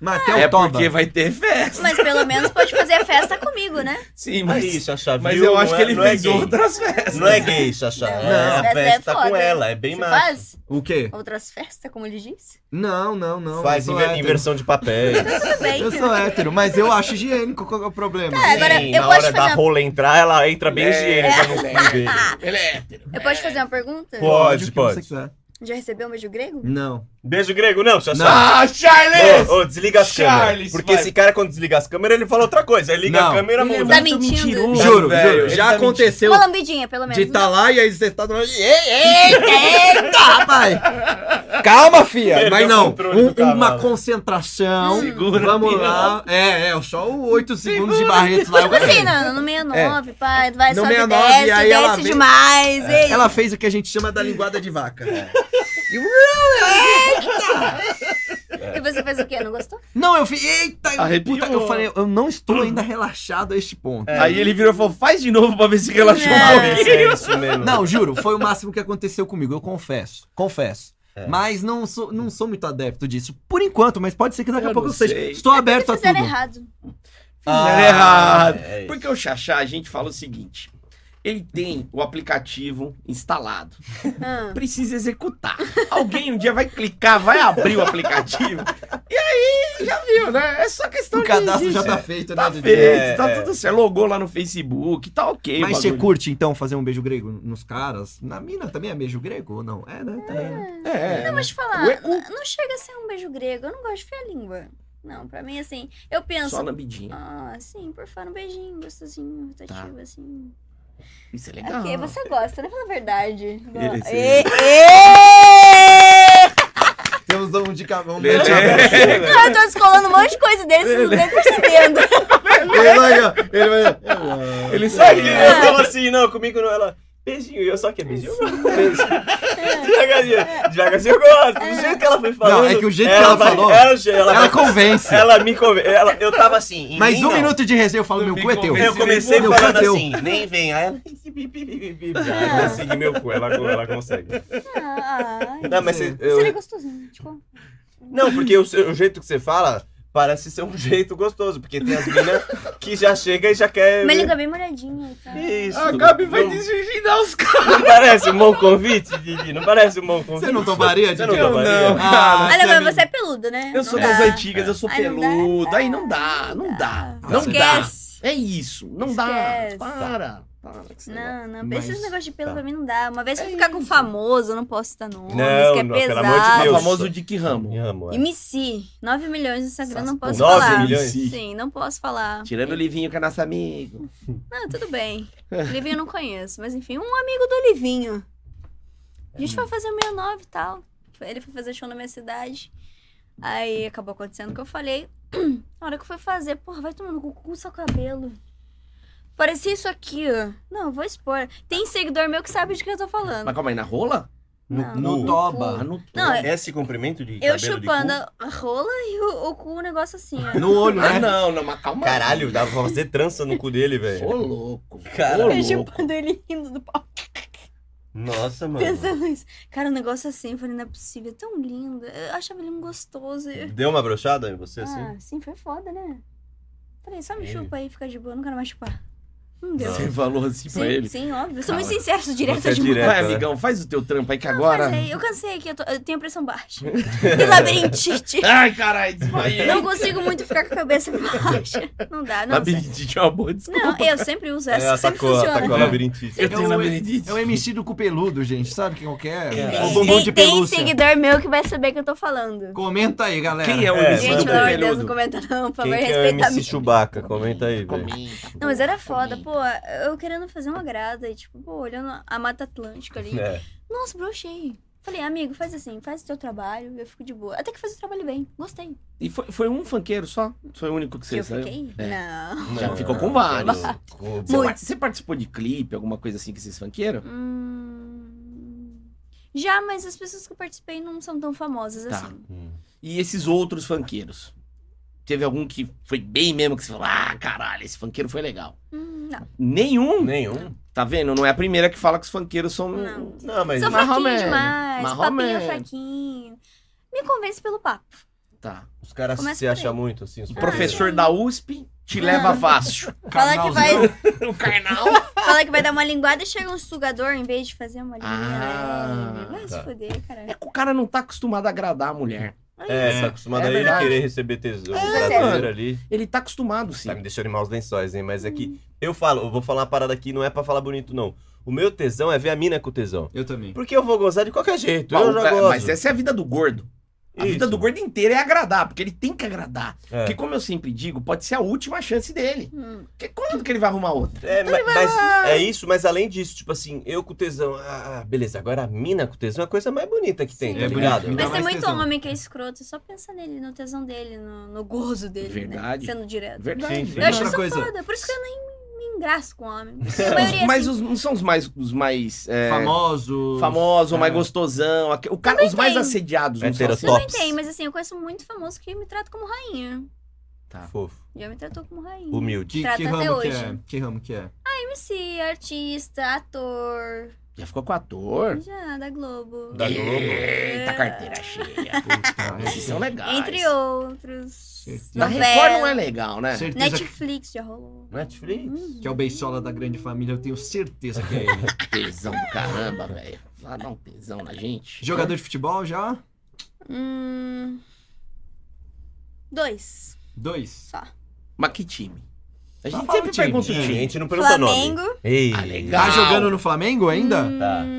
Speaker 2: Mas até
Speaker 1: É
Speaker 2: o Toba.
Speaker 1: porque vai ter festa.
Speaker 4: Mas pelo menos pode fazer festa comigo, né?
Speaker 1: Sim, mas,
Speaker 3: Mas, é isso, Xaxá,
Speaker 1: mas
Speaker 3: viu?
Speaker 1: eu
Speaker 3: Não
Speaker 1: acho
Speaker 3: é-
Speaker 1: que ele
Speaker 3: não é
Speaker 1: fez
Speaker 3: gay.
Speaker 1: outras festas.
Speaker 3: Não é gay, Xaxá.
Speaker 4: Não,
Speaker 3: é, a
Speaker 4: mas é
Speaker 3: festa com
Speaker 4: foda.
Speaker 3: ela, é bem
Speaker 4: Você
Speaker 3: macho.
Speaker 4: faz
Speaker 2: O quê?
Speaker 4: outras festas, como ele disse?
Speaker 2: Não, não, não. é
Speaker 3: Faz
Speaker 2: eu sou
Speaker 1: é
Speaker 3: inver-
Speaker 2: hétero.
Speaker 3: inversão de papéis.
Speaker 4: Tá Tudo bem.
Speaker 2: Eu sou hétero, mas eu acho higiênico. Qual que é o problema?
Speaker 4: Tá, agora-
Speaker 3: Sim,
Speaker 4: eu
Speaker 3: na
Speaker 4: posso
Speaker 3: hora
Speaker 4: te
Speaker 3: da
Speaker 4: fazer uma-
Speaker 3: rola entrar, ela entra bem
Speaker 1: É.
Speaker 3: higiênica no cu dele.
Speaker 1: Ele é hétero.
Speaker 4: Eu posso te fazer uma pergunta?
Speaker 3: Pode,
Speaker 2: o que você
Speaker 3: pode.
Speaker 2: quiser.
Speaker 4: Já recebeu um beijo grego?
Speaker 2: Não.
Speaker 3: Beijo grego, não, Xaxá.
Speaker 1: Ah, Charles!
Speaker 4: é
Speaker 3: Ô, ô, desliga as câmeras.
Speaker 1: Charles,
Speaker 3: Porque
Speaker 1: vai.
Speaker 3: esse cara, quando desliga as câmeras, ele fala outra coisa. Aí liga
Speaker 2: Não.
Speaker 3: a câmera,
Speaker 1: Ele é
Speaker 3: muda.
Speaker 4: Tá
Speaker 1: muito
Speaker 4: mentindo.
Speaker 1: mentiroso,
Speaker 2: Juro,
Speaker 1: velho.
Speaker 2: juro.
Speaker 1: Ele
Speaker 2: Já
Speaker 1: tá
Speaker 2: aconteceu
Speaker 4: Uma lambidinha, pelo menos.
Speaker 2: de tá
Speaker 4: Não.
Speaker 2: lá e aí você tá do lado. Ei, Eita, rapaz! Calma, fia!
Speaker 3: Perdeu
Speaker 2: Mas
Speaker 3: o
Speaker 2: não,
Speaker 3: controle
Speaker 2: um-
Speaker 3: do cavalo.
Speaker 2: uma concentração.
Speaker 1: Segura,
Speaker 2: Vamos
Speaker 1: pirão.
Speaker 2: lá. É, é, só o 8 segundos de Barretos lá. eu
Speaker 4: Tipo
Speaker 2: ganhei.
Speaker 4: assim, no, no 69, pai, vai,
Speaker 2: É. No
Speaker 4: sobe,
Speaker 2: 69,
Speaker 4: desce,
Speaker 2: aí ela
Speaker 4: desce
Speaker 2: vem- É.
Speaker 4: demais. ei.
Speaker 2: Ela fez o que a gente chama da linguada de vaca.
Speaker 4: E você fez o quê? Não gostou?
Speaker 2: Não, eu fiz. Eita!
Speaker 1: Arrepiou.
Speaker 2: puta, eu falei, eu não estou ainda relaxado a este ponto.
Speaker 1: Aí ele virou e falou, faz de novo pra ver se relaxou
Speaker 4: É.
Speaker 1: um
Speaker 3: Talvez
Speaker 1: pouquinho.
Speaker 3: é isso mesmo.
Speaker 2: Não, juro, foi o máximo que aconteceu comigo, eu confesso. Confesso. Mas não sou, não sou muito adepto disso. Por enquanto, mas pode ser que daqui
Speaker 1: Eu
Speaker 2: a pouco
Speaker 1: não
Speaker 2: eu seja.
Speaker 1: sei.
Speaker 2: Estou aberto a
Speaker 4: É Vocês
Speaker 2: tudo.
Speaker 4: fizeram errado.
Speaker 1: Fizeram
Speaker 2: Ah,
Speaker 1: errado.
Speaker 3: É isso.
Speaker 1: Porque o Xaxá, a gente fala o seguinte. Ele tem o aplicativo instalado.
Speaker 4: Ah.
Speaker 1: Precisa executar. Alguém um dia vai clicar, vai abrir o aplicativo. E aí, já viu, né? É só questão
Speaker 2: O
Speaker 1: de-
Speaker 2: cadastro
Speaker 1: de...
Speaker 2: já tá feito,
Speaker 1: Tá
Speaker 2: né?
Speaker 1: feito,
Speaker 3: É,
Speaker 1: tá
Speaker 3: é.
Speaker 1: tudo certo. Logou lá no Facebook, tá ok.
Speaker 2: Mas
Speaker 1: o
Speaker 2: você
Speaker 1: bagulho.
Speaker 2: curte, então, fazer um beijo grego nos caras? Na mina também é beijo grego ou não? É, né? Também, né?
Speaker 1: É.
Speaker 4: Não, mas te falar,
Speaker 1: Ué,
Speaker 4: não chega a ser um beijo grego. Eu não gosto de ver a língua. Não, pra mim, assim, eu penso...
Speaker 1: Só lambidinha.
Speaker 4: Ah, sim, por favor, um beijinho gostosinho,
Speaker 2: Tá.
Speaker 4: rotativo, assim.
Speaker 1: Isso é legal.
Speaker 4: Ok, você gosta, né? Fala a verdade.
Speaker 1: Ele- sim.
Speaker 4: Ê, ê!
Speaker 2: Temos um de cada um.
Speaker 1: Lelê.
Speaker 4: Não, eu tô descolando um monte de coisa dele, vocês não estão percebendo.
Speaker 2: Ele vai, ó, ele vai. ó.
Speaker 1: Ele
Speaker 3: Sabe que
Speaker 1: saiu.
Speaker 3: eu tava assim, não, comigo não, ela. Beijinho, e eu só que é beijinho. Devagarzinho, devagarzinho eu gosto. Do jeito que ela foi falando.
Speaker 2: Não, é que o jeito que ela
Speaker 3: vai-
Speaker 2: falou,
Speaker 3: Ela, ela,
Speaker 2: Ela convence.
Speaker 3: ela me conven- ela Eu tava assim. em
Speaker 2: Mas
Speaker 3: mim,
Speaker 2: um
Speaker 3: não.
Speaker 2: minuto de resenha eu falo,
Speaker 1: Não
Speaker 2: meu
Speaker 1: me
Speaker 2: cu é teu.
Speaker 1: convence.
Speaker 3: Eu comecei
Speaker 2: Meu cu é
Speaker 3: falando
Speaker 2: teu.
Speaker 3: assim, nem vem. Aí ela. Ela consegue meu cu, ela, ela consegue.
Speaker 4: Ah,
Speaker 3: Não, mas
Speaker 2: Sim.
Speaker 3: você-
Speaker 4: isso
Speaker 3: eu,
Speaker 4: seria gostosinho, tipo...
Speaker 3: Não, porque o, seu- o jeito que você fala parece ser um jeito gostoso, porque tem as minas que já chega e já quer.
Speaker 4: Uma língua bem então. molhadinha e tal.
Speaker 3: Isso.
Speaker 1: A Gabi vai
Speaker 3: não,
Speaker 1: desvirginar os caras.
Speaker 3: não parece um bom convite, Didi? Não parece um bom convite?
Speaker 2: Você não tomaria, Didi?
Speaker 3: Você não
Speaker 1: Eu
Speaker 3: tomaria?
Speaker 1: não.
Speaker 2: Ah,
Speaker 4: Olha,
Speaker 2: é
Speaker 4: mas
Speaker 2: mesmo.
Speaker 4: você é peludo, né?
Speaker 1: Eu sou
Speaker 4: Não
Speaker 1: das
Speaker 4: dá.
Speaker 1: antigas, eu sou
Speaker 4: Aí não dá?
Speaker 1: peludo. Aí não dá, não dá.
Speaker 4: Ah,
Speaker 1: Não
Speaker 4: esquece.
Speaker 1: dá. É isso, não dá.
Speaker 4: Esquece.
Speaker 1: Para. Para. com esse negócio.
Speaker 4: Não, não,
Speaker 2: Mas-
Speaker 4: esses negócios de pelo
Speaker 2: tá.
Speaker 4: pra mim não dá. Uma vez fui ficar com um famoso, eu não posso citar nomes,
Speaker 3: É Não,
Speaker 4: que é
Speaker 3: não, pelo
Speaker 4: pesado.
Speaker 3: amor de
Speaker 1: Ah,
Speaker 3: Deus.
Speaker 1: o famoso Dick Ramo.
Speaker 3: Me amo, é.
Speaker 4: E MC, 9 milhões no Instagram,
Speaker 1: Essas
Speaker 4: não posso
Speaker 3: porra. 9
Speaker 4: falar.
Speaker 3: milhões?
Speaker 4: Sim, não posso falar.
Speaker 1: Tirando o Livinho, que é nosso amigo.
Speaker 4: Ah, tudo bem.
Speaker 3: É.
Speaker 4: Livinho eu não conheço, mas enfim, um amigo do Livinho. A gente foi fazer o 69 e tal. Ele foi fazer show na minha cidade. Aí acabou acontecendo o que eu falei. Na hora que eu fui fazer, porra, vai tomando cu com o seu cabelo. Parecia isso aqui, ó. Não, eu vou expor. Tem seguidor meu que sabe de que eu tô falando.
Speaker 1: Mas calma aí, na rola?
Speaker 4: Não,
Speaker 2: no
Speaker 4: cu.
Speaker 1: Ah,
Speaker 2: toba.
Speaker 1: no
Speaker 4: Não, é-
Speaker 3: Esse comprimento de
Speaker 4: Eu
Speaker 3: cabelo de
Speaker 4: chupando
Speaker 3: cu?
Speaker 4: a a rola e o, o cu, um negócio assim, ó.
Speaker 2: No olho,
Speaker 1: Ah,
Speaker 2: né?
Speaker 1: não, não, mas calma aí.
Speaker 3: Caralho, dá pra fazer trança no cu dele, velho.
Speaker 1: Ô louco.
Speaker 3: Caralho.
Speaker 1: Ô
Speaker 4: Eu
Speaker 1: louco.
Speaker 4: chupando ele rindo do pau.
Speaker 3: Nossa, mano.
Speaker 4: Pensando nisso. Cara, um negócio assim, eu falei, não é possível, é tão lindo. Eu achava ele um gostoso. Eu-
Speaker 3: Deu uma brochada em você, assim? É.
Speaker 4: Ah, sim, foi foda, né? Falei, só me
Speaker 3: Ele-
Speaker 4: chupa aí, fica de boa, eu não quero mais chupar. Não deu.
Speaker 1: Você falou assim pra
Speaker 4: Sim,
Speaker 1: ele.
Speaker 4: sim, óbvio. Eu sou muito
Speaker 1: Fala.
Speaker 4: sincero, sou direta
Speaker 3: Você é
Speaker 4: demais.
Speaker 3: direto,
Speaker 1: Vai,
Speaker 3: né?
Speaker 1: amigão, faz o teu trampo aí que
Speaker 4: Não,
Speaker 1: agora.
Speaker 4: mas aí, eu cansei aqui, eu, tô- eu tenho pressão baixa. E labirintite.
Speaker 1: Ai, caralho, desmaiei.
Speaker 4: Não consigo muito ficar com a cabeça baixa. Não dá, não. sério.
Speaker 1: Labirintite é uma boa desculpa.
Speaker 4: Não, eu sempre uso essa,
Speaker 3: ela É,
Speaker 4: sempre
Speaker 3: atacou,
Speaker 4: funciona.
Speaker 3: atacou a labirintite.
Speaker 1: Eu
Speaker 2: É
Speaker 1: tenho
Speaker 2: o-
Speaker 1: labirintite.
Speaker 2: É o MC do cu peludo, gente. Sabe quem que é?
Speaker 3: É.
Speaker 2: O bumbum de
Speaker 4: tem, tem
Speaker 2: pelúcia.
Speaker 4: seguidor meu que vai saber que eu tô falando.
Speaker 2: Comenta aí, galera.
Speaker 1: Quem é o
Speaker 3: É,
Speaker 1: MC
Speaker 4: Gente,
Speaker 1: do
Speaker 3: manda
Speaker 4: pelo amor de Deus, não
Speaker 1: Peludo?
Speaker 4: comenta não, por
Speaker 3: Quem
Speaker 4: favor,
Speaker 3: que é o
Speaker 4: respeita a
Speaker 3: MC
Speaker 4: mim.
Speaker 3: Chewbacca? Comenta aí, velho.
Speaker 4: Não, mas era foda, pô, eu querendo fazer um agrado, aí, tipo, pô, olhando a Mata Atlântica ali.
Speaker 3: É.
Speaker 4: Nossa, brochei. Falei, amigo, faz assim, faz o teu trabalho, eu fico de boa. Até que faz o trabalho bem, gostei.
Speaker 1: E foi, foi um funkeiro só? Foi o único que
Speaker 4: Que
Speaker 1: você
Speaker 4: eu
Speaker 1: saiu?
Speaker 4: fiquei?
Speaker 1: É.
Speaker 4: Não.
Speaker 1: Já
Speaker 3: Não,
Speaker 1: ficou com vários.
Speaker 3: ficou
Speaker 1: Você, par-
Speaker 4: Muitos.
Speaker 1: você participou de clipe, alguma coisa assim que vocês funkeiro?
Speaker 4: Hum... Já, mas as pessoas que eu participei não são tão famosas
Speaker 1: Tá.
Speaker 4: assim.
Speaker 3: bom.
Speaker 1: E esses outros funkeiros? Teve algum que foi bem mesmo que você falou, ah, caralho, esse funkeiro foi legal.
Speaker 4: Hum, não.
Speaker 1: Nenhum?
Speaker 3: Nenhum.
Speaker 1: Tá vendo? Não é a primeira que fala que os funkeiros são...
Speaker 4: Não.
Speaker 3: Não, mas.
Speaker 4: Sou
Speaker 1: mais ou
Speaker 4: fraquinho
Speaker 1: menos,
Speaker 4: demais,
Speaker 1: mais ou
Speaker 4: papinho
Speaker 1: menos.
Speaker 4: fraquinho. Me convence pelo papo.
Speaker 1: Tá.
Speaker 3: Os caras
Speaker 4: Começa
Speaker 3: se
Speaker 4: por
Speaker 3: acham
Speaker 4: aí.
Speaker 3: muito, assim. Os
Speaker 1: O
Speaker 4: Ah,
Speaker 1: professor
Speaker 4: sim.
Speaker 1: da USP te leva fácil.
Speaker 4: Fala que vai-
Speaker 2: Carnalzão.
Speaker 1: o carnal.
Speaker 4: Fala que vai dar uma linguada e chega um sugador em vez de fazer uma linguinha,
Speaker 1: Ah,
Speaker 4: né? Vai
Speaker 3: tá.
Speaker 4: se foder,
Speaker 1: É
Speaker 4: caralho.
Speaker 1: que o cara não tá acostumado a agradar a mulher.
Speaker 3: É, tá acostumado
Speaker 1: É
Speaker 3: a ele
Speaker 1: verdade.
Speaker 3: querer receber tesouro.
Speaker 1: É, mano.
Speaker 3: ali.
Speaker 1: Ele tá acostumado, sim.
Speaker 3: Tá me deixando em maus lençóis, hein? Mas é que eu falo, eu vou falar uma parada aqui, não é pra falar bonito, não. O meu tesão é ver a mina com tesão.
Speaker 2: Eu também.
Speaker 3: Porque eu vou gozar de qualquer jeito.
Speaker 1: Bom,
Speaker 3: Então eu já
Speaker 1: é,
Speaker 3: gosto.
Speaker 1: mas essa é a vida do gordo. A vida
Speaker 3: Isso.
Speaker 1: do gordo inteira é agradar, porque ele tem que agradar.
Speaker 3: É,
Speaker 1: Porque, como eu sempre digo, pode ser a última chance dele.
Speaker 4: Hum.
Speaker 1: Porque quando que ele vai arrumar outra?
Speaker 3: É, ma- mas é isso, mas além disso, tipo assim, eu com tesão. Ah, beleza, agora a mina com tesão é a coisa mais bonita que tem,
Speaker 4: Sim.
Speaker 3: tá
Speaker 4: É
Speaker 2: bonito,
Speaker 3: ligado?
Speaker 2: me dá
Speaker 4: Mas tem
Speaker 2: mais
Speaker 4: muito
Speaker 2: tesão.
Speaker 4: homem que é escroto, só pensa nele, no tesão dele, no, no gozo dele,
Speaker 1: Verdade.
Speaker 4: né? Sendo direto.
Speaker 1: É Verdade.
Speaker 3: Sim, sim.
Speaker 4: Eu acho
Speaker 2: Outra
Speaker 4: isso
Speaker 2: coisa.
Speaker 4: foda, por isso que eu nem me engraço com homem. Porque a maioria,
Speaker 1: Mas
Speaker 4: assim,
Speaker 1: os, não são os mais, os mais é,
Speaker 2: Famoso.
Speaker 1: famosos, o mais
Speaker 2: É.
Speaker 1: gostosão. aque- O cara, os mais
Speaker 4: tem.
Speaker 1: assediados. não são assim?
Speaker 3: Heterotop.
Speaker 4: Também
Speaker 3: tops.
Speaker 4: tem, mas assim, eu conheço muito famoso que me trata como rainha.
Speaker 1: Tá.
Speaker 3: Fofo,
Speaker 4: Já me tratou como rainha.
Speaker 3: humilde.
Speaker 2: Que,
Speaker 4: Trata
Speaker 2: que
Speaker 4: até
Speaker 2: ramo que
Speaker 4: hoje.
Speaker 2: é? Que ramo que é?
Speaker 4: MC, artista, ator,
Speaker 1: Já ficou com ator?
Speaker 4: já, da Globo.
Speaker 3: Da Globo.
Speaker 1: Eita, carteira cheia.
Speaker 2: Puta, é
Speaker 1: Esses são legais.
Speaker 4: Entre outros.
Speaker 2: Certeza.
Speaker 1: Na
Speaker 4: novela,
Speaker 1: Record não é legal, né?
Speaker 2: Certeza
Speaker 4: Netflix já rolou.
Speaker 3: Netflix.
Speaker 2: que é o Beisola da grande família, eu tenho certeza que é ele.
Speaker 1: Tesão do caramba, velho. Lá dá um tesão na gente.
Speaker 2: Jogador de futebol já?
Speaker 4: Hum. Dois.
Speaker 2: Dois.
Speaker 4: Só.
Speaker 1: Mas que time? A gente
Speaker 2: fala
Speaker 1: sempre
Speaker 2: o time.
Speaker 1: pergunta o
Speaker 3: Sim, a
Speaker 1: time.
Speaker 3: gente não perguntou o nome.
Speaker 4: Flamengo.
Speaker 3: Ei,
Speaker 1: Ah, legal.
Speaker 2: Tá
Speaker 1: Não.
Speaker 2: jogando no Flamengo ainda?
Speaker 3: Tá,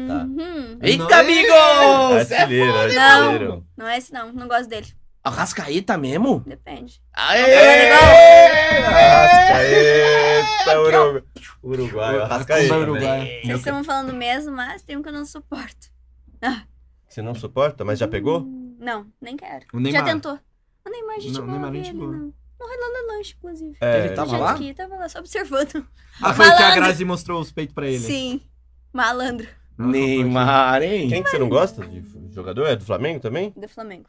Speaker 3: tá.
Speaker 4: Hum.
Speaker 1: Eita,
Speaker 2: Não.
Speaker 1: amigos! É
Speaker 3: Artilheiro, artilheiro.
Speaker 1: Não.
Speaker 4: Não é esse não, não gosto dele.
Speaker 1: Arrascaeta mesmo?
Speaker 4: Depende.
Speaker 1: Aê!
Speaker 3: Arrascaeta, Uruguai. tá, Uruguai, Arrascaeta.
Speaker 2: Vai,
Speaker 3: velho.
Speaker 2: Uruguai.
Speaker 4: Vocês estão falando mesmo, mas tem um que eu não suporto.
Speaker 3: Você não suporta, mas já pegou?
Speaker 4: Hum, Não, nem quero.
Speaker 2: O Neymar.
Speaker 4: Já tentou. O Neymar, gente,
Speaker 2: Não,
Speaker 4: não,
Speaker 2: o Neymar é gente boa.
Speaker 4: não. Morreu lá no lanche, inclusive.
Speaker 3: É,
Speaker 1: Ele tava
Speaker 4: Jet
Speaker 1: lá?
Speaker 4: ski, tava lá só observando.
Speaker 2: Ah, foi que a
Speaker 4: Malandro.
Speaker 2: Grazi mostrou os peitos pra ele.
Speaker 4: Sim. Malandro
Speaker 1: Neymar, hein?
Speaker 3: Quem que você não gosta de f- jogador? É do Flamengo também?
Speaker 4: do Flamengo.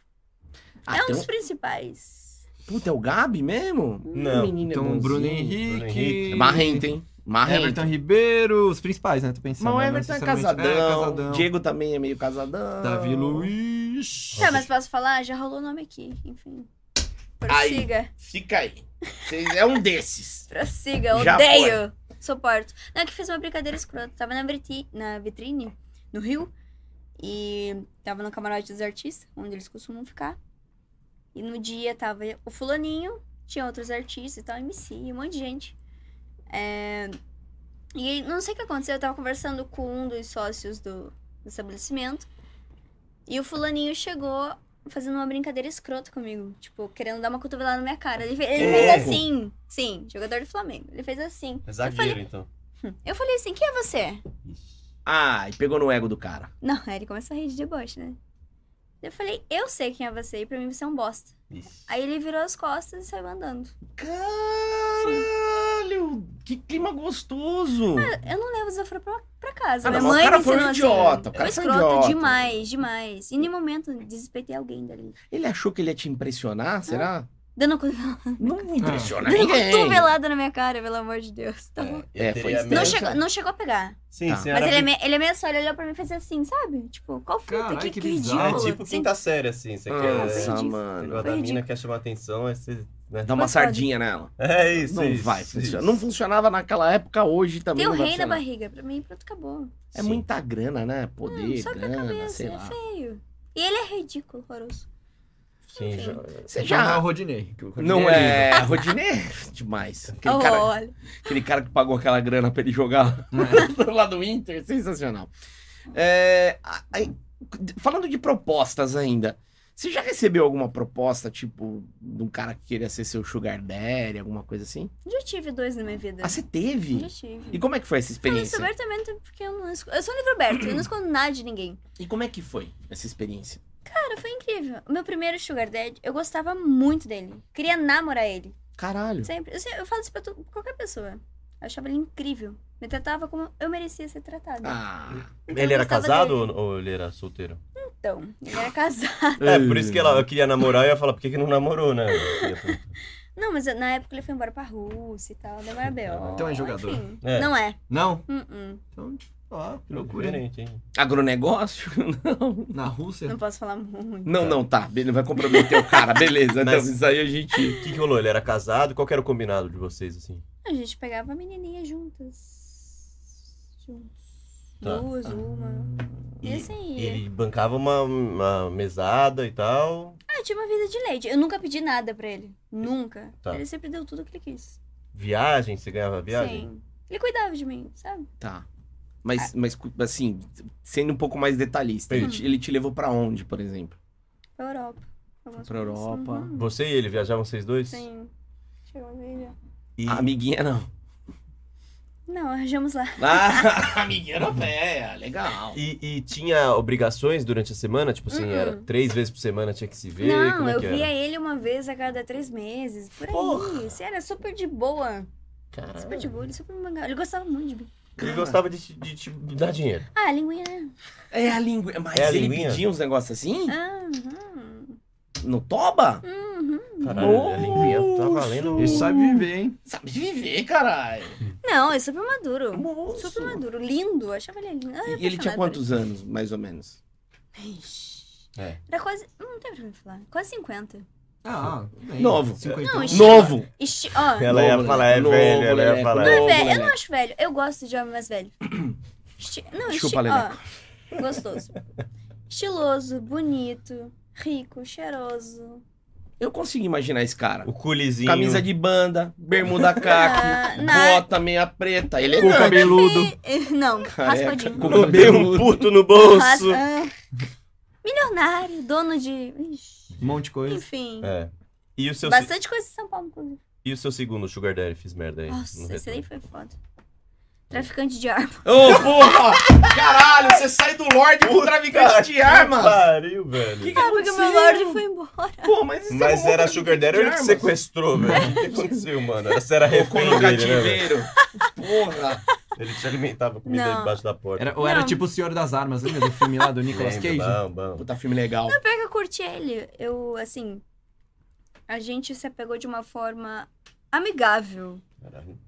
Speaker 1: Ah,
Speaker 4: é um
Speaker 1: tem
Speaker 4: dos
Speaker 1: um...
Speaker 4: principais.
Speaker 1: Puta, é o Gabi mesmo?
Speaker 3: Não.
Speaker 1: Menino é
Speaker 2: Então, o
Speaker 1: bonzinho.
Speaker 2: Bruno
Speaker 3: Bruno
Speaker 2: Henrique.
Speaker 3: Henrique.
Speaker 1: Marrento, hein? Marrento.
Speaker 2: Everton Ribeiro, os principais, né? Tô pensando.
Speaker 1: Mas o
Speaker 2: né?
Speaker 1: Everton é
Speaker 2: necessariamente-
Speaker 1: casadão.
Speaker 2: casadão.
Speaker 1: Diego também é meio casadão.
Speaker 2: Davi Luiz.
Speaker 4: Tá, Ah. mas posso falar? Já rolou o nome aqui, enfim.
Speaker 1: Aí.
Speaker 4: Prossiga.
Speaker 1: Fica aí. Vocês é um desses.
Speaker 4: Prossiga,
Speaker 1: Já
Speaker 4: odeio. Suporto. Não, é que fez uma brincadeira escrota. Tava na, briti- na vitrine, no Rio. E tava no camarote dos artistas, onde eles costumam ficar. E no dia tava o fulaninho, tinha outros artistas e tal, MC, um monte de gente. É, E não sei o que aconteceu, eu tava conversando com um dos sócios do, do estabelecimento. E o fulaninho chegou fazendo uma brincadeira escrota comigo. Tipo, querendo dar uma cotovelada na minha cara. Ele, fe- ele
Speaker 3: Ô,
Speaker 4: fez
Speaker 3: louco!
Speaker 4: assim. Sim, jogador do Flamengo. Ele fez assim.
Speaker 3: É zagueiro, então.
Speaker 4: Eu falei assim, quem é você?
Speaker 1: Ah, e pegou no ego do cara.
Speaker 4: Não, aí ele começou a rir de deboche, né? Eu falei, eu sei quem é você e pra mim você é um bosta.
Speaker 3: Ixi.
Speaker 4: Aí ele virou as costas e saiu andando.
Speaker 1: Caralho! Que clima gostoso!
Speaker 4: Eu não levo desaforo pra, pra casa.
Speaker 1: Ah,
Speaker 4: Minha
Speaker 1: não, mas o
Speaker 4: mãe
Speaker 1: cara
Speaker 4: me
Speaker 1: foi um
Speaker 4: ensinou
Speaker 1: idiota, o
Speaker 4: assim.
Speaker 1: cara
Speaker 4: eu
Speaker 1: foi um
Speaker 4: escroto
Speaker 1: idiota.
Speaker 4: demais, demais. E em nenhum momento desrespeitei alguém dali.
Speaker 1: Ele achou que ele ia te impressionar, será?
Speaker 4: Dando, uma cotovelada-
Speaker 1: Não me impressiona
Speaker 4: dando uma
Speaker 1: ninguém.
Speaker 4: cotovelada na minha cara, pelo amor de Deus. Tá bom.
Speaker 3: Eu
Speaker 1: É,
Speaker 3: teria
Speaker 1: foi isso.
Speaker 4: Não
Speaker 1: Beleza.
Speaker 3: medo.
Speaker 4: chegou, não chegou a pegar.
Speaker 3: Sim,
Speaker 1: Tá.
Speaker 3: você
Speaker 4: Mas
Speaker 3: era
Speaker 4: ele é, me- ele é meio só, ele olhou pra mim e fez assim, sabe? Tipo, qual fruta?
Speaker 2: Caralho,
Speaker 4: que,
Speaker 2: que
Speaker 4: que
Speaker 2: bizarro.
Speaker 4: ridículo.
Speaker 3: É tipo
Speaker 4: Sim.
Speaker 1: tá
Speaker 3: quinta série, assim. Você
Speaker 4: foi
Speaker 1: Nossa,
Speaker 3: quer.
Speaker 4: ridículo.
Speaker 3: O
Speaker 1: mano.
Speaker 3: negócio da
Speaker 4: Foi
Speaker 3: mina
Speaker 4: ridículo.
Speaker 3: quer chamar atenção, aí você. né?
Speaker 1: Dá uma
Speaker 4: Mas pode.
Speaker 1: sardinha nela.
Speaker 3: É isso.
Speaker 1: Não
Speaker 3: isso,
Speaker 1: vai
Speaker 3: isso.
Speaker 1: funcionar. Não funcionava naquela época, hoje também.
Speaker 4: Tem o
Speaker 1: não vai
Speaker 4: rei na
Speaker 1: funcionar.
Speaker 4: barriga. Pra mim, pronto, acabou.
Speaker 1: É
Speaker 3: Sim.
Speaker 1: muita grana, né? Poder,
Speaker 4: Só pra
Speaker 1: grana,
Speaker 4: cabeça,
Speaker 1: sei
Speaker 4: é
Speaker 1: lá.
Speaker 4: feio. E ele é ridículo, horroroso.
Speaker 3: Sim, já.
Speaker 1: Você
Speaker 2: Já não é o
Speaker 1: já.
Speaker 2: Rodinei. que o Rodinei
Speaker 1: Não
Speaker 2: lindo.
Speaker 1: é. Rodinei é demais. Aquele cara,
Speaker 4: Olha.
Speaker 1: aquele cara que pagou aquela grana pra ele jogar lá do Inter, sensacional. É, a- aí, falando de propostas ainda, você já recebeu alguma proposta, tipo, de um cara que queria ser seu sugar daddy, alguma coisa assim?
Speaker 4: Já tive dois na minha vida.
Speaker 1: Ah, você teve?
Speaker 4: Já tive.
Speaker 1: E como é que foi essa
Speaker 4: Falei isso
Speaker 1: experiência?
Speaker 4: abertamente porque eu não esco... Eu sou um livro aberto, eu não escondo nada de ninguém.
Speaker 1: E como é que foi essa experiência?
Speaker 4: Cara, foi incrível. O meu primeiro Sugar Daddy, eu gostava muito dele. Queria namorar ele.
Speaker 1: Caralho.
Speaker 4: Sempre. Eu, sei- eu falo isso pra to- qualquer pessoa. Eu achava ele incrível. Me tratava como eu merecia ser tratada.
Speaker 1: Ah,
Speaker 4: eu
Speaker 3: Ele era
Speaker 4: gostava
Speaker 3: casado
Speaker 4: dele.
Speaker 3: ou, ou ele era solteiro?
Speaker 4: Então, ele era casado.
Speaker 3: É, por isso que ela queria namorar e eu ia falar, por que, que não namorou, né? Eu ia perguntar.
Speaker 4: Não, mas na época ele foi embora pra Rússia e tal, da Marbel.
Speaker 2: Então é jogador.
Speaker 4: Enfim,
Speaker 3: É.
Speaker 4: Não é.
Speaker 2: Não?
Speaker 4: Uh-uh.
Speaker 2: Então, Ó, que loucura.
Speaker 3: Diferente, hein?
Speaker 1: Agronegócio? Não.
Speaker 2: Na Rússia?
Speaker 4: Não posso falar muito.
Speaker 1: Não, não, tá. Ele vai comprometer o cara, beleza. Então,
Speaker 3: Mas-
Speaker 1: isso aí a gente.
Speaker 3: O que, que rolou? Ele era casado? Qual que era o combinado de vocês, assim?
Speaker 4: A gente pegava a menininha juntas. Juntos.
Speaker 3: Tá.
Speaker 4: Duas,
Speaker 2: Ah.
Speaker 4: uma. E, assim,
Speaker 3: Ele bancava uma, uma mesada e tal.
Speaker 4: ah, eu tinha uma vida de leite. Eu nunca pedi nada pra ele. Nunca.
Speaker 3: Tá.
Speaker 4: Ele sempre deu tudo o que ele quis.
Speaker 3: Viagem, você ganhava viagem?
Speaker 4: Sim. Ele cuidava de mim, sabe?
Speaker 1: Tá. Mas, mas cu- assim, sendo um pouco mais detalhista, ele te, ele te levou pra onde, por exemplo?
Speaker 4: Pra Europa. Algumas
Speaker 1: Pra
Speaker 4: coisas.
Speaker 1: Europa.
Speaker 4: Uhum.
Speaker 3: Você e ele viajavam vocês dois?
Speaker 4: Sim. Chegou a ver.
Speaker 3: E
Speaker 1: A amiguinha não.
Speaker 4: Não, arranjamos lá.
Speaker 1: Ah, amiguinha europeia, legal.
Speaker 3: E, e tinha obrigações durante a semana? Tipo assim,
Speaker 4: Uhum.
Speaker 3: era três vezes por semana tinha que se ver?
Speaker 4: Não,
Speaker 3: Como é
Speaker 4: eu
Speaker 3: que
Speaker 4: via
Speaker 3: era?
Speaker 4: ele uma vez a cada três meses. Por aí. Isso era super de boa. Super de boa, ele super me mangava. Ele gostava muito de mim.
Speaker 3: Ele gostava de, te- de te dar dinheiro.
Speaker 4: Ah, linguinha. né?
Speaker 1: É a língua. Mas
Speaker 3: É a
Speaker 1: ele
Speaker 3: linguinha?
Speaker 1: pedia uns negócios assim?
Speaker 4: Ah, uhum.
Speaker 1: No toba?
Speaker 3: Caralho, a linguinha tá valendo.
Speaker 2: Ele sabe viver, hein?
Speaker 1: Sabe viver, caralho.
Speaker 4: Não, é super maduro.
Speaker 1: Moço.
Speaker 4: Super maduro. Lindo. Eu Achava ele lindo. Ah, eu
Speaker 1: E ele tinha
Speaker 4: apaixonada
Speaker 1: quantos anos, mais ou menos?
Speaker 4: por ele. Ixi.
Speaker 3: É.
Speaker 4: Era quase. Não tem pra me falar. Quase 50.
Speaker 2: Ah, bem.
Speaker 1: Novo.
Speaker 2: 50
Speaker 4: Não,
Speaker 2: anos.
Speaker 4: Ixi.
Speaker 1: Novo.
Speaker 4: Ixi, ó.
Speaker 3: Ela ia
Speaker 1: Novo,
Speaker 3: falar, é
Speaker 1: Leleco.
Speaker 3: velho, ela ia
Speaker 1: Novo,
Speaker 3: falar.
Speaker 1: Leleco,
Speaker 4: Não é velho, eu não
Speaker 1: Leleco.
Speaker 4: acho velho. Eu gosto de homem mais velho. Esti- Não, esti-
Speaker 1: Chupa,
Speaker 4: ó, gostoso. Estiloso, bonito, rico, cheiroso.
Speaker 1: Eu consigo imaginar esse cara.
Speaker 3: O culizinho.
Speaker 1: Camisa de bada, bermuda caqui,
Speaker 4: Ah, na-
Speaker 1: bota meia preta,
Speaker 2: é
Speaker 1: ele é
Speaker 3: Cu cabeludo.
Speaker 4: E- Não,
Speaker 1: Careca.
Speaker 4: raspadinho.
Speaker 1: Com
Speaker 3: Botei um
Speaker 1: cabelo.
Speaker 3: puto no bolso.
Speaker 4: Raspa- ah, Milionário, dono de. Ixi,
Speaker 2: Um monte de coisa.
Speaker 4: Enfim.
Speaker 3: É. E o seu,
Speaker 4: Bastante coisa em São Paulo, inclusive.
Speaker 3: e o seu segundo Sugar Daddy fiz merda aí? no
Speaker 4: Nossa, esse
Speaker 3: retorno?
Speaker 4: daí foi foda. Traficante de arma.
Speaker 1: Ô, porra! Caralho, você sai do Lorde pro traficante de armas!
Speaker 3: Pariu, velho.
Speaker 1: Que que
Speaker 4: Ah, porque meu
Speaker 1: aconteceu?
Speaker 4: lorde foi embora.
Speaker 1: Pô, mas isso é
Speaker 3: Mas
Speaker 1: um
Speaker 3: era
Speaker 1: outro
Speaker 3: Sugar Daddy,
Speaker 1: tipo
Speaker 3: ele
Speaker 1: de
Speaker 3: que
Speaker 1: armas.
Speaker 3: sequestrou, velho. O que aconteceu, mano? Essa era
Speaker 1: Colocou
Speaker 3: refém
Speaker 1: no
Speaker 3: dele, né, velho?
Speaker 1: cativeiro. Porra!
Speaker 3: Ele te alimentava comida
Speaker 4: Não.
Speaker 3: debaixo da porta.
Speaker 2: Era, ou era
Speaker 4: Não.
Speaker 2: tipo o Senhor das Armas, lembra do filme lá do Nicolas
Speaker 3: Lembro,
Speaker 2: Cage?
Speaker 3: Bom, bom.
Speaker 1: Puta filme legal.
Speaker 4: Pior que eu curti ele. Eu, assim. A gente se apegou de uma forma amigável.
Speaker 3: Caralho.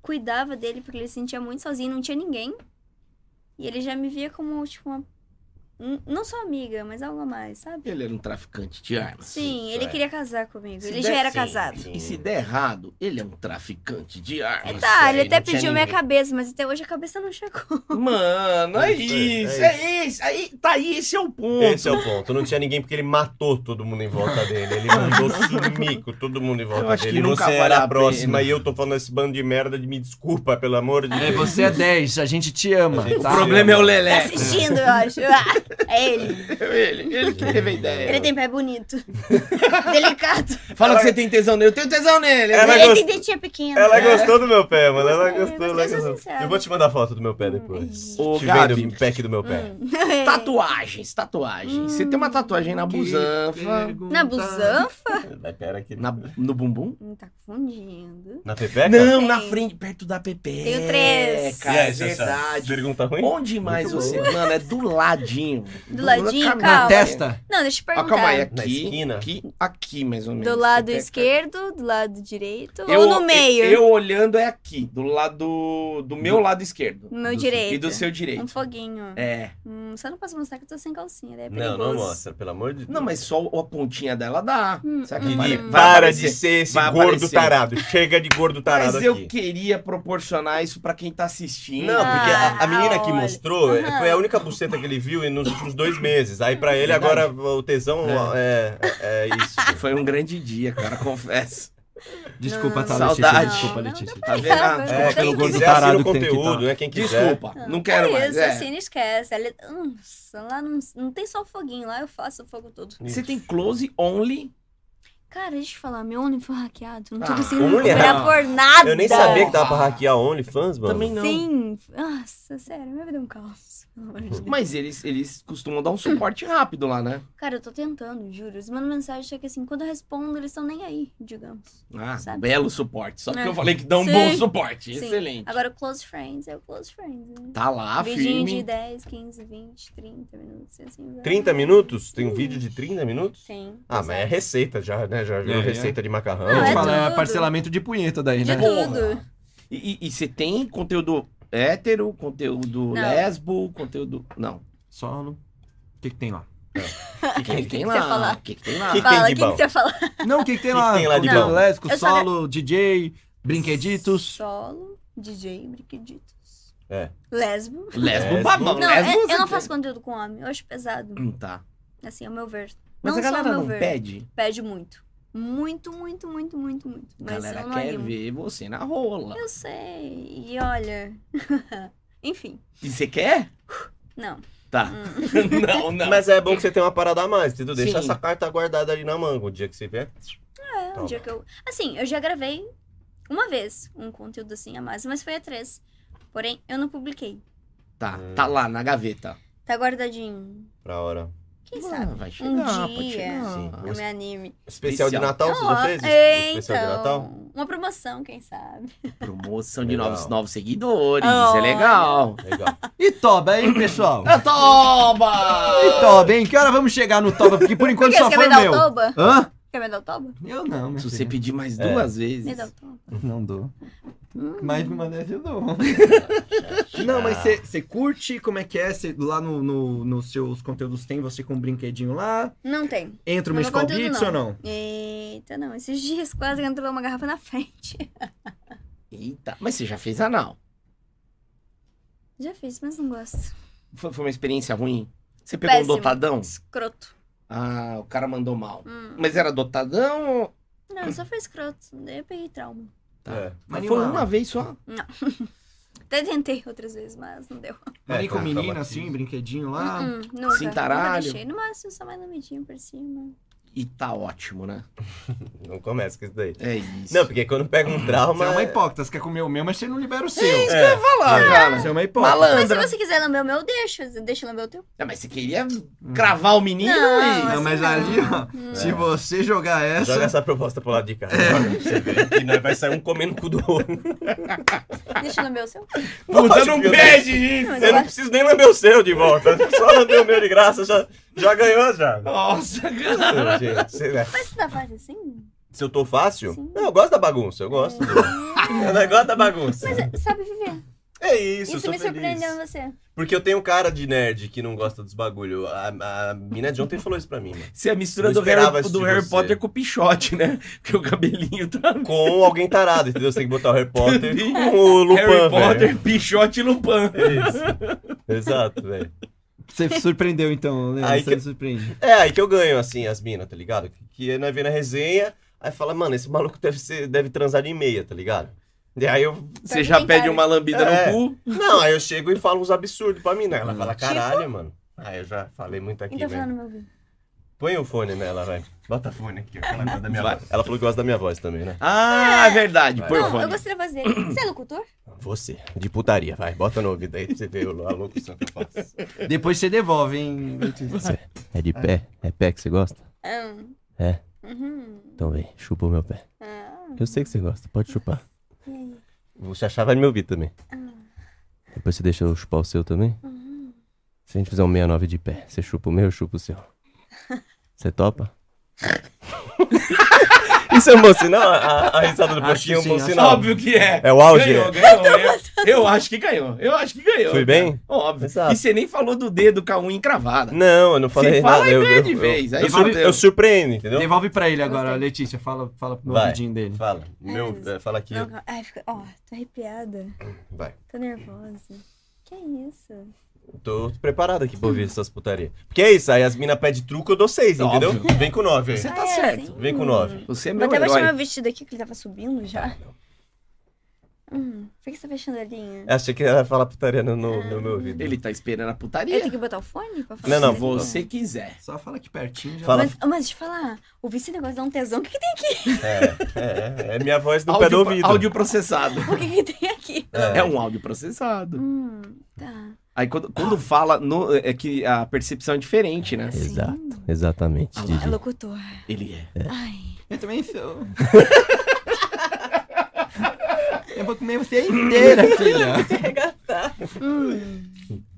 Speaker 4: Cuidava dele porque ele se sentia muito sozinho, não tinha ninguém. E ele já me via como, tipo, uma. um- Não só amiga, mas algo a mais, sabe?
Speaker 1: Ele era um traficante de armas.
Speaker 4: Sim,
Speaker 3: isso
Speaker 4: ele
Speaker 3: é.
Speaker 4: queria casar comigo.
Speaker 1: Se
Speaker 4: ele
Speaker 1: der-
Speaker 4: já era
Speaker 3: Sim,
Speaker 4: casado.
Speaker 3: sim.
Speaker 1: E se der errado, ele é um traficante de
Speaker 4: É,
Speaker 1: armas.
Speaker 4: tá,
Speaker 1: Isso
Speaker 4: ele
Speaker 1: aí,
Speaker 4: até
Speaker 1: não tinha
Speaker 4: pediu minha
Speaker 1: ninguém.
Speaker 4: cabeça, mas até hoje a cabeça não chegou.
Speaker 1: Mano, é
Speaker 3: É isso,
Speaker 1: isso,
Speaker 3: é
Speaker 1: é isso. Aí, tá aí, esse é o
Speaker 2: Um
Speaker 1: ponto.
Speaker 3: Esse é o ponto. Não tinha ninguém porque ele matou todo mundo em volta dele. Ele mandou sumir com todo mundo em volta
Speaker 1: Eu acho
Speaker 3: dele.
Speaker 1: que nunca
Speaker 3: você
Speaker 1: vale
Speaker 3: era
Speaker 1: a
Speaker 3: a próxima
Speaker 1: pena.
Speaker 3: e eu tô falando esse bando de merda de me desculpa, pelo amor de
Speaker 2: É,
Speaker 3: Deus.
Speaker 2: você é 10, a gente te ama.
Speaker 3: A gente
Speaker 1: O
Speaker 2: tá?
Speaker 1: problema é o
Speaker 4: Tá
Speaker 1: Lelé.
Speaker 4: assistindo, eu acho. Ah, é ele.
Speaker 1: Ele, ele que teve a ideia.
Speaker 4: Ele tem pé bonito. Delicado.
Speaker 1: Fala
Speaker 3: Ela-
Speaker 1: que você tem tesão nele. Eu tenho tesão nele.
Speaker 3: Ela
Speaker 4: ele
Speaker 3: gost-
Speaker 4: tem dentinha pequena. É.
Speaker 3: Ela
Speaker 2: é.
Speaker 3: gostou do meu pé, mano. Ela
Speaker 4: Gostei,
Speaker 3: gostou,
Speaker 4: gostei,
Speaker 3: ela
Speaker 4: sou
Speaker 3: gostou.
Speaker 4: sincera.
Speaker 3: Eu vou te mandar foto do meu pé depois.
Speaker 1: Ô,
Speaker 3: te
Speaker 1: Gabi.
Speaker 3: vendo o pack do meu
Speaker 4: Hum.
Speaker 3: pé.
Speaker 1: Tá Tatuagens, tatuagens. Você tem uma tatuagem na
Speaker 2: Que é
Speaker 1: busanfa.
Speaker 2: pergunta.
Speaker 4: Na busanfa?
Speaker 3: Na cara aqui.
Speaker 1: Na, no bumbum?
Speaker 4: Não tá confundindo.
Speaker 3: Na pepeca?
Speaker 1: Não,
Speaker 4: Tem.
Speaker 1: na frente, perto da Pepe.
Speaker 4: Tenho três.
Speaker 1: Cara,
Speaker 3: É,
Speaker 1: é
Speaker 3: E aí, Sassá,
Speaker 1: verdade.
Speaker 3: Pergunta ruim?
Speaker 1: Onde mais
Speaker 3: Muito
Speaker 1: você. Mano, é do ladinho.
Speaker 4: Do ladinho,
Speaker 1: caminho.
Speaker 4: calma.
Speaker 2: Na testa?
Speaker 4: Não, deixa eu te
Speaker 1: Ó,
Speaker 4: perguntar.
Speaker 1: Ah, calma aí,
Speaker 3: Na
Speaker 1: aqui,
Speaker 3: esquina?
Speaker 1: aqui, aqui mais ou menos.
Speaker 4: Do lado
Speaker 1: Pepeca.
Speaker 4: esquerdo, do lado direito
Speaker 1: Eu-
Speaker 4: ou no meio?
Speaker 1: Eu, eu olhando é aqui, do lado. Do meu lado esquerdo.
Speaker 4: No meu
Speaker 1: Do-
Speaker 4: direito.
Speaker 1: E do seu direito.
Speaker 4: Um foguinho.
Speaker 1: É.
Speaker 4: Hum, só não posso mostrar que eu tô sem calcinha, né? É
Speaker 3: Não,
Speaker 4: perigoso.
Speaker 3: não mostra, pelo amor de Deus.
Speaker 1: Não, mas só a pontinha dela dá.
Speaker 4: Hum,
Speaker 1: Será que
Speaker 3: Guilherme,
Speaker 1: Tá vai, vai
Speaker 3: para
Speaker 1: aparecer?
Speaker 3: de ser esse
Speaker 1: Vai
Speaker 3: gordo
Speaker 1: aparecer.
Speaker 3: tarado. Chega de gordo tarado
Speaker 1: Mas eu
Speaker 3: aqui.
Speaker 1: queria proporcionar isso pra quem tá assistindo.
Speaker 3: Não, porque a, a
Speaker 4: Ah,
Speaker 3: menina que
Speaker 4: olha.
Speaker 3: mostrou é,
Speaker 4: Aham.
Speaker 3: foi a única buceta que ele viu em- nos últimos dois meses. Aí pra ele
Speaker 1: Verdade.
Speaker 3: agora o tesão é, é- é isso.
Speaker 1: Foi um grande dia, cara, confesso.
Speaker 2: Desculpa, tá,
Speaker 1: Não,
Speaker 2: Letícia.
Speaker 1: saudade.
Speaker 2: Desculpa,
Speaker 4: Não, não
Speaker 2: Letícia.
Speaker 1: Tá vendo? Ah,
Speaker 4: Não,
Speaker 3: É,
Speaker 4: não,
Speaker 3: quem
Speaker 2: pelo gordo
Speaker 3: quiser assina
Speaker 2: tarado
Speaker 3: o
Speaker 2: que tem que
Speaker 3: conteúdo,
Speaker 2: tá.
Speaker 3: né? Quem quiser.
Speaker 1: Desculpa, não quero
Speaker 4: é
Speaker 1: mais.
Speaker 4: Isso,
Speaker 1: é.
Speaker 4: assim, não esquece. Ali- hum, Nossa, lá não, não tem só o foguinho, lá eu faço o fogo todo.
Speaker 1: Você tem close only.
Speaker 4: Cara, deixa eu te falar, meu ONU foi hackeado. Não tô
Speaker 1: Ah,
Speaker 4: conseguindo
Speaker 3: olha.
Speaker 4: recuperar por nada.
Speaker 3: Eu nem sabia que dava pra hackear OnlyFans, mano.
Speaker 1: Também não.
Speaker 4: Sim. Nossa, sério, minha vida é um caos. Pelo amor de Deus.
Speaker 1: Mas eles, eles costumam dar um suporte rápido lá, né?
Speaker 4: Cara, eu tô tentando, juro. Eles mandam mensagem, só que assim, quando eu respondo, eles estão nem aí, digamos.
Speaker 1: Ah,
Speaker 4: Sabe.
Speaker 1: belo suporte. Só que
Speaker 4: É.
Speaker 1: eu falei que dá um
Speaker 4: Sim.
Speaker 1: bom suporte.
Speaker 4: Sim.
Speaker 1: Excelente.
Speaker 4: Agora, o close friends é o close friends, né?
Speaker 1: Tá lá,
Speaker 4: Vidinho de
Speaker 1: firme.
Speaker 4: 10, 15, 20, 30 minutos, e assim. vai.
Speaker 3: 30 minutos? Tem um vídeo de 30 minutos?
Speaker 4: Sim.
Speaker 3: Ah, mas é receita já, né? Já
Speaker 2: É,
Speaker 3: virou
Speaker 2: é.
Speaker 3: receita de macarrão.
Speaker 4: Não,
Speaker 2: Eu
Speaker 4: é
Speaker 2: te falo, é
Speaker 4: tudo.
Speaker 3: é
Speaker 2: parcelamento de punheta daí, né?
Speaker 4: De
Speaker 1: Porra.
Speaker 4: tudo.
Speaker 1: E e- e você tem conteúdo hétero, conteúdo
Speaker 4: Não.
Speaker 1: lesbo, conteúdo. Não.
Speaker 2: Só no... O que que tem lá?
Speaker 1: O que, que,
Speaker 4: que
Speaker 1: tem
Speaker 4: que você
Speaker 1: lá?
Speaker 4: falar?
Speaker 1: O que, que tem lá?
Speaker 3: Que-
Speaker 4: Fala, o
Speaker 3: de
Speaker 4: que, que
Speaker 3: bom?
Speaker 4: você fala?
Speaker 2: Não, o que que tem
Speaker 3: O que que
Speaker 2: lá?
Speaker 3: tem lá de
Speaker 2: Conteúdo
Speaker 4: bom?
Speaker 2: lésbico,
Speaker 4: Eu só-
Speaker 2: solo, DJ, brinqueditos.
Speaker 4: Solo, DJ, brinqueditos.
Speaker 3: É.
Speaker 4: Lesbo.
Speaker 1: Lesbo
Speaker 3: Lesbo.
Speaker 1: babão,
Speaker 4: Não,
Speaker 1: lesbo.
Speaker 4: é-
Speaker 1: você
Speaker 4: eu não
Speaker 1: tem.
Speaker 4: faço conteúdo com homem. Eu acho pesado.
Speaker 1: Hum, tá.
Speaker 4: Assim, ao meu ver.
Speaker 1: Mas
Speaker 4: não
Speaker 1: a
Speaker 4: só ao
Speaker 1: galera
Speaker 4: meu
Speaker 1: não
Speaker 4: ver.
Speaker 1: pede.
Speaker 4: Pede muito. Muito, muito, muito, muito, muito.
Speaker 1: A
Speaker 4: Mas é
Speaker 1: galera
Speaker 4: eu não
Speaker 1: quer
Speaker 4: animo.
Speaker 1: ver você na rola.
Speaker 4: Eu sei. E olha. Enfim,
Speaker 1: E você quer?
Speaker 4: não.
Speaker 1: Tá.
Speaker 4: Hum.
Speaker 1: não, não.
Speaker 3: Mas é bom que você tem uma parada a mais, entendeu? Deixa
Speaker 1: Sim.
Speaker 3: essa carta guardada ali na manga o dia que você vier.
Speaker 4: É, um
Speaker 3: Toma.
Speaker 4: dia que eu. Assim, eu já gravei uma vez um conteúdo assim a mais, mas foi a três. Porém, eu não publiquei.
Speaker 1: Tá,
Speaker 3: Hum.
Speaker 1: tá lá na gaveta.
Speaker 4: Tá guardadinho.
Speaker 3: Pra hora.
Speaker 4: Quem
Speaker 1: Ah,
Speaker 4: sabe? Um
Speaker 1: Vai chegar, pode
Speaker 4: dia.
Speaker 1: chegar.
Speaker 3: Sim.
Speaker 4: Eu me anime.
Speaker 3: Especial,
Speaker 1: Especial.
Speaker 3: de Natal, você já
Speaker 4: Ó,
Speaker 3: fez?
Speaker 4: é,
Speaker 3: Especial de Natal?
Speaker 4: então, Uma promoção, quem sabe?
Speaker 1: Promoção de
Speaker 3: Legal.
Speaker 1: novos, novos seguidores,
Speaker 4: Ah,
Speaker 1: isso é legal.
Speaker 3: Legal.
Speaker 2: E toba, hein, pessoal?
Speaker 1: É, Toba!
Speaker 2: E toba, hein? Que hora vamos chegar no toba? Porque por enquanto
Speaker 4: Porque
Speaker 2: só
Speaker 4: você
Speaker 2: foi
Speaker 4: quer
Speaker 2: o
Speaker 4: me dar o
Speaker 2: meu.
Speaker 4: toba?
Speaker 2: Hã?
Speaker 4: Quer me dar o toba?
Speaker 2: Eu não, minha
Speaker 1: Se você
Speaker 2: filha.
Speaker 1: pedir mais
Speaker 3: É.
Speaker 1: duas
Speaker 4: Me
Speaker 1: vezes.
Speaker 4: dá um. o toba.
Speaker 2: Não dou.
Speaker 4: Hum.
Speaker 2: Mais de uma dessa eu dou. Não,
Speaker 3: Ah,
Speaker 2: mas você curte? Como é que é? Cê, lá no, no- nos seus conteúdos tem você com um brinquedinho lá?
Speaker 4: Não tem.
Speaker 2: Entra uma
Speaker 4: No meu
Speaker 2: Skull
Speaker 4: conteúdo,
Speaker 2: Beats
Speaker 4: não.
Speaker 2: ou não?
Speaker 4: Eita, não. Esses dias quase que eu entrou uma garrafa na frente.
Speaker 1: Eita, mas você já fez anal.
Speaker 4: Já fiz, mas não gosto.
Speaker 1: Foi, foi uma experiência ruim? Você pegou
Speaker 4: Péssimo.
Speaker 1: um dotadão?
Speaker 4: Escroto.
Speaker 1: Ah, o cara mandou mal.
Speaker 4: Hum.
Speaker 1: Mas era dotadão? ou-
Speaker 4: Não, só foi escroto. Daí eu peguei trauma.
Speaker 1: Tá.
Speaker 3: É.
Speaker 1: Mas
Speaker 2: Mas
Speaker 1: foi
Speaker 2: animal.
Speaker 1: uma vez só?
Speaker 4: Até tentei outras vezes, mas não deu.
Speaker 2: Mas nem
Speaker 3: É,
Speaker 2: com
Speaker 3: tá,
Speaker 2: menina,
Speaker 3: tá
Speaker 2: assim,
Speaker 3: batido.
Speaker 2: brinquedinho lá.
Speaker 4: Hum, nunca.
Speaker 1: Sim, taralho.
Speaker 4: Nunca deixei. No máximo, só mais lamidinho por cima.
Speaker 1: E tá ótimo, né?
Speaker 3: Não começa com isso daí.
Speaker 1: É isso.
Speaker 3: Não, porque quando pega um
Speaker 2: Você
Speaker 3: trauma. é,
Speaker 2: é uma hipócrita, você quer comer o meu, mas você não libera o seu.
Speaker 1: isso que eu ia falar,
Speaker 4: Ah!
Speaker 2: Você
Speaker 1: cara.
Speaker 2: é uma hipócrita.
Speaker 4: Mas se
Speaker 1: Malandra.
Speaker 4: você quiser lamber o meu, eu deixo. Deixa eu lamber o teu.
Speaker 1: Não, mas você queria cravar o menino
Speaker 4: Não, Hum.
Speaker 1: e...
Speaker 2: Não, mas ali, ó, se você jogar essa.
Speaker 3: Joga essa proposta pro lado de cá. Joga pra você ver que nós vai sair um comendo o cu do outro.
Speaker 4: Deixa eu lamber o seu.
Speaker 1: Puta,
Speaker 3: Lógico
Speaker 1: não
Speaker 3: que eu-
Speaker 1: pede isso.
Speaker 4: Mas
Speaker 3: Eu não
Speaker 4: acho-
Speaker 3: preciso nem lamber o seu de volta. Só lamber o meu de graça, já, já ganhou já.
Speaker 1: Nossa, cara.
Speaker 3: Gente, sei lá.
Speaker 4: Mas você tá fácil assim?
Speaker 3: Se eu tô fácil,
Speaker 4: Sim.
Speaker 3: não, eu gosto da bagunça, eu gosto. Eu não gosto da bagunça.
Speaker 4: Você Sabe viver.
Speaker 3: É isso,
Speaker 4: Isso,
Speaker 3: eu sou
Speaker 4: me
Speaker 3: feliz.
Speaker 4: surpreendeu em você.
Speaker 3: Porque eu tenho cara de nerd que não gosta dos bagulho. A, a mina de ontem falou isso pra mim, mano.
Speaker 1: Você é a mistura
Speaker 3: Não
Speaker 1: do
Speaker 3: esperava
Speaker 1: Harry,
Speaker 3: isso
Speaker 1: do
Speaker 3: de
Speaker 1: Harry
Speaker 3: você.
Speaker 1: Potter com o Pichote, né? Porque o cabelinho tá...
Speaker 3: Com alguém tarado, entendeu? Você tem que botar o Harry Potter com o Lupin,
Speaker 1: Harry Potter,
Speaker 3: velho.
Speaker 1: Pichote e Lupin.
Speaker 3: É isso. Exato, velho.
Speaker 2: Você surpreendeu então, né?
Speaker 3: Aí
Speaker 2: Você
Speaker 3: que-
Speaker 2: me surpreende.
Speaker 3: É, aí que eu ganho, assim, as minas, tá ligado? Que nós vê na resenha, aí fala, mano, esse maluco deve, ser, deve transar de meia, tá ligado? E aí eu.
Speaker 1: Você já
Speaker 4: quem
Speaker 1: pede
Speaker 4: tá-
Speaker 1: uma lambida
Speaker 3: É.
Speaker 1: no cu?
Speaker 3: Não, aí eu chego e falo uns absurdos pra mina. Ela
Speaker 1: Hum.
Speaker 3: fala, caralho, mano. Ah, eu já falei muito aqui,
Speaker 4: Então
Speaker 3: velho.
Speaker 4: falando meu ouvido.
Speaker 3: Põe o fone nela, vai. Bota o fone aqui, ó. Ela gosta da minha
Speaker 1: Vai.
Speaker 3: voz. Ela falou que gosta da minha voz também, né?
Speaker 1: Ah, é verdade.
Speaker 3: Vai.
Speaker 1: Põe o
Speaker 4: Não, eu
Speaker 1: fone.
Speaker 4: gostaria de fazer. Você é locutor?
Speaker 3: Você, de putaria, vai. Bota no ouvido aí pra você ver o- a locução que eu faço.
Speaker 2: Depois você devolve, hein?
Speaker 3: Você é de pé? É pé que você gosta?
Speaker 4: Hum.
Speaker 3: É.
Speaker 4: Uhum.
Speaker 3: Então vem, chupa o meu pé.
Speaker 4: Ah,
Speaker 3: Eu sei que você gosta, pode chupar.
Speaker 4: e aí?
Speaker 3: O Xaxá vai me ouvir também. Depois você deixa eu chupar o seu também? Se a gente fizer um 69 de pé, você chupa o meu, eu chupo o seu. Você topa? Isso é um bom sinal? A, a risada do
Speaker 2: Acho
Speaker 3: postinho é um
Speaker 2: que
Speaker 3: bom
Speaker 2: sim, acho-
Speaker 3: sinal.
Speaker 1: Óbvio que é.
Speaker 3: É o auge.
Speaker 1: Ganhou, ganhou. Eu, eu acho que ganhou. Eu acho que ganhou.
Speaker 3: Fui bem?
Speaker 1: Óbvio.
Speaker 3: Exato.
Speaker 1: E você nem falou do dedo com a unha encravada.
Speaker 3: Não, eu não falei
Speaker 1: Você
Speaker 3: nada.
Speaker 1: fala
Speaker 3: eu,
Speaker 1: e ganha de
Speaker 3: eu-
Speaker 1: vez,
Speaker 3: Eu,
Speaker 1: aí
Speaker 3: eu sur-
Speaker 1: fudeu.
Speaker 3: eu surpreendo, entendeu?
Speaker 2: Devolve pra ele agora,
Speaker 4: Gostei.
Speaker 2: Letícia. Fala, fala no
Speaker 3: Vai.
Speaker 2: ouvidinho dele.
Speaker 3: Fala.
Speaker 1: É
Speaker 3: Meu,
Speaker 4: Ai,
Speaker 3: fala aqui.
Speaker 4: Não, calma. ai, fica... ó, tô arrepiada.
Speaker 3: Vai.
Speaker 4: Tô nervosa. Que isso?
Speaker 3: Tô preparado aqui pra ouvir essas putarias. Porque é isso, aí as mina pede truco, eu dou seis, entendeu?
Speaker 1: É Óbvio.
Speaker 3: Vem com nove aí.
Speaker 1: Você tá
Speaker 4: Ah, é
Speaker 1: certo.
Speaker 4: assim?
Speaker 3: Vem com nove.
Speaker 1: Você é
Speaker 4: Vou
Speaker 1: meu
Speaker 4: até baixar meu
Speaker 1: herói.
Speaker 4: vestido aqui, que ele tava subindo já. Hum, por que você tá fechando a linha?
Speaker 3: Achei que ela ia falar putaria no, no- no meu ouvido.
Speaker 1: Ele tá esperando a putaria.
Speaker 4: Eu tenho que botar o fone pra falar?
Speaker 1: Se
Speaker 3: Não, não,
Speaker 4: isso?
Speaker 1: você quiser.
Speaker 2: Só fala aqui pertinho. Já.
Speaker 3: Fala.
Speaker 4: Mas, mas deixa eu falar, ouvi esse negócio dá um tesão. O que, que tem aqui?
Speaker 3: É, é, é minha voz no pé do
Speaker 1: Áudio,
Speaker 3: ouvido.
Speaker 1: áudio processado.
Speaker 4: O que, que tem aqui?
Speaker 1: É. um áudio processado.
Speaker 4: Hum, tá.
Speaker 1: Aí quando, quando fala, no- é que a percepção é diferente, né?
Speaker 4: Sim.
Speaker 5: Exato, exatamente.
Speaker 1: Ah lá.
Speaker 5: Didi.
Speaker 4: É locutor.
Speaker 1: Ele é.
Speaker 4: Ai.
Speaker 2: Eu também sou. eu vou comer você inteira, filha.
Speaker 4: Hum,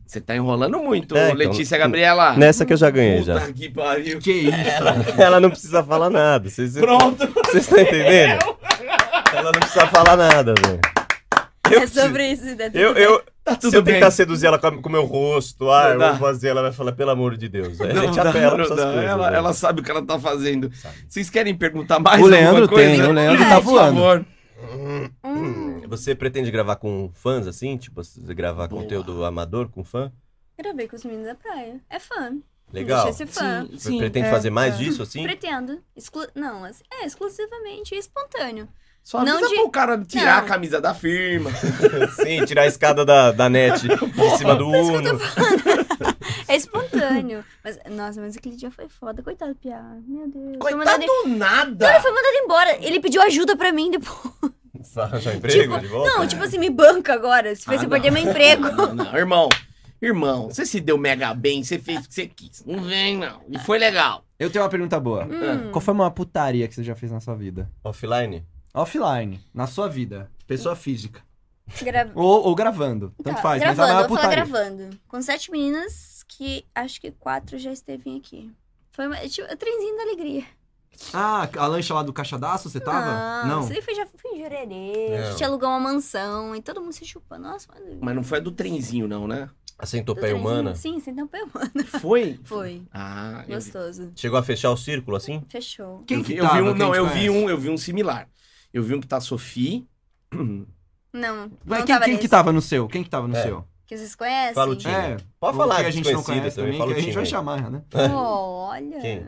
Speaker 1: Você tá enrolando muito,
Speaker 3: É, então,
Speaker 1: Letícia Gabriela.
Speaker 3: Nessa que eu já ganhei já.
Speaker 1: Puta que pariu.
Speaker 2: Que isso?
Speaker 3: Ela não precisa falar nada. Vocês
Speaker 1: Pronto.
Speaker 3: vocês estão entendendo? Ela não precisa falar nada, velho.
Speaker 4: É sobre isso, né?
Speaker 3: Eu, eu,
Speaker 1: Tá
Speaker 3: se eu
Speaker 1: tudo bem.
Speaker 3: tentar sedudir ela com a- com o meu rosto, ah,
Speaker 1: Não
Speaker 3: eu
Speaker 1: dá.
Speaker 3: vou fazer, ela vai falar, pelo amor de Deus. Aí a
Speaker 1: Não
Speaker 3: gente
Speaker 1: dá,
Speaker 3: apela pra
Speaker 1: não
Speaker 3: essas
Speaker 1: dá.
Speaker 3: coisas.
Speaker 1: ela,
Speaker 3: né?
Speaker 1: ela sabe o que ela tá fazendo.
Speaker 3: Sabe?
Speaker 1: Vocês querem perguntar mais
Speaker 5: O
Speaker 1: alguma
Speaker 5: Leandro
Speaker 1: coisa?
Speaker 5: tem, o Leandro tá
Speaker 1: Por
Speaker 5: voando.
Speaker 1: favor.
Speaker 4: Hum,
Speaker 3: Você pretende gravar com fãs, assim? Tipo, você gravar
Speaker 1: Boa.
Speaker 3: conteúdo amador com fã?
Speaker 4: gravei com os meninos da praia. É fã.
Speaker 3: Legal.
Speaker 4: Deixa ser fã.
Speaker 1: Sim,
Speaker 3: Você
Speaker 1: sim,
Speaker 3: pretende
Speaker 1: é,
Speaker 3: fazer mais
Speaker 1: é.
Speaker 3: disso, assim?
Speaker 4: Pretendo. Exclu... Não, assim, é exclusivamente espontâneo.
Speaker 1: Só
Speaker 4: Não
Speaker 1: avisa
Speaker 4: de-
Speaker 1: pro cara tirar
Speaker 4: Não.
Speaker 1: a camisa da firma.
Speaker 3: Sim, tirar a escada da, da net em cima do
Speaker 4: isso que eu
Speaker 3: Uno.
Speaker 4: É espontâneo. Mas, nossa, mas aquele dia foi foda. Coitado do Piá. Meu Deus. Foi mandado
Speaker 1: Coitado tá do
Speaker 4: Não, ele
Speaker 1: nada.
Speaker 4: foi mandado embora. Ele pediu ajuda pra mim depois.
Speaker 3: Arranjar um emprego
Speaker 4: Tipo,
Speaker 3: de volta?
Speaker 4: Não, tipo assim, me banca agora. Se
Speaker 1: Ah,
Speaker 4: você
Speaker 1: não.
Speaker 4: perder meu emprego.
Speaker 1: Não, não, irmão. Irmão, você se deu mega bem, você fez o que você quis. Não vem, não. E foi legal. Ah,
Speaker 5: Eu tenho uma pergunta boa.
Speaker 4: Hum.
Speaker 5: Qual foi uma putaria que você já fez na sua vida?
Speaker 3: Offline?
Speaker 5: Offline, na sua vida.
Speaker 2: Pessoa física.
Speaker 4: Gra-
Speaker 5: Ou, ou gravando. Tanto
Speaker 4: Tá,
Speaker 5: faz,
Speaker 4: gravando,
Speaker 5: mas a maior
Speaker 4: eu vou falar
Speaker 5: putaria.
Speaker 4: gravando. Com sete meninas, que acho que quatro já esteve aqui. Foi uma, tipo, um trenzinho da alegria.
Speaker 2: Ah, a lancha lá do Caixadaço, você tava?
Speaker 4: Não, isso aí foi, já foi em Jurerê. A
Speaker 5: É.
Speaker 3: Não.
Speaker 4: gente alugou uma mansão e todo mundo se chupando. Nossa, mano.
Speaker 1: Mas não foi a do trenzinho, não, né?
Speaker 3: Assentou
Speaker 4: do
Speaker 3: pé
Speaker 4: trenzinho.
Speaker 3: humana?
Speaker 4: Sim, sem tampão humana.
Speaker 1: Foi?
Speaker 4: Foi.
Speaker 1: Ah, eu vi.
Speaker 4: Gostoso.
Speaker 3: Chegou a fechar o círculo, assim?
Speaker 4: Fechou.
Speaker 5: Quem
Speaker 1: eu vi,
Speaker 5: que
Speaker 1: eu vi
Speaker 5: tava,
Speaker 1: um,
Speaker 5: quem
Speaker 1: não,
Speaker 5: que
Speaker 1: eu vi
Speaker 5: conhece?
Speaker 1: um, eu vi um similar. Eu vi um que tá a Sophie.
Speaker 4: Não,
Speaker 5: Mas quem, quem
Speaker 4: não tava
Speaker 5: que tá-
Speaker 4: nesse.
Speaker 5: tava no seu? Quem que tava no
Speaker 3: É.
Speaker 5: seu?
Speaker 4: Que vocês conhecem?
Speaker 3: Fala o time.
Speaker 5: É.
Speaker 3: Pode
Speaker 5: o
Speaker 3: falar
Speaker 5: que a gente não
Speaker 3: desconhecido
Speaker 5: conhece
Speaker 3: também,
Speaker 5: também,
Speaker 3: fala
Speaker 5: que a
Speaker 3: o
Speaker 5: gente
Speaker 3: time
Speaker 5: vai
Speaker 3: aí.
Speaker 5: chamar, né?
Speaker 4: Olha.
Speaker 3: Quem?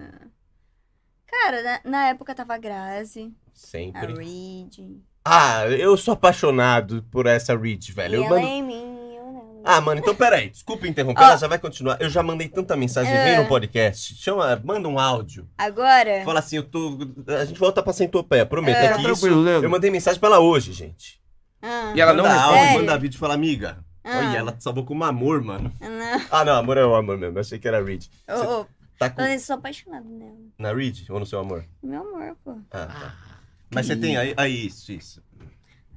Speaker 4: Cara, na, na época tava a Grazi, a
Speaker 3: Sempre.
Speaker 4: Reed.
Speaker 3: Ah, eu sou apaixonado por essa Reed,
Speaker 4: E
Speaker 3: velho. Eu
Speaker 4: ela
Speaker 3: mando...
Speaker 4: é em mim, eu não.
Speaker 3: Ah, mano, então peraí. Desculpa interromper,
Speaker 4: Ó.
Speaker 3: ela já vai continuar. Eu já mandei tanta mensagem,
Speaker 4: É.
Speaker 3: vem no podcast. Chama, manda um áudio.
Speaker 4: Agora,
Speaker 3: Fala assim, eu tô. A gente volta pra centopeia, prometo. É,
Speaker 5: Fica
Speaker 3: que isso.
Speaker 5: tranquilo, Leandro.
Speaker 3: Eu mandei mensagem pra ela hoje, gente.
Speaker 4: ah,
Speaker 1: E ela não
Speaker 3: manda
Speaker 1: responde?
Speaker 3: áudio,
Speaker 4: Sério?
Speaker 3: manda vídeo e fala, amiga.
Speaker 4: Ah.
Speaker 3: Olha, ela te salvou com um amor, mano.
Speaker 4: não.
Speaker 3: Ah, não, amor é o amor mesmo. Achei que era Reed.
Speaker 4: Ô, ô,
Speaker 3: Tá com.
Speaker 4: mas eu sou apaixonada nela.
Speaker 3: Na Reed ou no seu amor?
Speaker 4: Meu amor, pô.
Speaker 3: Ah, tá. Mas você tem. Aí, aí, isso, isso.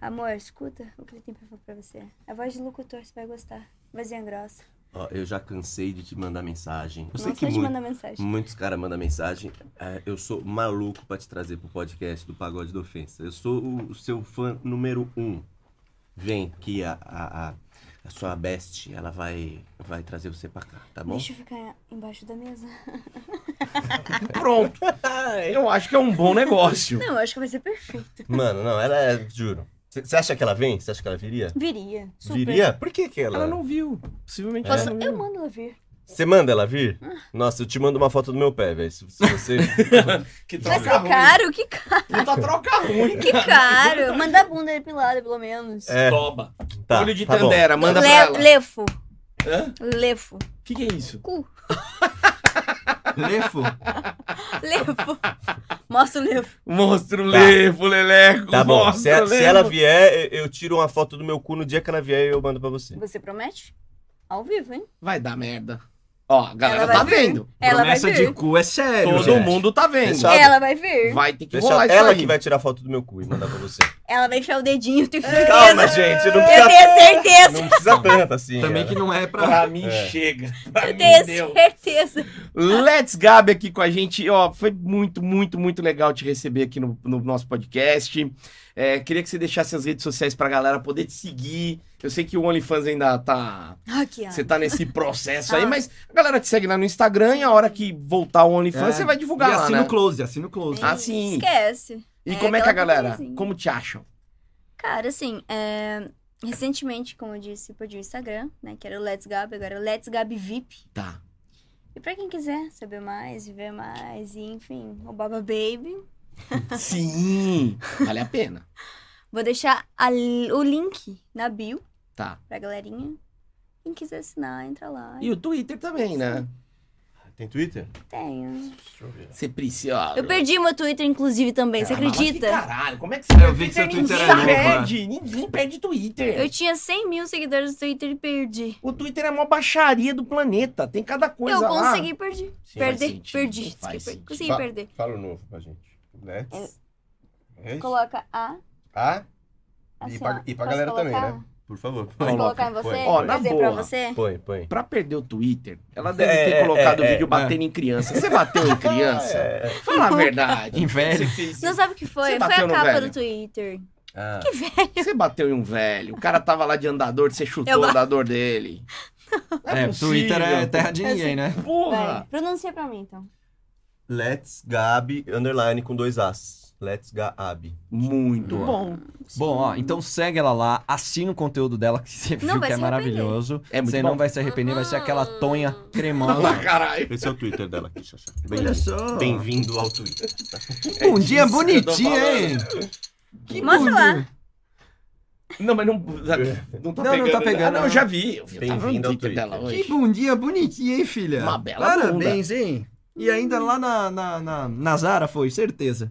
Speaker 4: Amor, escuta o que ele tem pra falar pra você. A voz de locutor, você vai gostar. Vozinha grossa.
Speaker 3: Ó, eu já cansei de te mandar mensagem. Eu sei
Speaker 4: Não
Speaker 3: que
Speaker 4: só de
Speaker 3: muito.
Speaker 4: mandar mensagem.
Speaker 3: Muitos caras mandam mensagem. é, eu sou maluco pra te trazer pro podcast do Pagode da Ofensa. Eu sou o, o seu fã número um. Vem que a, a, a- a sua best, ela vai, vai trazer você pra cá, tá bom?
Speaker 4: Deixa eu ficar embaixo da mesa.
Speaker 1: Pronto.
Speaker 3: Ah,
Speaker 1: Eu acho que é um bom negócio.
Speaker 4: Não, eu acho que vai ser perfeito.
Speaker 3: Mano, não, ela é. Juro. Você acha que ela vem? Você acha que ela viria?
Speaker 4: Viria. Super.
Speaker 3: Viria? Por que, que ela.
Speaker 1: Ela não viu. Possivelmente
Speaker 4: Posso-
Speaker 1: ela não
Speaker 4: Eu
Speaker 1: viu.
Speaker 4: mando ela vir.
Speaker 3: Você manda ela vir? Nossa, eu te mando uma foto do meu pé, velho. Se se você.
Speaker 1: Que
Speaker 4: Mas
Speaker 1: troca
Speaker 4: é
Speaker 1: ruim.
Speaker 4: caro, que caro,
Speaker 1: Puta troca ruim.
Speaker 4: que caro. Manda a bunda depilada, pelo menos.
Speaker 3: É,
Speaker 1: Toba.
Speaker 3: tá.
Speaker 1: Olho de
Speaker 3: tá bom.
Speaker 1: Tandera, manda pra
Speaker 4: Le-
Speaker 1: ela.
Speaker 4: Lefo.
Speaker 1: Hã?
Speaker 4: Lefo.
Speaker 1: O que, que é isso?
Speaker 4: Cu.
Speaker 2: um Lefo?
Speaker 4: Lefo. Mostra o lefo.
Speaker 1: Monstro levo, leleco.
Speaker 3: Tá bom.
Speaker 1: monstro
Speaker 3: Se, a- se
Speaker 1: levo.
Speaker 3: ela vier, eu eu tiro uma foto do meu cu no dia que ela vier e eu mando pra você.
Speaker 4: Você promete? Ao vivo, hein?
Speaker 1: Vai dar merda. Ó, a galera
Speaker 4: Ela
Speaker 1: tá
Speaker 4: vai vir.
Speaker 1: vendo.
Speaker 4: Ela vai
Speaker 2: Promessa
Speaker 4: vir.
Speaker 2: de cu é sério,
Speaker 1: Todo
Speaker 2: gente.
Speaker 1: mundo tá vendo.
Speaker 3: Fechado?
Speaker 4: Ela vai vir.
Speaker 1: Vai ter que
Speaker 3: Deixa
Speaker 1: rolar isso
Speaker 3: ela
Speaker 1: aí.
Speaker 3: que vai tirar foto do meu cu e mandar pra você.
Speaker 4: Ela vai enfiar o dedinho, eu tenho certeza.
Speaker 3: Calma, gente, não
Speaker 4: Eu
Speaker 3: precisa,
Speaker 4: tenho certeza.
Speaker 3: não precisa tanto assim.
Speaker 2: Também
Speaker 3: cara.
Speaker 2: que não é pra...
Speaker 1: Pra mim
Speaker 3: É.
Speaker 1: chega. Pra
Speaker 4: Eu
Speaker 1: mim deu.
Speaker 4: tenho certeza.
Speaker 1: Let's Gabi aqui com a gente. Ó, foi muito, muito, muito legal te receber aqui no, no nosso podcast. É, queria que você deixasse as redes sociais pra galera poder te seguir. Eu sei que o OnlyFans ainda tá.
Speaker 4: Aqui, ó.
Speaker 1: Você tá nesse processo aí,
Speaker 4: Ah.
Speaker 1: mas a galera te segue lá no Instagram e a hora que voltar o OnlyFans,
Speaker 2: É.
Speaker 1: você vai
Speaker 2: E
Speaker 1: divulgar lá,
Speaker 2: assina
Speaker 1: né?
Speaker 2: o close, assina o close.
Speaker 3: tá
Speaker 1: Ah,
Speaker 3: assim.
Speaker 1: sim.
Speaker 4: Esquece.
Speaker 1: E
Speaker 4: É,
Speaker 1: como é que a
Speaker 4: aquela
Speaker 1: galera.
Speaker 4: coisinha.
Speaker 1: Como te acham?
Speaker 4: Cara, assim, é, recentemente, como eu disse, perdi o Instagram, né? Que era o Let's Gab, agora é o Let's Gab VIP.
Speaker 1: Tá.
Speaker 4: E pra quem quiser saber mais, viver mais, e enfim, o Baba Baby,
Speaker 1: Sim! Vale a pena.
Speaker 4: vou deixar a- o link na bio
Speaker 1: Tá.
Speaker 4: pra galerinha. Quem quiser assinar, entra lá.
Speaker 1: E o Twitter também, né?
Speaker 3: Tem Twitter?
Speaker 4: Tenho.
Speaker 3: Deixa eu ver.
Speaker 1: Você precisa.
Speaker 4: Eu perdi meu Twitter, inclusive, também, você
Speaker 1: Caramba,
Speaker 4: acredita?
Speaker 1: que Caralho, como é que você
Speaker 2: Eu vi que seu Twitter é
Speaker 1: Ninguém
Speaker 2: novo, né?
Speaker 1: perde, ninguém perde Twitter.
Speaker 4: Eu tinha 100 mil seguidores no Twitter e perdi.
Speaker 1: O Twitter é a maior baixaria do planeta. Tem cada coisa
Speaker 4: eu
Speaker 1: lá.
Speaker 4: consegui perder.
Speaker 1: é. Sim, faz
Speaker 4: Perder,
Speaker 1: sentido,
Speaker 4: perdi.
Speaker 1: faz
Speaker 4: desculpa,
Speaker 1: sentido.
Speaker 4: Consegui
Speaker 3: Fa-
Speaker 4: perder.
Speaker 3: Fala o novo pra gente. Let's. É isso?
Speaker 4: Coloca a.
Speaker 3: Ah,
Speaker 4: Assim,
Speaker 3: E pra-
Speaker 4: ó,
Speaker 3: e pra
Speaker 4: posso
Speaker 3: galera também,
Speaker 4: colocar?
Speaker 3: né? por favor.
Speaker 4: Posso
Speaker 1: Coloca.
Speaker 4: colocar em você?
Speaker 1: Ó, na
Speaker 4: Fazer
Speaker 1: boa.
Speaker 4: pra você?
Speaker 3: Põe, põe.
Speaker 1: Pra perder o Twitter, ela deve
Speaker 3: É,
Speaker 1: ter
Speaker 3: é,
Speaker 1: colocado o
Speaker 3: é,
Speaker 1: vídeo
Speaker 3: é.
Speaker 1: batendo em criança. Você bateu em criança?
Speaker 6: Ah,
Speaker 3: É, é.
Speaker 1: Fala a verdade.
Speaker 5: Em velho.
Speaker 1: Você fez-
Speaker 4: Não sabe o que foi?
Speaker 1: Você
Speaker 4: Foi
Speaker 1: bateu
Speaker 4: a
Speaker 1: no
Speaker 4: capa
Speaker 1: velho?
Speaker 4: do Twitter.
Speaker 3: Ah,
Speaker 1: Você bateu em um velho. O cara tava lá de andador, você chutou
Speaker 4: Eu
Speaker 1: o
Speaker 4: ba-
Speaker 1: andador dele. Não
Speaker 2: É,
Speaker 1: possível.
Speaker 2: Twitter é terra de
Speaker 4: É
Speaker 2: ninguém, né?
Speaker 4: Vai,
Speaker 1: Porra!
Speaker 4: pronuncia pra mim, então.
Speaker 3: Let's Gabi, underline com dois As. Let's Gabi.
Speaker 4: É.
Speaker 1: Muito
Speaker 3: Boa.
Speaker 1: bom.
Speaker 2: Bom, ó, então segue ela lá, assina o conteúdo dela, que você viu
Speaker 4: Não vai
Speaker 2: que é
Speaker 4: se
Speaker 2: maravilhoso.
Speaker 1: É muito
Speaker 2: Você
Speaker 1: bom.
Speaker 2: não vai se arrepender, vai ser aquela tonha
Speaker 1: Ah,
Speaker 2: cremosa.
Speaker 1: caralho.
Speaker 3: Esse é o Twitter dela aqui, Xaxá.
Speaker 6: Olha só.
Speaker 3: Bem-vindo ao Twitter.
Speaker 2: Bom
Speaker 1: disso
Speaker 2: dia
Speaker 1: É que eu tô
Speaker 2: bonitinho,
Speaker 1: falando.
Speaker 2: hein? Que
Speaker 4: Mostra lá.
Speaker 2: bundinha.
Speaker 1: Não, mas não, não tá
Speaker 2: Não,
Speaker 1: pegando.
Speaker 2: não tá pegando,
Speaker 1: Ah, não,
Speaker 2: não.
Speaker 1: eu já vi. Eu vi, eu tava no
Speaker 3: Bem-vindo ao
Speaker 1: Twitter
Speaker 3: Twitter.
Speaker 1: dela
Speaker 2: Que
Speaker 1: hoje.
Speaker 2: bundinha bonitinha, hein, filha?
Speaker 1: Uma bela bunda.
Speaker 2: Parabéns, hein? E ainda lá na, na, na, na Zara foi, certeza.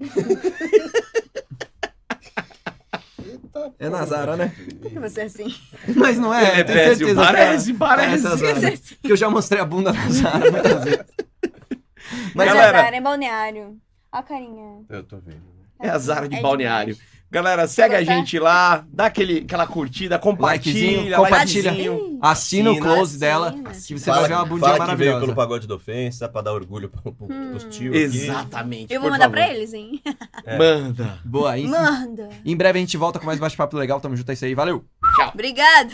Speaker 2: é na Zara, né?
Speaker 4: Por que você é assim?
Speaker 2: Mas não é,
Speaker 1: É,
Speaker 2: eu tenho
Speaker 1: parece,
Speaker 2: certeza. que
Speaker 1: parece, parece.
Speaker 2: parece a
Speaker 4: é
Speaker 2: Zara.
Speaker 4: assim.
Speaker 2: Porque eu já mostrei a bunda na Zara muitas vezes.
Speaker 4: Mas
Speaker 2: Mas
Speaker 1: Galera-
Speaker 4: a Zara é balneário. Ó a carinha.
Speaker 3: Eu tô vendo.
Speaker 1: É azar de
Speaker 4: É
Speaker 1: balneário. Galera, segue a
Speaker 4: Gostar?
Speaker 1: gente lá, dá aquele, aquela curtida, compartilha,
Speaker 2: Likezinho, compartilha.
Speaker 1: likezinho.
Speaker 4: Ih,
Speaker 2: Assina o
Speaker 3: Assina,
Speaker 2: close dela,
Speaker 4: assina.
Speaker 2: que você
Speaker 3: Fala-
Speaker 2: vai ver uma bundinha
Speaker 3: Fala que veio pelo
Speaker 2: maravilhosa.
Speaker 3: pagode da ofensa, pra dar orgulho pro, pro,
Speaker 6: Hum.
Speaker 3: pros tios aqui.
Speaker 1: Exatamente.
Speaker 4: Eu vou
Speaker 1: por
Speaker 4: mandar
Speaker 1: favor.
Speaker 4: pra eles, hein?
Speaker 3: É.
Speaker 1: Manda.
Speaker 2: Boa, hein?
Speaker 4: Manda.
Speaker 2: Em breve a gente volta com mais bate-papo legal. Tamo junto, é isso aí. Valeu!
Speaker 4: Obrigada.